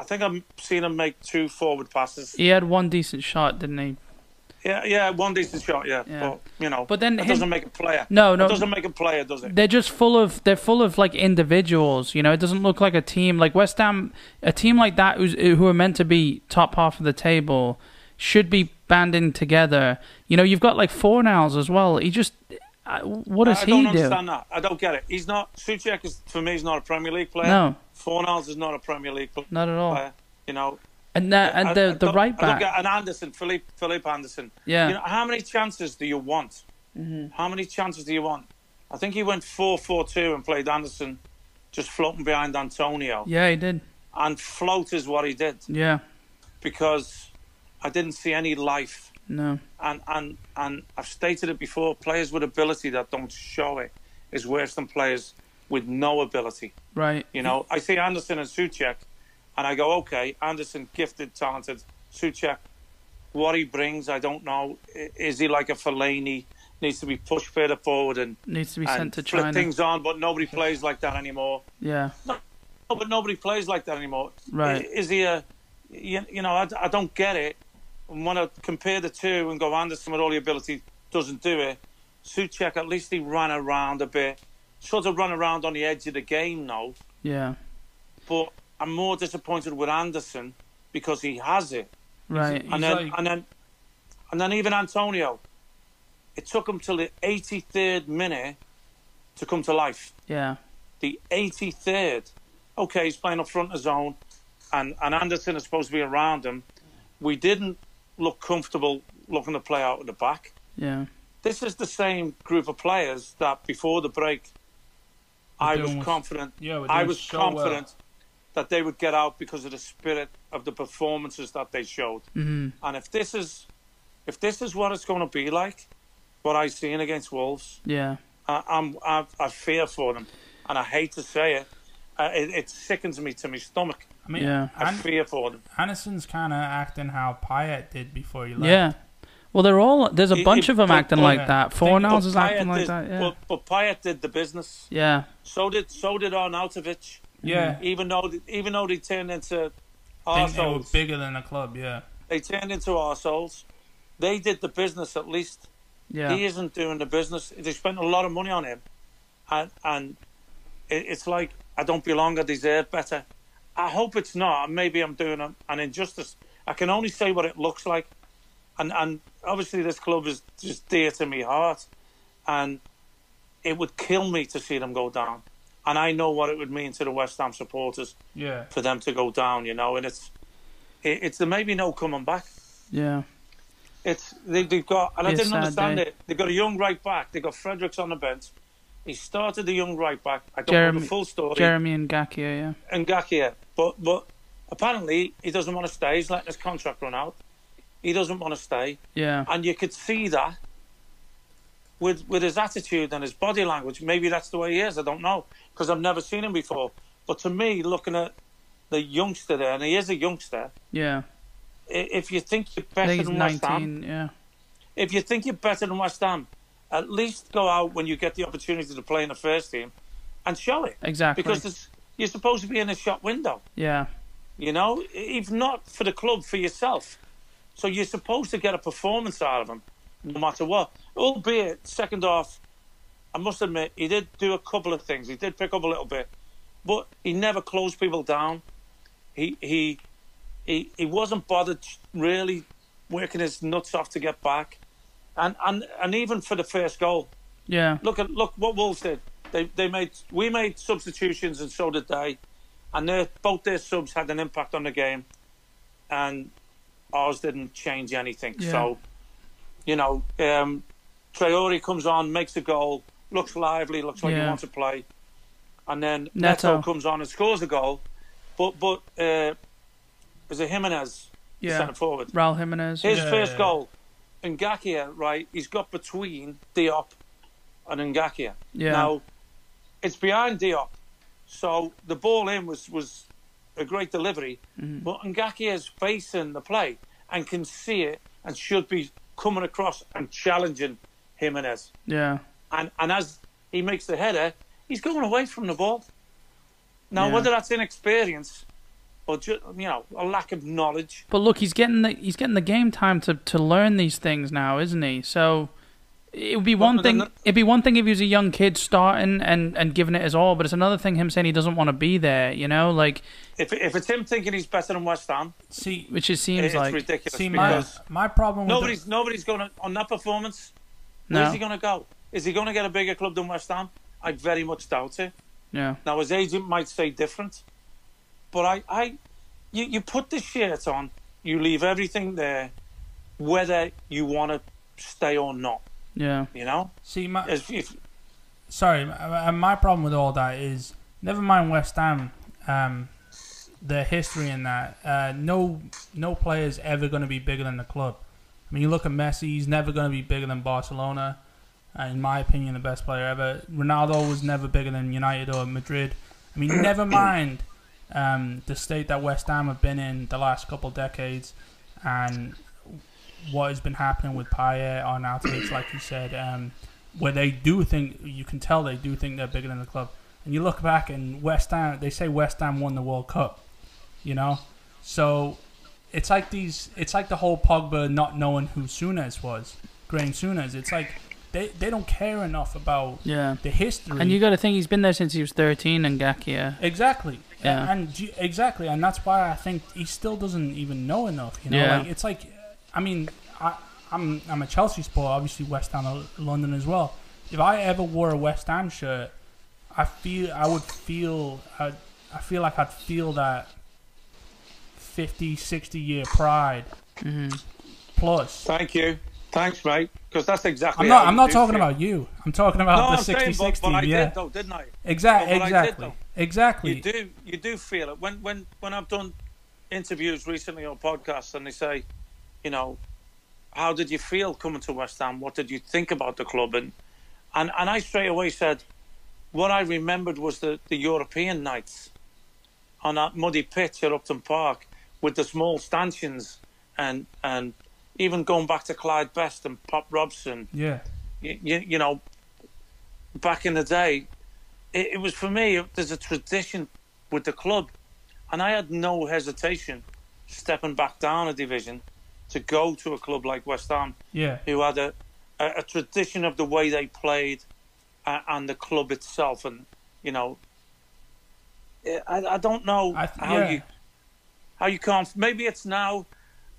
Speaker 3: I think I'm seeing him make two forward passes.
Speaker 1: He had one decent shot, didn't he?
Speaker 3: Yeah, yeah, one decent shot. Yeah,
Speaker 1: Yeah.
Speaker 3: but you know,
Speaker 1: But then
Speaker 3: it
Speaker 1: him-
Speaker 3: doesn't make a player.
Speaker 1: No, no.
Speaker 3: it doesn't make a player, does it?
Speaker 1: They're just full of they're full of like individuals. You know, it doesn't look like a team like West Ham. A team like that who's, who are meant to be top half of the table should be banding together. You know, you've got like four nows as well. He just I- what does
Speaker 3: I, I
Speaker 1: he
Speaker 3: don't
Speaker 1: do?
Speaker 3: understand that. I don't get it. He's not Suchek is for me. He's not a Premier League player.
Speaker 1: No.
Speaker 3: Fornals is not a Premier League pl-
Speaker 1: Not at all.
Speaker 3: player. You know,
Speaker 1: And that and
Speaker 3: I- I
Speaker 1: the the
Speaker 3: don't-
Speaker 1: right
Speaker 3: I don't
Speaker 1: back.
Speaker 3: get, and Anderson, Philippe, Philippe Anderson.
Speaker 1: Yeah. Mm-hmm.
Speaker 3: You know, how many chances do you want? How many chances do you want? I think he went 4-4-2 and played Anderson just floating behind Antonio.
Speaker 1: yeah, he did.
Speaker 3: and float is what he did
Speaker 1: Yeah.
Speaker 3: because I didn't see any life.
Speaker 1: No.
Speaker 3: And, and, and I've stated it before players with ability that don't show it is worse than players with no ability.
Speaker 1: Right.
Speaker 3: You know, I see Anderson and Suchek, and I go, okay, Anderson, gifted, talented. Suchek, what he brings, I don't know. I- Is he like a Fellaini? Needs to be pushed further forward and,
Speaker 1: Needs to be
Speaker 3: and
Speaker 1: sent to
Speaker 3: flip
Speaker 1: China.
Speaker 3: things on, but nobody plays like that anymore.
Speaker 1: Yeah.
Speaker 3: No, but nobody plays like that anymore.
Speaker 1: Right.
Speaker 3: Is, is he a, you, you know, I, I don't get it. And when I compare the two and go, Anderson with all the ability, doesn't do it. Suchek, at least he ran around a bit. Sort of ran around on the edge of the game now.
Speaker 1: Yeah.
Speaker 3: But I'm more disappointed with Anderson because he has it.
Speaker 1: Right.
Speaker 2: He's
Speaker 3: and then
Speaker 2: like-
Speaker 3: and then and then even Antonio, it took him till the 83rd minute to come to life.
Speaker 1: Yeah.
Speaker 3: The 83rd. Okay, he's playing up front of zone, and and Anderson is supposed to be around him. We didn't look comfortable looking to play out of the back.
Speaker 1: Yeah.
Speaker 3: This is the same group of players that before the break,
Speaker 2: We're
Speaker 3: I
Speaker 2: doing
Speaker 3: was
Speaker 2: with-
Speaker 3: confident
Speaker 2: Yeah, we're
Speaker 3: I
Speaker 2: doing
Speaker 3: was
Speaker 2: so well.
Speaker 3: confident that they would get out because of the spirit of the performances that they showed.
Speaker 2: Mm-hmm.
Speaker 1: Mhm.
Speaker 3: And if this is, if this is what it's going to be like, what I've seen against Wolves,
Speaker 1: Yeah.
Speaker 3: I, I'm I, I fear for them, and I hate to say it, uh, it, it sickens me to my stomach.
Speaker 2: I mean,
Speaker 1: Yeah.
Speaker 3: I
Speaker 2: An-
Speaker 3: fear for them.
Speaker 2: Anderson's kind of acting how Payet did before he left.
Speaker 1: Yeah. Well, they're all. There's a
Speaker 3: It-
Speaker 1: bunch
Speaker 3: it-
Speaker 1: of them
Speaker 3: but-
Speaker 1: acting
Speaker 2: but-
Speaker 1: like that. Four
Speaker 2: But
Speaker 1: nows is
Speaker 3: Payet
Speaker 1: acting like
Speaker 3: did,
Speaker 1: that. Yeah.
Speaker 3: But, but Payet did the business.
Speaker 1: yeah.
Speaker 3: So did so did Arnautovic.
Speaker 2: Yeah.
Speaker 3: Even though even though they turned into
Speaker 2: I think they were
Speaker 3: arseholes.
Speaker 2: bigger than the club, yeah.
Speaker 3: they turned into arseholes. They did the business at least.
Speaker 1: Yeah.
Speaker 3: He isn't doing the business. They spent a lot of money on him, and and it, it's like I don't belong. I deserve better. I hope it's not. Maybe I'm doing a- an injustice. I can only say what it looks like, and and obviously this club is just dear to me heart, and it would kill me to see them go down. And I know what it would mean to the West Ham supporters
Speaker 2: Yeah.
Speaker 3: for them to go down. You know, and it's it, it's there may be no coming back.
Speaker 1: Yeah.
Speaker 3: It's they, they've got, and I
Speaker 1: Yes,
Speaker 3: didn't
Speaker 1: uh,
Speaker 3: understand
Speaker 1: they-
Speaker 3: it. They've got a young right back. They've got Fredericks on the bench. He started the young right back. I don't know
Speaker 1: Jeremy-
Speaker 3: the full story.
Speaker 1: Jeremy and Gakia. Yeah.
Speaker 3: And Gakia, but but apparently he doesn't want to stay. He's letting his contract run out. He doesn't want to stay,
Speaker 1: Yeah.
Speaker 3: and you could see that with with his attitude and his body language. Maybe that's the way he is. I don't know because I've never seen him before. But to me, looking at the youngster there, and he is a youngster.
Speaker 1: Yeah.
Speaker 3: i- If you think you're
Speaker 1: I
Speaker 3: better
Speaker 1: think he's
Speaker 3: than West Ham,
Speaker 1: 19. Yeah.
Speaker 3: if you think you're better than West Ham, at least go out when you get the opportunity to play in the first team and show it.
Speaker 1: Exactly.
Speaker 3: Because it's, you're supposed to be in a shop window,
Speaker 1: yeah.
Speaker 3: you know, e, if not for the club, for yourself. So you're supposed to get a performance out of him, no matter what. Albeit, second half, I must admit, he did do a couple of things. He did pick up a little bit, but he never closed people down. He he he, he wasn't bothered really working his nuts off to get back. And, and and even for the first goal,
Speaker 1: Yeah.
Speaker 3: look at look what Wolves did. They they made we made substitutions and so did they, and their both their subs had an impact on the game, and ours didn't change anything.
Speaker 1: Yeah.
Speaker 3: So, you know, um, Traore comes on, makes a goal, looks lively, looks like he
Speaker 1: Yeah.
Speaker 3: wants to play, and then
Speaker 1: Neto.
Speaker 3: Neto, comes on and scores a goal, but but uh, is it Jimenez the
Speaker 1: Yeah.
Speaker 3: centre forward?
Speaker 1: Raul Jimenez.
Speaker 3: His
Speaker 2: Yeah,
Speaker 3: first
Speaker 2: yeah.
Speaker 3: goal, Ngakia, right? He's got between Diop and Ngakia.
Speaker 1: Yeah.
Speaker 3: Now, it's behind Diop, so the ball in was was a great delivery,
Speaker 1: Mm-hmm.
Speaker 3: but Ngakia is facing the play and can see it and should be coming across and challenging Jimenez.
Speaker 1: yeah.
Speaker 3: And and as he makes the header, he's going away from the ball. Now,
Speaker 1: Yeah.
Speaker 3: whether that's inexperience or just, you know a lack of knowledge,
Speaker 1: But look, he's getting the he's getting the game time to, to learn these things now, isn't he? So it would be
Speaker 3: Well,
Speaker 1: one
Speaker 3: but
Speaker 1: thing.
Speaker 3: then
Speaker 1: It'd be one thing if he was a young kid starting and and giving it his all, but it's another thing him saying he doesn't want to be there. You know, like
Speaker 3: if if it's him thinking he's better than West Ham,
Speaker 2: See,
Speaker 1: which it seems
Speaker 3: it's
Speaker 1: like
Speaker 3: ridiculous
Speaker 2: see my,
Speaker 3: because
Speaker 2: my problem with
Speaker 3: nobody's nobody's going to on that performance.
Speaker 1: no,
Speaker 3: Where's he going to go? Is he going to get a bigger club than West Ham? I very much doubt it.
Speaker 1: yeah,
Speaker 3: Now his agent might say different, but I, I you, you put this shirt on, you leave everything there, whether you want to stay or not.
Speaker 1: yeah,
Speaker 3: You know,
Speaker 2: the, see my,
Speaker 3: if, if,
Speaker 2: sorry, my, my problem with all that is never mind West Ham, um, their history in that. Uh, no, no player is ever going to be bigger than the club. I mean, you look at Messi; he's never going to be bigger than Barcelona. Uh, in my opinion, the best player ever. Ronaldo was never bigger than United or Madrid. I mean, never mind um, the state that West Ham have been in the last couple decades, and what has been happening with Payet on Altovich, like you said, um, where they do think you can tell they do think they're bigger than the club. And you look back and West Ham, they say West Ham won the World Cup, you know, so it's like these, it's like the whole Pogba not knowing who Sunes was. Graham Souness. It's like they they don't care enough about
Speaker 1: Yeah.
Speaker 2: the history.
Speaker 1: And you got to think he's been there since he was 13 in Gakia.
Speaker 2: Exactly.
Speaker 1: Yeah.
Speaker 2: And do you- exactly, and that's why I think he still doesn't even know enough. You know,
Speaker 1: Yeah.
Speaker 2: like it's like, I mean, I, I'm I'm a Chelsea supporter, obviously West Ham, of London as well. If I ever wore a West Ham shirt, I feel I would feel I, I feel like I'd feel that 50, 60 year pride
Speaker 1: Mm-hmm.
Speaker 2: plus.
Speaker 3: Thank you. Thanks, mate. Because that's exactly.
Speaker 2: I'm not.
Speaker 3: how
Speaker 2: I'm
Speaker 3: you
Speaker 2: not
Speaker 3: do
Speaker 2: talking
Speaker 3: feel.
Speaker 2: about you. I'm talking about
Speaker 3: No,
Speaker 2: the
Speaker 3: I'm
Speaker 2: 60,
Speaker 3: saying, but,
Speaker 2: 60.
Speaker 3: but I
Speaker 2: yeah.
Speaker 3: did though, didn't I?
Speaker 2: Exact,
Speaker 3: but what I did,
Speaker 2: exactly.
Speaker 3: though.
Speaker 2: Exactly.
Speaker 3: You do. You do feel it when when when I've done interviews recently or podcasts, and they say, you know, how did you feel coming to West Ham? What did you think about the club? And and and I straight away said, what I remembered was the the European nights on that muddy pitch at Upton Park with the small stanchions and and even going back to Clyde Best and Pop Robson
Speaker 2: Yeah.
Speaker 3: you, you know, back in the day, it, it was for me, there's a tradition with the club. And I had no hesitation stepping back down a division to go to a club like West Ham,
Speaker 2: Yeah.
Speaker 3: who had a, a, a tradition of the way they played uh, and the club itself. And, you know, eh, I, I don't know
Speaker 2: I th-
Speaker 3: how
Speaker 2: yeah.
Speaker 3: you how you can't. Maybe it's now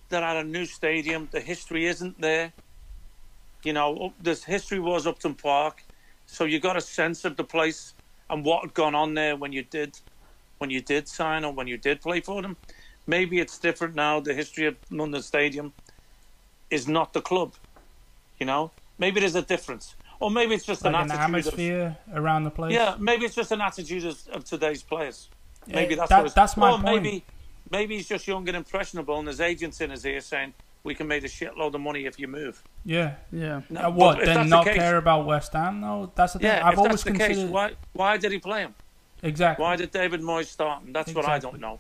Speaker 3: they're at a new stadium. The history isn't there. You know, up- this history was Upton Park, so you got a sense of the place and what had gone on there when you did, when you did sign or when you did play for them. Maybe it's different now. The history of London Stadium is not the club. You know, maybe there's a difference, or maybe it's just
Speaker 2: like
Speaker 3: an
Speaker 2: an
Speaker 3: attitude. of-
Speaker 2: atmosphere around the place.
Speaker 3: yeah, maybe it's just an attitude of, of today's players. Maybe
Speaker 2: Eh,
Speaker 3: that's
Speaker 2: that-
Speaker 3: what it's,
Speaker 2: that's
Speaker 3: or
Speaker 2: my point.
Speaker 3: maybe maybe he's just young and impressionable, and his agents in his ear saying we can make a shitload of money if you move.
Speaker 2: yeah.
Speaker 1: Yeah.
Speaker 3: No,
Speaker 2: Uh, what
Speaker 3: but if
Speaker 2: then?
Speaker 3: that's
Speaker 2: Not
Speaker 3: the case,
Speaker 2: care about West Ham though. That's the thing.
Speaker 3: Yeah,
Speaker 2: I've
Speaker 3: if
Speaker 2: always
Speaker 3: that's the
Speaker 2: considered
Speaker 3: case, why why did he play him?
Speaker 2: exactly.
Speaker 3: Why did David Moyes start him? That's what I
Speaker 2: Exactly.
Speaker 3: don't know.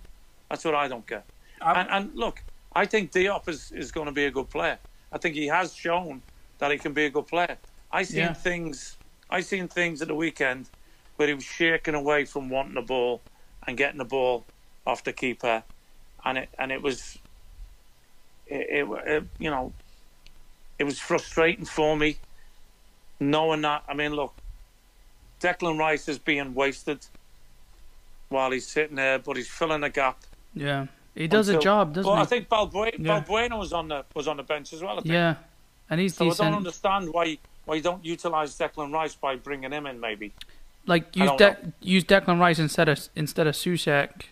Speaker 3: That's what I don't get.
Speaker 2: I-
Speaker 3: And, and look, I think Diop is, is going to be a good player. I think he has shown that he can be a good player. I seen
Speaker 1: Yeah.
Speaker 3: things. I seen things at the weekend where he was shaking away from wanting the ball and getting the ball off the keeper, and it and it was, it, it, it you know, it was frustrating for me, knowing that. I mean, look, Declan Rice is being wasted while he's sitting there, but he's filling a gap.
Speaker 1: Yeah. He does a
Speaker 3: Until-
Speaker 1: job, doesn't
Speaker 3: Well,
Speaker 1: he?
Speaker 3: I think Balbuena,
Speaker 2: Yeah.
Speaker 3: Balbuena was on the was on the bench as well. I think.
Speaker 1: yeah. And he's
Speaker 3: So I don't
Speaker 1: decent.
Speaker 3: understand why why you don't utilize Declan Rice by bringing him in. Maybe
Speaker 1: Like
Speaker 3: I
Speaker 1: use
Speaker 3: don't
Speaker 1: De- use Declan Rice instead of instead of Susek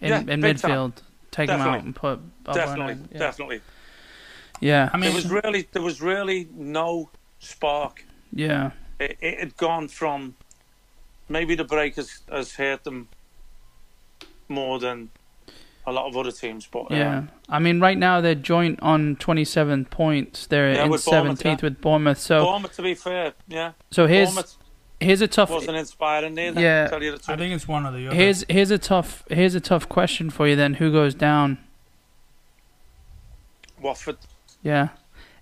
Speaker 1: in,
Speaker 3: Yeah,
Speaker 1: in
Speaker 3: big time.
Speaker 1: midfield. Take him out
Speaker 3: Definitely.
Speaker 1: and put Balbuena
Speaker 3: definitely,
Speaker 1: in. yeah.
Speaker 3: definitely.
Speaker 1: Yeah.
Speaker 2: I mean,
Speaker 3: There was really there was really no spark.
Speaker 1: yeah.
Speaker 3: It, it had gone from maybe the break has, has hurt them more than a lot of other teams. But uh,
Speaker 1: Yeah. I mean, right now they're joint on 27 points. They're
Speaker 3: Yeah,
Speaker 1: in
Speaker 3: with Bournemouth,
Speaker 1: 17th
Speaker 3: yeah.
Speaker 1: with Bournemouth. So
Speaker 3: Bournemouth, to be fair, yeah,
Speaker 1: so here's
Speaker 3: Bournemouth
Speaker 1: here's a tough
Speaker 3: wasn't inspiring either.
Speaker 1: Yeah.
Speaker 3: to tell you the
Speaker 2: I
Speaker 3: truth.
Speaker 2: think it's one of the other.
Speaker 1: here's here's a tough here's a tough question for you then. Who goes down?
Speaker 3: Watford.
Speaker 1: Yeah.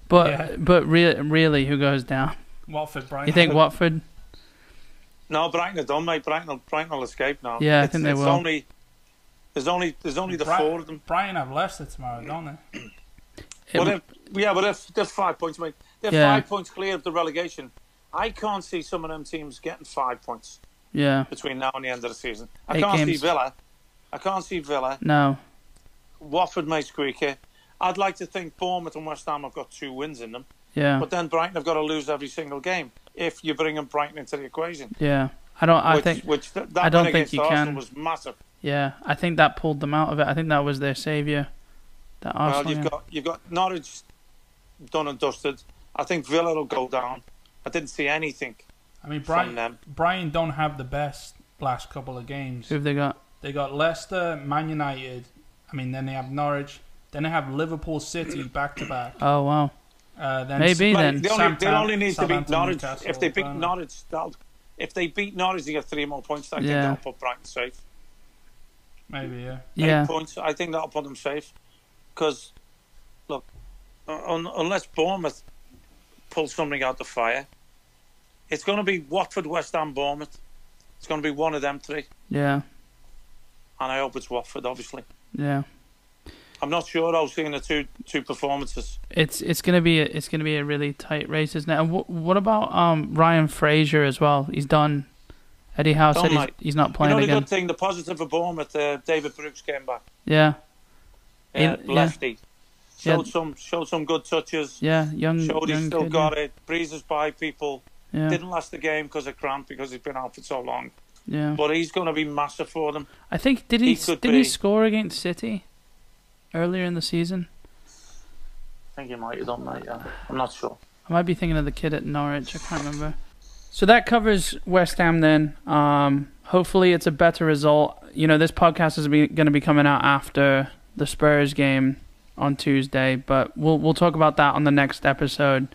Speaker 1: But
Speaker 2: Yeah.
Speaker 1: but re- really who goes down?
Speaker 2: Watford, Brighton.
Speaker 1: You
Speaker 3: (laughs)
Speaker 1: think Watford?
Speaker 3: No, Brighton are done, mate. Brighton, will- Brighton will escape now.
Speaker 1: Yeah, I
Speaker 3: It's-
Speaker 1: think they
Speaker 3: it's
Speaker 1: will.
Speaker 3: Only, there's only there's only the
Speaker 2: Bri-
Speaker 3: four of them.
Speaker 2: Brighton have Leicester tomorrow, don't they?
Speaker 1: It-
Speaker 3: But if, yeah, but if they're five points, mate, they're
Speaker 1: Yeah.
Speaker 3: five points clear of the relegation. I can't see some of them teams getting five points
Speaker 1: yeah.
Speaker 3: between now and the end of the season. I
Speaker 1: Eight
Speaker 3: can't
Speaker 1: games.
Speaker 3: see Villa. I can't see Villa.
Speaker 1: No.
Speaker 3: Watford may squeak here. I'd like to think Bournemouth and West Ham have got two wins in them,
Speaker 1: Yeah.
Speaker 3: but then Brighton have got to lose every single game if you're bringing Brighton into the equation.
Speaker 1: Yeah. I don't I
Speaker 3: which,
Speaker 1: think
Speaker 3: which th- that
Speaker 1: I don't
Speaker 3: win
Speaker 1: think
Speaker 3: against
Speaker 1: you
Speaker 3: Arsenal
Speaker 1: can.
Speaker 3: was massive.
Speaker 1: yeah, I think that pulled them out of it. I think that was their savior. That Arsenal.
Speaker 3: well, you've
Speaker 1: yeah.
Speaker 3: got you've got Norwich done and dusted. I think Villa will go down. I didn't see anything.
Speaker 2: I mean,
Speaker 3: From
Speaker 2: Brighton.
Speaker 3: them.
Speaker 2: Brighton don't have the best last couple of games.
Speaker 1: Who have they got?
Speaker 2: They got Leicester, Man United. I mean, then they have Norwich. Then they have Liverpool, City back to back.
Speaker 1: Oh wow.
Speaker 2: Uh, then
Speaker 1: Maybe
Speaker 2: S-
Speaker 3: Well,
Speaker 1: then.
Speaker 3: They only, they only need to beat
Speaker 2: Southampton,
Speaker 3: Norwich.
Speaker 2: Newcastle,
Speaker 3: If they beat
Speaker 2: Burnley.
Speaker 3: Norwich, they'll, if they beat Norwich, they get three more points. I think
Speaker 1: Yeah.
Speaker 3: that'll put Brighton safe.
Speaker 2: Maybe yeah.
Speaker 1: Yeah.
Speaker 3: Eight points. I think that'll put them safe. Because, look, un- unless Bournemouth pull something out the fire, it's going to be Watford, West Ham, Bournemouth. It's going to be one of them three,
Speaker 1: Yeah.
Speaker 3: and I hope it's Watford, obviously.
Speaker 1: Yeah.
Speaker 3: I'm not sure how seeing the two two performances.
Speaker 1: It's it's gonna be a, it's gonna be a really tight race, isn't it? And wh- what about um, Ryan Fraser as well? He's done. Eddie Howe
Speaker 3: Oh,
Speaker 1: said he's,
Speaker 3: mate.
Speaker 1: he's not
Speaker 3: You
Speaker 1: playing
Speaker 3: know the
Speaker 1: again.
Speaker 3: good thing, the positive for Bournemouth, uh, David Brooks came back,
Speaker 1: Yeah,
Speaker 3: uh,
Speaker 1: Yeah, yeah.
Speaker 3: lefty. Showed
Speaker 1: Yeah.
Speaker 3: some showed some good touches.
Speaker 1: yeah, young,
Speaker 3: Showed
Speaker 1: young
Speaker 3: he's still
Speaker 1: kid,
Speaker 3: got it. Breezes by people.
Speaker 1: yeah. Yeah,
Speaker 3: Didn't last the game because of cramp because he's been out for so long.
Speaker 1: yeah.
Speaker 3: But he's going to be massive for them.
Speaker 1: I think did he,
Speaker 3: he could
Speaker 1: did he
Speaker 3: be.
Speaker 1: score against City earlier in the season?
Speaker 3: I think he might have done that. Yeah, I'm not sure.
Speaker 1: I might be thinking of the kid at Norwich. I can't remember. So that covers West Ham then. Um, hopefully, it's a better result. You know, this podcast is going to be coming out after the Spurs game on Tuesday, but we'll we'll talk about that on the next episode.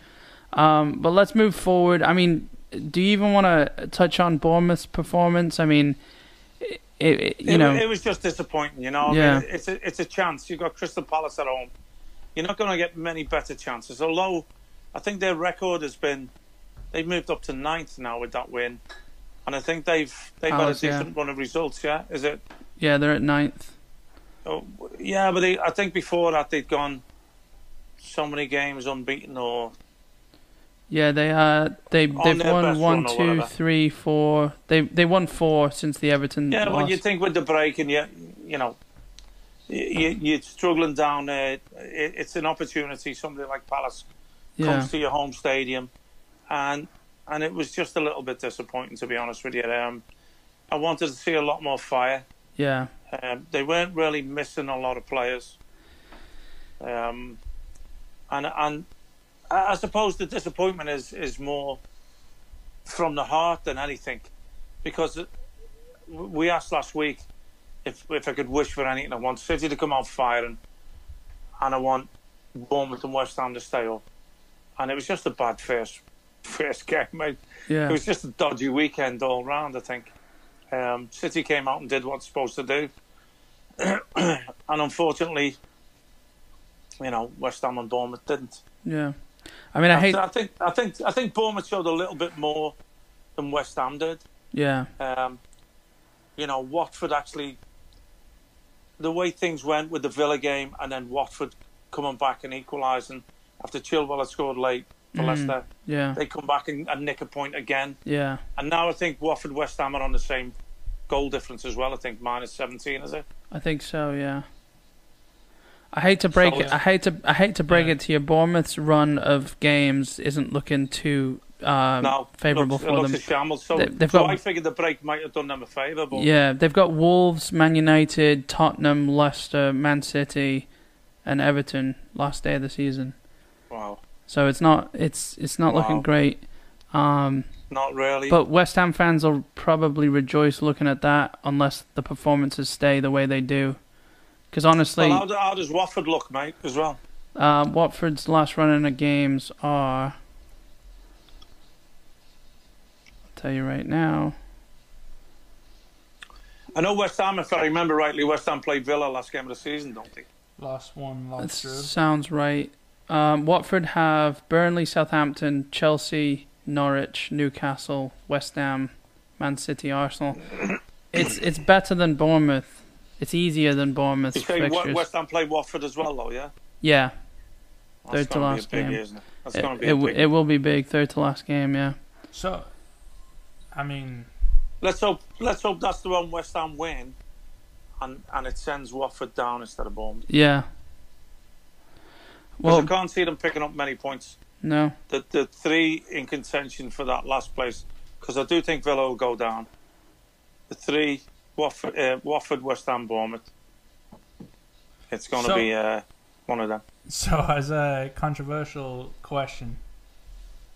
Speaker 1: Um, but let's move forward. I mean, do you even want to touch on Bournemouth's performance? I mean, it, it, you
Speaker 3: it,
Speaker 1: know,
Speaker 3: it was just disappointing. You know, I
Speaker 1: Yeah.
Speaker 3: mean, it's a it's a chance. You've got Crystal Palace at home. You're not going to get many better chances. Although, I think their record has been they've moved up to ninth now with that win, and I think they've they've
Speaker 1: Palace,
Speaker 3: had a
Speaker 1: yeah.
Speaker 3: decent run of results. Yeah, is it?
Speaker 1: yeah, they're at ninth.
Speaker 3: Oh, yeah, but they, I think before that they'd gone so many games unbeaten or
Speaker 1: Yeah, they uh they they've
Speaker 3: their
Speaker 1: won
Speaker 3: best
Speaker 1: one,
Speaker 3: run or
Speaker 1: two,
Speaker 3: whatever.
Speaker 1: three, four. They they won four since the Everton
Speaker 3: Yeah, well,
Speaker 1: loss.
Speaker 3: you think with the break and you, you know, you, you're struggling down there. It, it's an opportunity. Somebody like Palace
Speaker 1: yeah,
Speaker 3: comes to your home stadium, and and it was just a little bit disappointing to be honest with you. Um, I wanted to see a lot more fire.
Speaker 1: yeah,
Speaker 3: Um, they weren't really missing a lot of players. Um, and and I I suppose the disappointment is is more from the heart than anything, because uh, we asked last week if if I could wish for anything. I want City to come out firing, and I want Bournemouth and West Ham to stay up. And it was just a bad first (laughs) first game, mate. It
Speaker 1: yeah,
Speaker 3: was just a dodgy weekend all round, I think. Um, City came out and did what's supposed to do. (clears throat) and unfortunately, you know, West Ham and Bournemouth didn't.
Speaker 1: yeah. I mean, I hate.
Speaker 3: I think I think I think Bournemouth showed a little bit more than West Ham did.
Speaker 1: Yeah,
Speaker 3: Um, you know, Watford actually the way things went with the Villa game and then Watford coming back and equalising after Chilwell had scored late for
Speaker 1: Mm.
Speaker 3: Leicester.
Speaker 1: yeah,
Speaker 3: They come back and, and nick a point again.
Speaker 1: yeah,
Speaker 3: And now I think Watford West Ham are on the same goal difference as well. I think minus seventeen, is it?
Speaker 1: I think so. Yeah. I hate to break it.
Speaker 2: Solid.
Speaker 1: I hate to. I hate to break
Speaker 2: Yeah.
Speaker 1: it to you. Bournemouth's run of games isn't looking too um,
Speaker 3: no,
Speaker 1: favorable
Speaker 3: it looks, it
Speaker 1: for
Speaker 3: looks
Speaker 1: them.
Speaker 3: A shambles. So,
Speaker 1: They- they've
Speaker 3: so
Speaker 1: got-
Speaker 3: I figured the break might have done them a favour, but
Speaker 1: Yeah, they've got Wolves, Man United, Tottenham, Leicester, Man City, and Everton last day of the season.
Speaker 3: wow,
Speaker 1: So it's not it's it's not looking
Speaker 3: Wow.
Speaker 1: great. Um,
Speaker 3: not really.
Speaker 1: but West Ham fans will probably rejoice looking at that unless the performances stay the way they do. Because honestly,
Speaker 3: well, how, do- how does Watford look, mate? As well,
Speaker 1: uh, Watford's last run in the games are. I'll tell you right now.
Speaker 3: I know West Ham. If I remember rightly, West Ham played Villa last game of the season, don't they?
Speaker 2: Last one,
Speaker 1: That
Speaker 2: last true.
Speaker 1: sounds right. Um, Watford have Burnley, Southampton, Chelsea, Norwich, Newcastle, West Ham, Man City, Arsenal. It's it's better than Bournemouth. It's easier than Bournemouth's
Speaker 3: You say Wa-
Speaker 1: fixtures.
Speaker 3: West Ham played Watford as well, though, yeah.
Speaker 1: yeah,
Speaker 3: That's
Speaker 1: Third to
Speaker 3: gonna be
Speaker 1: last
Speaker 3: a big,
Speaker 1: game.
Speaker 3: year, isn't it? That's
Speaker 1: it,
Speaker 3: going to be
Speaker 1: it
Speaker 3: a
Speaker 1: w-
Speaker 3: big.
Speaker 1: it will be big. Third to last game. Yeah,
Speaker 2: So, I mean, (laughs)
Speaker 3: let's hope. Let's hope that's the one West Ham win, and and it sends Watford down instead of Bournemouth.
Speaker 1: yeah.
Speaker 3: 'Cause
Speaker 1: Well,
Speaker 3: I can't see them picking up many points.
Speaker 1: no,
Speaker 3: the the three in contention for that last place because I do think Villa will go down. The three Watford, uh, Watford, West Ham, Bournemouth. It's going to
Speaker 2: So-
Speaker 3: be uh, one of them.
Speaker 2: so as a controversial question,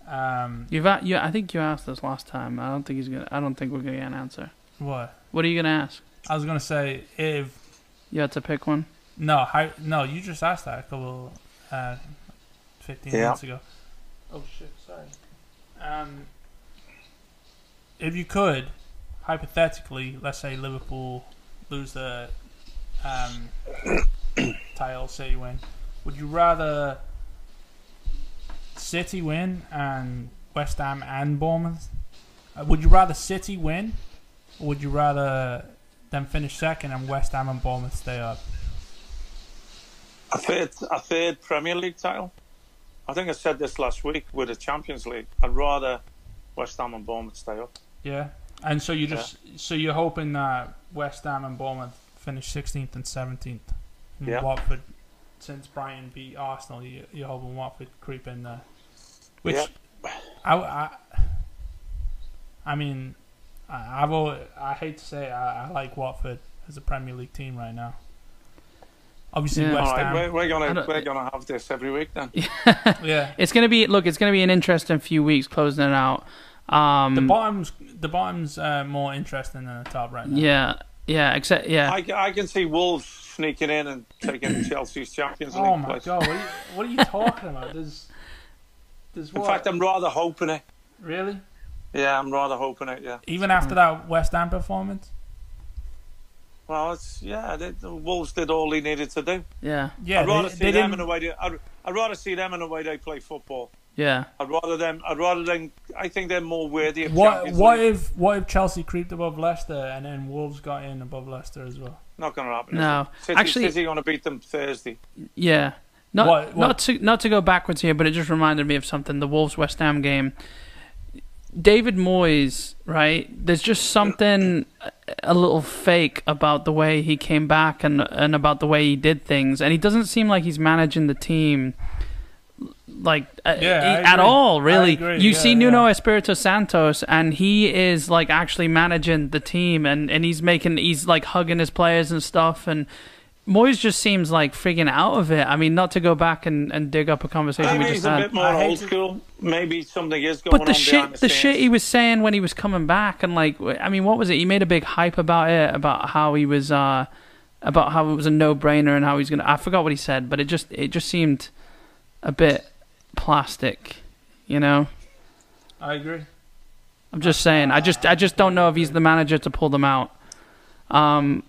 Speaker 2: um,
Speaker 1: you've a- you, I think you asked this last time. I don't think he's gonna. I don't think we're gonna get an answer.
Speaker 2: what
Speaker 1: What are you gonna ask?
Speaker 2: I was gonna say if
Speaker 1: You had to pick one.
Speaker 2: no, hi, no, you just asked that a couple, uh, fifteen
Speaker 3: Yeah.
Speaker 2: minutes ago. Oh shit! Sorry. Um, if you could, hypothetically, let's say Liverpool lose the um, (coughs) title, City win. Would you rather City win and West Ham and Bournemouth? Uh, would you rather City win, or would you rather them finish second and West Ham and Bournemouth stay up?
Speaker 3: a third, a third Premier League title. I think I said this last week with the Champions League. I'd rather West Ham and Bournemouth stay up.
Speaker 2: Yeah, and so you just so you're hoping that West Ham and Bournemouth finish 16th and 17th. And
Speaker 3: Yeah.
Speaker 2: Watford, since Brighton beat Arsenal, you, you're hoping Watford creep in there. Which I, I, I mean, I, I've always, I hate to say it, I, I like Watford as a Premier League team right now. Obviously,
Speaker 1: Yeah.
Speaker 2: West
Speaker 3: All right,
Speaker 2: Ham.
Speaker 3: we're, we're
Speaker 1: I
Speaker 3: gonna
Speaker 1: don't-
Speaker 3: we're gonna have this every week then.
Speaker 2: yeah,
Speaker 1: It's gonna be look. It's gonna be an interesting few weeks closing it out. Um,
Speaker 2: the bottom's the bottom's uh, more interesting than the top right now.
Speaker 1: yeah, yeah. Except yeah.
Speaker 3: I, ca- I can see Wolves sneaking in and
Speaker 2: (coughs)
Speaker 3: taking Chelsea's Champions League
Speaker 2: Oh my
Speaker 3: place.
Speaker 2: god, what are you, what are you
Speaker 3: (laughs)
Speaker 2: talking about? There's, there's
Speaker 3: In
Speaker 2: what?
Speaker 3: fact, I'm rather hoping it.
Speaker 2: really?
Speaker 3: Yeah, I'm rather hoping it. Yeah.
Speaker 2: Even after that West Ham performance?
Speaker 3: Well, it's yeah. They, the Wolves did all they needed to do.
Speaker 1: yeah,
Speaker 2: Yeah,
Speaker 3: I'd rather
Speaker 2: they,
Speaker 3: see
Speaker 2: they
Speaker 3: them
Speaker 2: didn't.
Speaker 3: in the way they. I'd, I'd rather see them in the way they play football.
Speaker 1: yeah,
Speaker 3: I'd rather them. I'd rather them. I think they're more worthy of
Speaker 2: What
Speaker 3: Champions
Speaker 2: what
Speaker 3: League.
Speaker 2: if what if Chelsea creeped above Leicester and then Wolves got in above Leicester as well?
Speaker 3: Not going to happen. is
Speaker 1: No.
Speaker 3: it? City,
Speaker 1: Actually-
Speaker 3: City going to beat them Thursday.
Speaker 1: yeah. Not
Speaker 2: What- what-
Speaker 1: not to not to go backwards here, but it just reminded me of something. The Wolves West Ham game. David Moyes, right? There's just something a- a little fake about the way he came back and and about the way he did things, and he doesn't seem like he's managing the team like uh,
Speaker 2: Yeah, I
Speaker 1: he- at
Speaker 2: agree.
Speaker 1: all. Really,
Speaker 2: I agree,
Speaker 1: you
Speaker 2: yeah,
Speaker 1: see Nuno
Speaker 2: yeah.
Speaker 1: Espirito Santos, and he is like actually managing the team, and and he's making he's like hugging his players and stuff, and. Moyes just seems like freaking out of it. I mean, not to go back and, and dig up a conversation we
Speaker 3: Maybe
Speaker 1: just
Speaker 3: he's a
Speaker 1: had.
Speaker 3: bit more
Speaker 2: I hate
Speaker 3: old
Speaker 2: to-
Speaker 3: school. Maybe something is going
Speaker 1: But the
Speaker 3: on
Speaker 1: shit,
Speaker 3: behind
Speaker 1: the,
Speaker 3: the, scenes.
Speaker 1: shit he was saying when he was coming back, and like, w- I mean, what was it? He made a big hype about it, about how he was, uh, about how it was a no-brainer and how he's gonna. I forgot what he said, but it just, it just seemed a bit plastic, you know.
Speaker 2: I agree.
Speaker 1: I'm just saying. I just, I just don't know if he's the manager to pull them out. Um,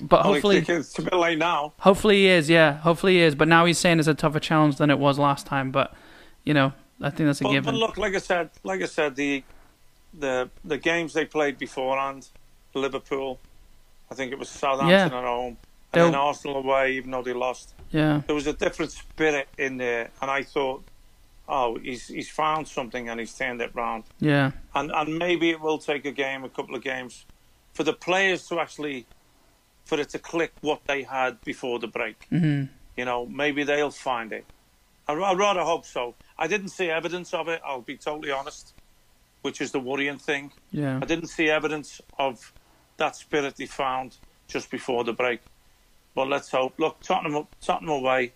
Speaker 1: but
Speaker 3: Well,
Speaker 1: hopefully,
Speaker 3: it's, it's a bit late now.
Speaker 1: Hopefully he is, yeah. Hopefully he is. But now he's saying it's a tougher challenge than it was last time. But you know, I think that's a
Speaker 3: But, but
Speaker 1: given.
Speaker 3: look, like I said, like I said, the the the games they played beforehand, Liverpool, I think it was Southampton
Speaker 1: Yeah.
Speaker 3: at home, and
Speaker 1: They'll-
Speaker 3: then Arsenal away, even though they lost.
Speaker 1: yeah,
Speaker 3: There was a different spirit in there, and I thought, oh, he's he's found something and he's turned it round,
Speaker 1: yeah,
Speaker 3: and and maybe it will take a game, a couple of games, for the players to actually, for it to click what they had before the break.
Speaker 1: hmm
Speaker 3: You know, maybe they'll find it. I, I rather hope so. I didn't see evidence of it, I'll be totally honest, which is the worrying thing.
Speaker 1: yeah,
Speaker 3: I didn't see evidence of that spirit they found just before the break. But let's hope. Look, Tottenham, Tottenham away.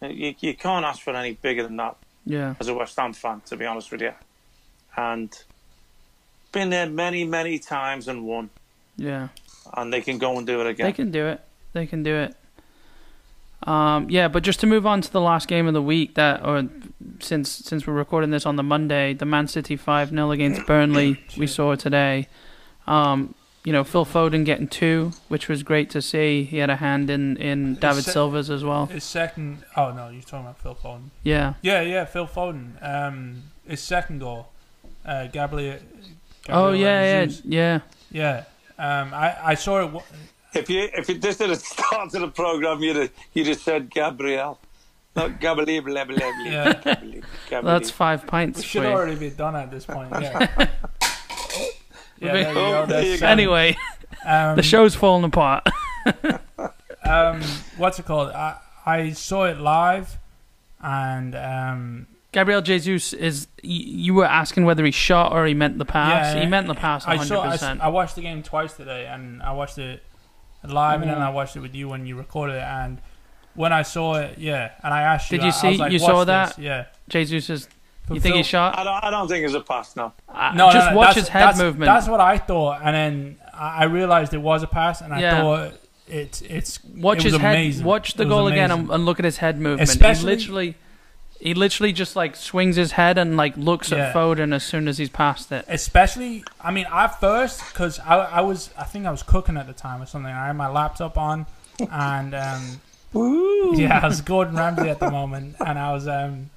Speaker 3: Uh, You, you can't ask for any bigger than that
Speaker 1: yeah,
Speaker 3: as a West Ham fan, to be honest with you. And been there many, many times and won.
Speaker 1: yeah.
Speaker 3: And they can go and do it again.
Speaker 1: They can do it. They can do it. Um, yeah, but just to move on to the last game of the week, that or since since we're recording this on the Monday, the Man City five 0 against Burnley we saw today. Um, you know, Phil Foden getting two, which was great to see. He had a hand in in David
Speaker 2: se-
Speaker 1: Silva's as well.
Speaker 2: His second oh no, you're talking about Phil Foden.
Speaker 1: Yeah.
Speaker 2: Yeah, yeah, Phil Foden. Um, his second goal, uh, Gabriel.
Speaker 1: Oh yeah, yeah,
Speaker 2: Jesus.
Speaker 1: yeah.
Speaker 2: yeah. Um, I I saw it. wa-
Speaker 3: If you if you just at the (laughs) start of the program, you'd have, you'd have said Gabriel, not Gabriel, blah, blah, blah,
Speaker 2: Yeah.
Speaker 3: Gabriel, Gabriel.
Speaker 1: That's five pints.
Speaker 2: It should
Speaker 1: for (laughs) you.
Speaker 2: already be done at this point.
Speaker 1: (laughs)
Speaker 2: Yeah. yeah, there you go.
Speaker 3: Oh, there you
Speaker 2: That's
Speaker 3: go.
Speaker 2: seven.
Speaker 1: Anyway,
Speaker 2: um,
Speaker 1: the show's falling apart. (laughs)
Speaker 2: um, what's it called? I I saw it live, and um,
Speaker 1: Gabriel Jesus is. y- You were asking whether he shot or he meant the pass.
Speaker 2: Yeah,
Speaker 1: he meant the pass.
Speaker 2: I
Speaker 1: One
Speaker 2: saw.
Speaker 1: hundred
Speaker 2: I,
Speaker 1: percent.
Speaker 2: I watched the game twice today, and I watched it live, and then I watched it with you when you recorded it. And when I saw it, yeah, and I asked you,
Speaker 1: Did you
Speaker 2: I- I was
Speaker 1: see-
Speaker 2: like,
Speaker 1: you
Speaker 2: "What's
Speaker 1: saw
Speaker 2: this?"
Speaker 1: that?
Speaker 2: Yeah.
Speaker 1: Jesus is.
Speaker 2: From
Speaker 1: You think he
Speaker 2: Phil-
Speaker 1: shot?
Speaker 3: I don't I don't think it's a pass now.
Speaker 1: I-
Speaker 2: No,
Speaker 1: just
Speaker 2: no, no,
Speaker 1: watch
Speaker 2: that's-
Speaker 1: his head
Speaker 2: that's-
Speaker 1: movement.
Speaker 2: That's what I thought, and then I I realized it was a pass, and I
Speaker 1: Yeah.
Speaker 2: thought it's it's
Speaker 1: watch
Speaker 2: it was
Speaker 1: his head.
Speaker 2: amazing.
Speaker 1: Watch the
Speaker 2: It was
Speaker 1: goal again
Speaker 2: amazing.
Speaker 1: and, and look at his head movement.
Speaker 2: Especially-
Speaker 1: he literally, he literally just like swings his head and like looks
Speaker 2: Yeah.
Speaker 1: at Foden as soon as he's past it.
Speaker 2: especially i mean at first because I, I was i think i was cooking at the time or something i had my laptop on and um yeah i was gordon ramsay at the moment and i was um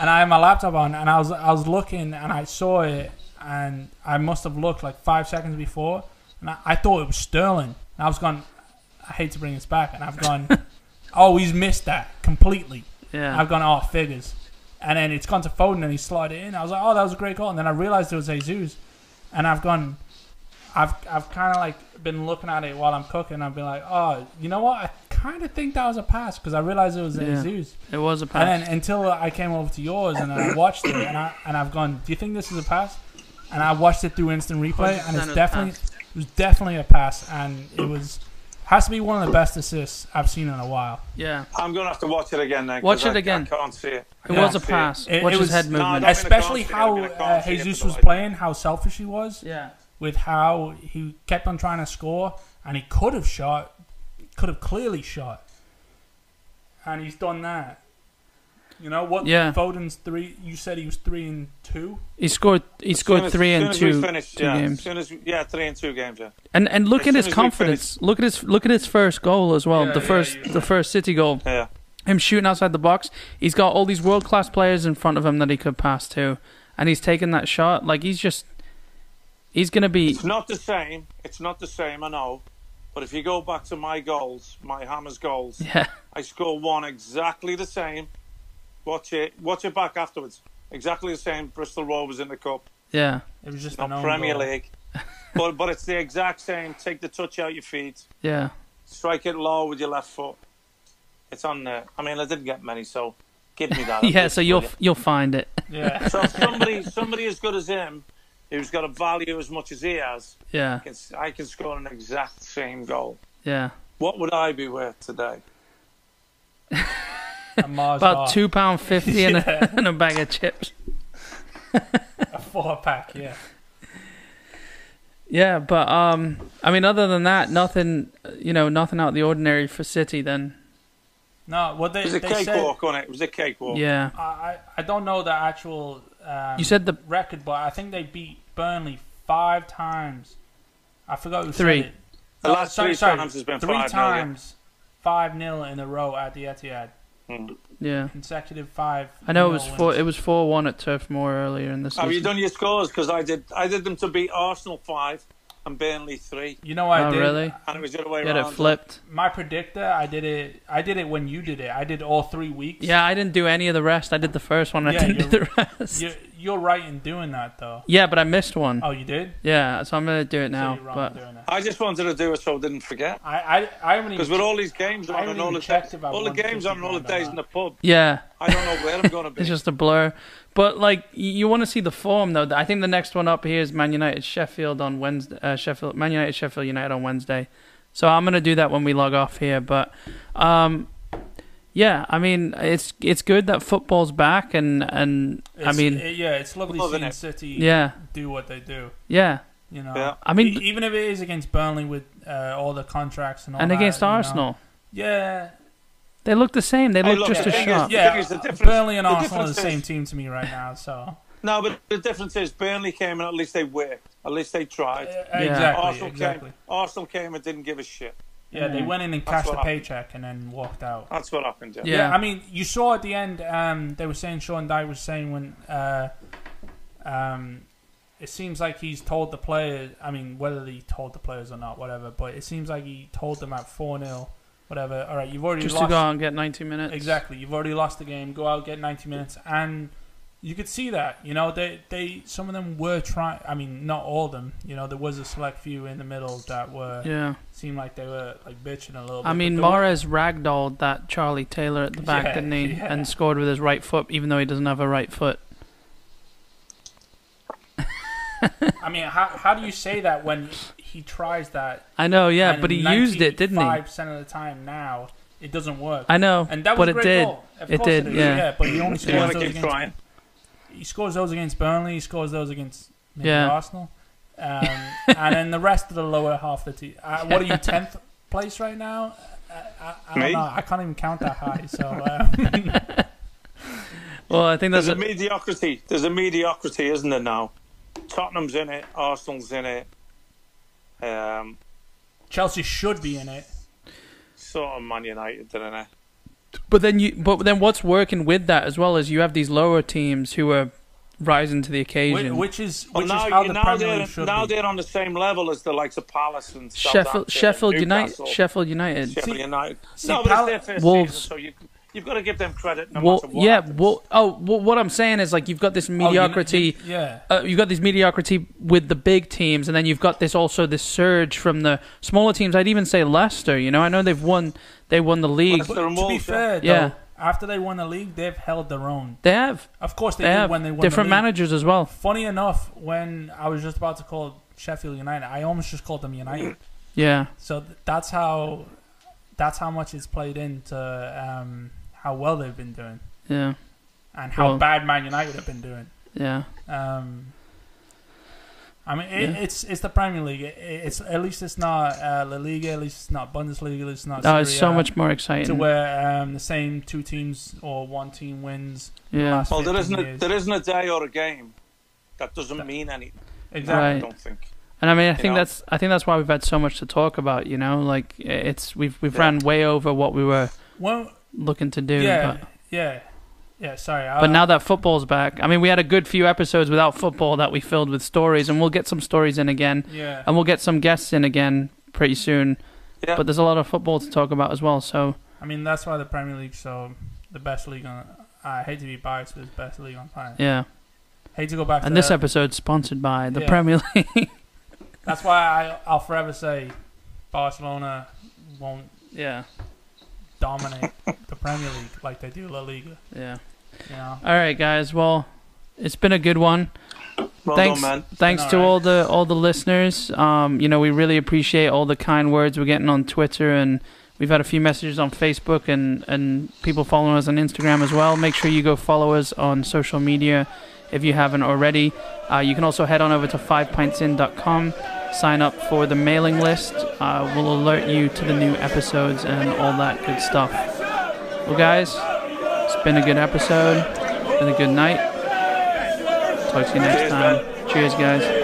Speaker 2: and i had my laptop on and i was i was looking and i saw it and i must have looked like five seconds before and i, I thought it was sterling and i was going i hate to bring this back and i've gone oh, he's missed that completely.
Speaker 1: Yeah.
Speaker 2: I've gone, oh, figures. And then it's gone to Foden and he slid it in. I was like, oh, that was a great goal. And then I realized it was Jesus. And I've gone, I've, I've kind of like been looking at it while I'm cooking. I've been like, oh, you know what? I kind of think that was a pass because I realized it was
Speaker 1: Yeah.
Speaker 2: Jesus.
Speaker 1: It was a pass.
Speaker 2: And then until I came over to yours and I watched it and, I, and I've gone, do you think this is a pass? And I watched it through instant replay
Speaker 1: 100%
Speaker 2: and it's
Speaker 1: a
Speaker 2: definitely it was definitely a pass and it was has to be one of the best assists I've seen in a while.
Speaker 1: yeah.
Speaker 3: I'm gonna have to watch it again then. 'cause
Speaker 1: Watch it
Speaker 3: I-
Speaker 1: again.
Speaker 3: I can't see it.
Speaker 1: It
Speaker 3: I
Speaker 1: was a
Speaker 3: can't see
Speaker 1: pass.
Speaker 2: It-
Speaker 1: Watch
Speaker 2: it
Speaker 1: his
Speaker 2: was-
Speaker 1: head
Speaker 3: No, I
Speaker 1: movement.
Speaker 3: don't-
Speaker 2: Especially
Speaker 3: Costa, I'm
Speaker 2: how
Speaker 3: gonna
Speaker 2: uh,
Speaker 3: Costa, yeah,
Speaker 2: Jesus
Speaker 3: but
Speaker 2: was
Speaker 3: like-
Speaker 2: playing, how selfish he was
Speaker 1: yeah.
Speaker 2: with how he kept on trying to score and he could have shot, could have clearly shot, and he's done that. You know what?
Speaker 1: Yeah.
Speaker 2: Foden's three. You said he was three and two.
Speaker 1: He scored. He scored
Speaker 3: Soon as-
Speaker 1: three
Speaker 3: soon
Speaker 1: and
Speaker 3: as we
Speaker 1: two,
Speaker 3: finish,
Speaker 1: two
Speaker 3: yeah,
Speaker 1: games.
Speaker 3: Soon as, yeah, three and two games. Yeah.
Speaker 1: And and look
Speaker 3: As
Speaker 1: at
Speaker 3: soon
Speaker 1: his
Speaker 3: as we
Speaker 1: confidence. Look at his look at his first goal as well.
Speaker 2: Yeah,
Speaker 1: the
Speaker 2: yeah,
Speaker 1: first
Speaker 2: you-
Speaker 1: the first City goal.
Speaker 3: Yeah.
Speaker 1: Him shooting outside the box. He's got all these world class players in front of him that he could pass to, and he's taking that shot. Like he's just he's gonna be
Speaker 3: It's not the same. It's not the same. I know. But if you go back to my goals, my Hammers goals,
Speaker 1: yeah
Speaker 3: I score one exactly the same. Watch it. Watch it back afterwards. Exactly the same. Bristol Rovers in the cup,
Speaker 1: yeah
Speaker 2: It was just an
Speaker 3: not
Speaker 2: own
Speaker 3: Premier
Speaker 2: goal.
Speaker 1: (laughs)
Speaker 3: League. but but it's the exact same. Take the touch out your feet.
Speaker 1: yeah.
Speaker 3: Strike it low with your left foot. It's on there. I mean, I didn't get many, so give me that.
Speaker 1: Yeah, so you'll you'll find it. (laughs)
Speaker 2: Yeah.
Speaker 3: So if somebody somebody as good as him, who's got a value as much as he has,
Speaker 1: Yeah,
Speaker 3: can, I can score an exact same goal.
Speaker 1: yeah.
Speaker 3: What would I be worth today?
Speaker 2: A Mars
Speaker 1: About
Speaker 2: bar.
Speaker 1: two pound fifty and,
Speaker 2: Oh. Yeah.
Speaker 1: a, and a bag of chips.
Speaker 2: a four pack. Yeah.
Speaker 1: Yeah, but um, I mean, other than that, nothing. You know, nothing out of the ordinary for City. Then,
Speaker 2: No, what they
Speaker 3: It was a
Speaker 2: they said.
Speaker 3: cakewalk, wasn't it? It was a cakewalk.
Speaker 1: yeah,
Speaker 2: I I I don't know the actual. Um,
Speaker 1: You said the-
Speaker 2: record, but I think they beat Burnley five times. I forgot who
Speaker 1: Three.
Speaker 2: Said it.
Speaker 3: The
Speaker 2: No,
Speaker 3: last three times has been
Speaker 2: three
Speaker 3: 5-0, yeah.
Speaker 2: times, five 0 in a row at the Etihad.
Speaker 3: Hmm.
Speaker 1: yeah.
Speaker 2: Consecutive five.
Speaker 1: I know it was
Speaker 2: nil
Speaker 1: four.
Speaker 2: wins.
Speaker 1: It was four one at Turf Moor earlier in the season.
Speaker 2: Oh,
Speaker 3: Have you done your scores? Because I did. I did them to beat Arsenal five and Burnley three,
Speaker 2: You know, I
Speaker 1: oh,
Speaker 2: did.
Speaker 1: really?
Speaker 3: and it was the other way
Speaker 1: Yeah, it
Speaker 3: around.
Speaker 1: flipped.
Speaker 2: My predictor, I did it. I did it when you did it. I did all three weeks.
Speaker 1: Yeah, I didn't do any of the rest. I did the first one. I
Speaker 2: Yeah,
Speaker 1: didn't do
Speaker 2: you're-
Speaker 1: the rest.
Speaker 2: You, you're right in doing that, though.
Speaker 1: Yeah, but I missed one.
Speaker 2: Oh, you did.
Speaker 1: Yeah, so I'm gonna do it
Speaker 2: So
Speaker 1: now.
Speaker 2: you're wrong in
Speaker 1: but
Speaker 2: doing that.
Speaker 3: I just wanted to do it so I didn't forget.
Speaker 2: I, I, I haven't
Speaker 3: Because
Speaker 2: even.
Speaker 3: with all these games
Speaker 2: I
Speaker 3: on
Speaker 2: haven't
Speaker 3: and all
Speaker 2: even
Speaker 3: the
Speaker 2: checked
Speaker 3: days,
Speaker 2: if I
Speaker 3: all the
Speaker 2: won
Speaker 3: games
Speaker 2: 50
Speaker 3: on and all the
Speaker 2: grand or
Speaker 3: days in the
Speaker 2: not.
Speaker 3: pub,
Speaker 1: yeah,
Speaker 3: I don't know where I'm going to be.
Speaker 2: (laughs)
Speaker 1: it's just a blur. But like, y- you want to see the form though. I think the next one up here is Man United Sheffield on Wednesday. Uh, Sheffield Man United Sheffield United on Wednesday. So I'm gonna do that when we log off here. But um, yeah, I mean, it's it's good that football's back, and and I
Speaker 2: It's-
Speaker 1: mean,
Speaker 2: it- yeah, it's lovely
Speaker 3: Loving
Speaker 2: seeing
Speaker 3: it.
Speaker 2: City
Speaker 1: yeah,
Speaker 2: do what they do.
Speaker 1: yeah.
Speaker 2: You know,
Speaker 3: Yeah.
Speaker 1: I mean-
Speaker 2: E- even if it is against Burnley with uh, all the contracts and all
Speaker 1: and
Speaker 2: that,
Speaker 1: against
Speaker 2: you know.
Speaker 1: Arsenal.
Speaker 2: yeah,
Speaker 1: They look the same. They
Speaker 3: Hey,
Speaker 1: look
Speaker 3: look,
Speaker 1: just
Speaker 3: the
Speaker 1: as
Speaker 3: thing
Speaker 1: sharp.
Speaker 3: is-
Speaker 2: yeah.
Speaker 3: thing is the difference-
Speaker 2: Burnley and
Speaker 3: the
Speaker 2: Arsenal are the
Speaker 3: difference
Speaker 2: same
Speaker 3: is-
Speaker 2: team to me right now. So
Speaker 3: No, but the difference is Burnley came and at least they worked. At least they tried.
Speaker 2: exactly,
Speaker 3: Arsenal
Speaker 2: exactly.
Speaker 3: came. Arsenal came and didn't give a shit.
Speaker 2: Yeah, they went in and
Speaker 3: Mm-hmm. That's
Speaker 2: cashed
Speaker 3: what
Speaker 2: the
Speaker 3: happened.
Speaker 2: paycheck and then walked out.
Speaker 3: That's what happened. Yeah.
Speaker 1: Yeah.
Speaker 2: Yeah, I mean, you saw at the end. Um, they were saying Sean Dyche was saying when. Uh, um, it seems like he's told the players. I mean, whether he told the players or not, whatever. But it seems like he told them at four 0 whatever. All right, you've already
Speaker 1: Just to
Speaker 2: lost.
Speaker 1: go out and get 90 minutes.
Speaker 2: Exactly. You've already lost the game. Go out, get 90 minutes, and you could see that. You know, they they some of them were trying. I mean, not all of them. You know, there was a select few in the middle that were
Speaker 1: Yeah.
Speaker 2: seemed like they were like bitching a little. bit.
Speaker 1: I mean,
Speaker 2: but there were-
Speaker 1: Mares ragdolled that Charlie Taylor at the back,
Speaker 2: Yeah,
Speaker 1: didn't he?
Speaker 2: yeah.
Speaker 1: And scored with his right foot, even though he doesn't have a right foot.
Speaker 2: I mean, how how do you say that when he tries that?
Speaker 1: I know, yeah,
Speaker 2: and
Speaker 1: but he used it, didn't he?
Speaker 2: 95% of the time now, it doesn't work.
Speaker 1: I know,
Speaker 2: and that
Speaker 1: but
Speaker 2: was a
Speaker 1: it
Speaker 2: great
Speaker 1: did.
Speaker 2: Goal. Of
Speaker 1: It
Speaker 2: course
Speaker 1: did,
Speaker 2: is.
Speaker 1: yeah.
Speaker 2: but he only
Speaker 3: You
Speaker 2: scores
Speaker 3: want
Speaker 2: those
Speaker 3: to keep
Speaker 2: against
Speaker 3: trying.
Speaker 2: he scores those against Burnley. He scores those against maybe
Speaker 1: Yeah.
Speaker 2: Arsenal,
Speaker 1: (laughs)
Speaker 2: um, and then the rest of the lower half of the team. Uh, what are you tenth place right now? I, I, I don't
Speaker 3: Me?
Speaker 2: know. I can't even count that high. So um, (laughs)
Speaker 1: Well, I think that's
Speaker 3: There's a
Speaker 1: it.
Speaker 3: mediocrity. There's a mediocrity, isn't there now? Tottenham's in it. Arsenal's in it. Um,
Speaker 2: Chelsea should be in it.
Speaker 3: sort of Man United, didn't it?
Speaker 1: But then you, but then what's working with that as well is you have these lower teams who are rising to the
Speaker 2: Which,
Speaker 1: occasion.
Speaker 2: which is
Speaker 3: Well,
Speaker 2: which
Speaker 3: now,
Speaker 2: is how
Speaker 3: you-
Speaker 2: the
Speaker 3: now,
Speaker 2: Premier
Speaker 3: they're,
Speaker 2: League should
Speaker 3: now
Speaker 2: be.
Speaker 3: they're on the same level as the likes of Palace and
Speaker 1: Sheffield,
Speaker 3: Southampton,
Speaker 1: Sheffield United,
Speaker 3: Newcastle,
Speaker 1: Sheffield United.
Speaker 3: Sheffield United.
Speaker 2: see,
Speaker 3: no, but
Speaker 2: Pal-
Speaker 3: it's their first
Speaker 1: Wolves.
Speaker 3: season, so you, you've got to give them credit no
Speaker 1: Well,
Speaker 3: matter what.
Speaker 1: yeah.
Speaker 3: happens.
Speaker 1: Well, oh, well, what I'm saying is like you've got this
Speaker 2: Oh, you-
Speaker 1: mediocrity.
Speaker 2: you- yeah.
Speaker 1: uh, you've got this mediocrity with the big teams, and then you've got this also this surge from the smaller teams. I'd even say Leicester. You know, I know they've won they won the league.
Speaker 3: Leicester and
Speaker 2: to be
Speaker 3: Wolves, yeah.
Speaker 2: fair,
Speaker 1: Yeah.
Speaker 2: though, after they won the league, they've held their own.
Speaker 1: They have
Speaker 2: Of course, they,
Speaker 1: they
Speaker 2: did
Speaker 1: have
Speaker 2: when they won
Speaker 1: different
Speaker 2: the league.
Speaker 1: managers as well.
Speaker 2: Funny enough, when I was just about to call Sheffield United, I almost just called them United.
Speaker 1: Yeah,
Speaker 2: so th- that's how that's how much it's played into um, how well they've been doing
Speaker 1: yeah,
Speaker 2: and how
Speaker 1: Well-
Speaker 2: bad Man United have been doing.
Speaker 1: yeah.
Speaker 2: Um, I mean, it,
Speaker 1: Yeah.
Speaker 2: it's it's the Premier League. It, it's at least it's not uh, La Liga. At least it's not Bundesliga. At least it's not.
Speaker 1: Oh, it's
Speaker 2: Serie
Speaker 1: so
Speaker 2: A,
Speaker 1: much more
Speaker 2: to
Speaker 1: exciting.
Speaker 2: where um, the same two teams or one team wins. the
Speaker 1: Yeah,
Speaker 2: last
Speaker 3: Well, there
Speaker 2: 15
Speaker 3: isn't a,
Speaker 2: years.
Speaker 3: there isn't a day or a game that doesn't mean anything. I
Speaker 2: exactly.
Speaker 1: Right.
Speaker 3: don't think.
Speaker 1: and I mean, I
Speaker 3: you
Speaker 1: think
Speaker 3: know.
Speaker 1: that's I think that's why we've had so much to talk about. You know, like it's we've we've
Speaker 3: Yeah.
Speaker 1: ran way over what we were
Speaker 2: Well,
Speaker 1: looking to do.
Speaker 2: yeah,
Speaker 1: but-
Speaker 2: yeah, yeah. Sorry, I,
Speaker 1: But now that football's back, I mean, we had a good few episodes without football that we filled with stories, and we'll get some stories in again,
Speaker 2: yeah,
Speaker 1: and we'll get some guests in again pretty soon.
Speaker 3: Yeah.
Speaker 1: But there's a lot of football to talk about as well. So
Speaker 2: I mean that's why the Premier League's so the best league on. I hate to be biased, but it's the best league on planet.
Speaker 1: yeah,
Speaker 2: Hate to go back. to
Speaker 1: and this
Speaker 2: that.
Speaker 1: episode's sponsored by the
Speaker 2: Yeah.
Speaker 1: Premier League.
Speaker 2: That's why I, I'll forever say Barcelona won't
Speaker 1: yeah,
Speaker 2: dominate the Premier League like they do La Liga.
Speaker 1: yeah.
Speaker 2: You know,
Speaker 1: All right, guys. Well, it's been a good one.
Speaker 3: Well
Speaker 1: thanks,
Speaker 3: done, man.
Speaker 1: thanks
Speaker 2: Been
Speaker 1: to
Speaker 2: all right.
Speaker 1: all the all the listeners. Um, you know, we really appreciate all the kind words we're getting on Twitter, and we've had a few messages on Facebook and and people following us on Instagram as well. Make sure you go follow us on social media if you haven't already. Uh, you can also head on over to fivepintsin.com, sign up for the mailing list. Uh, we'll alert you to the new episodes and all that good stuff. Well, guys, it's been a good episode. It's been a good night. Talk to you next
Speaker 3: Cheers,
Speaker 1: time.
Speaker 3: man.
Speaker 1: Cheers, guys.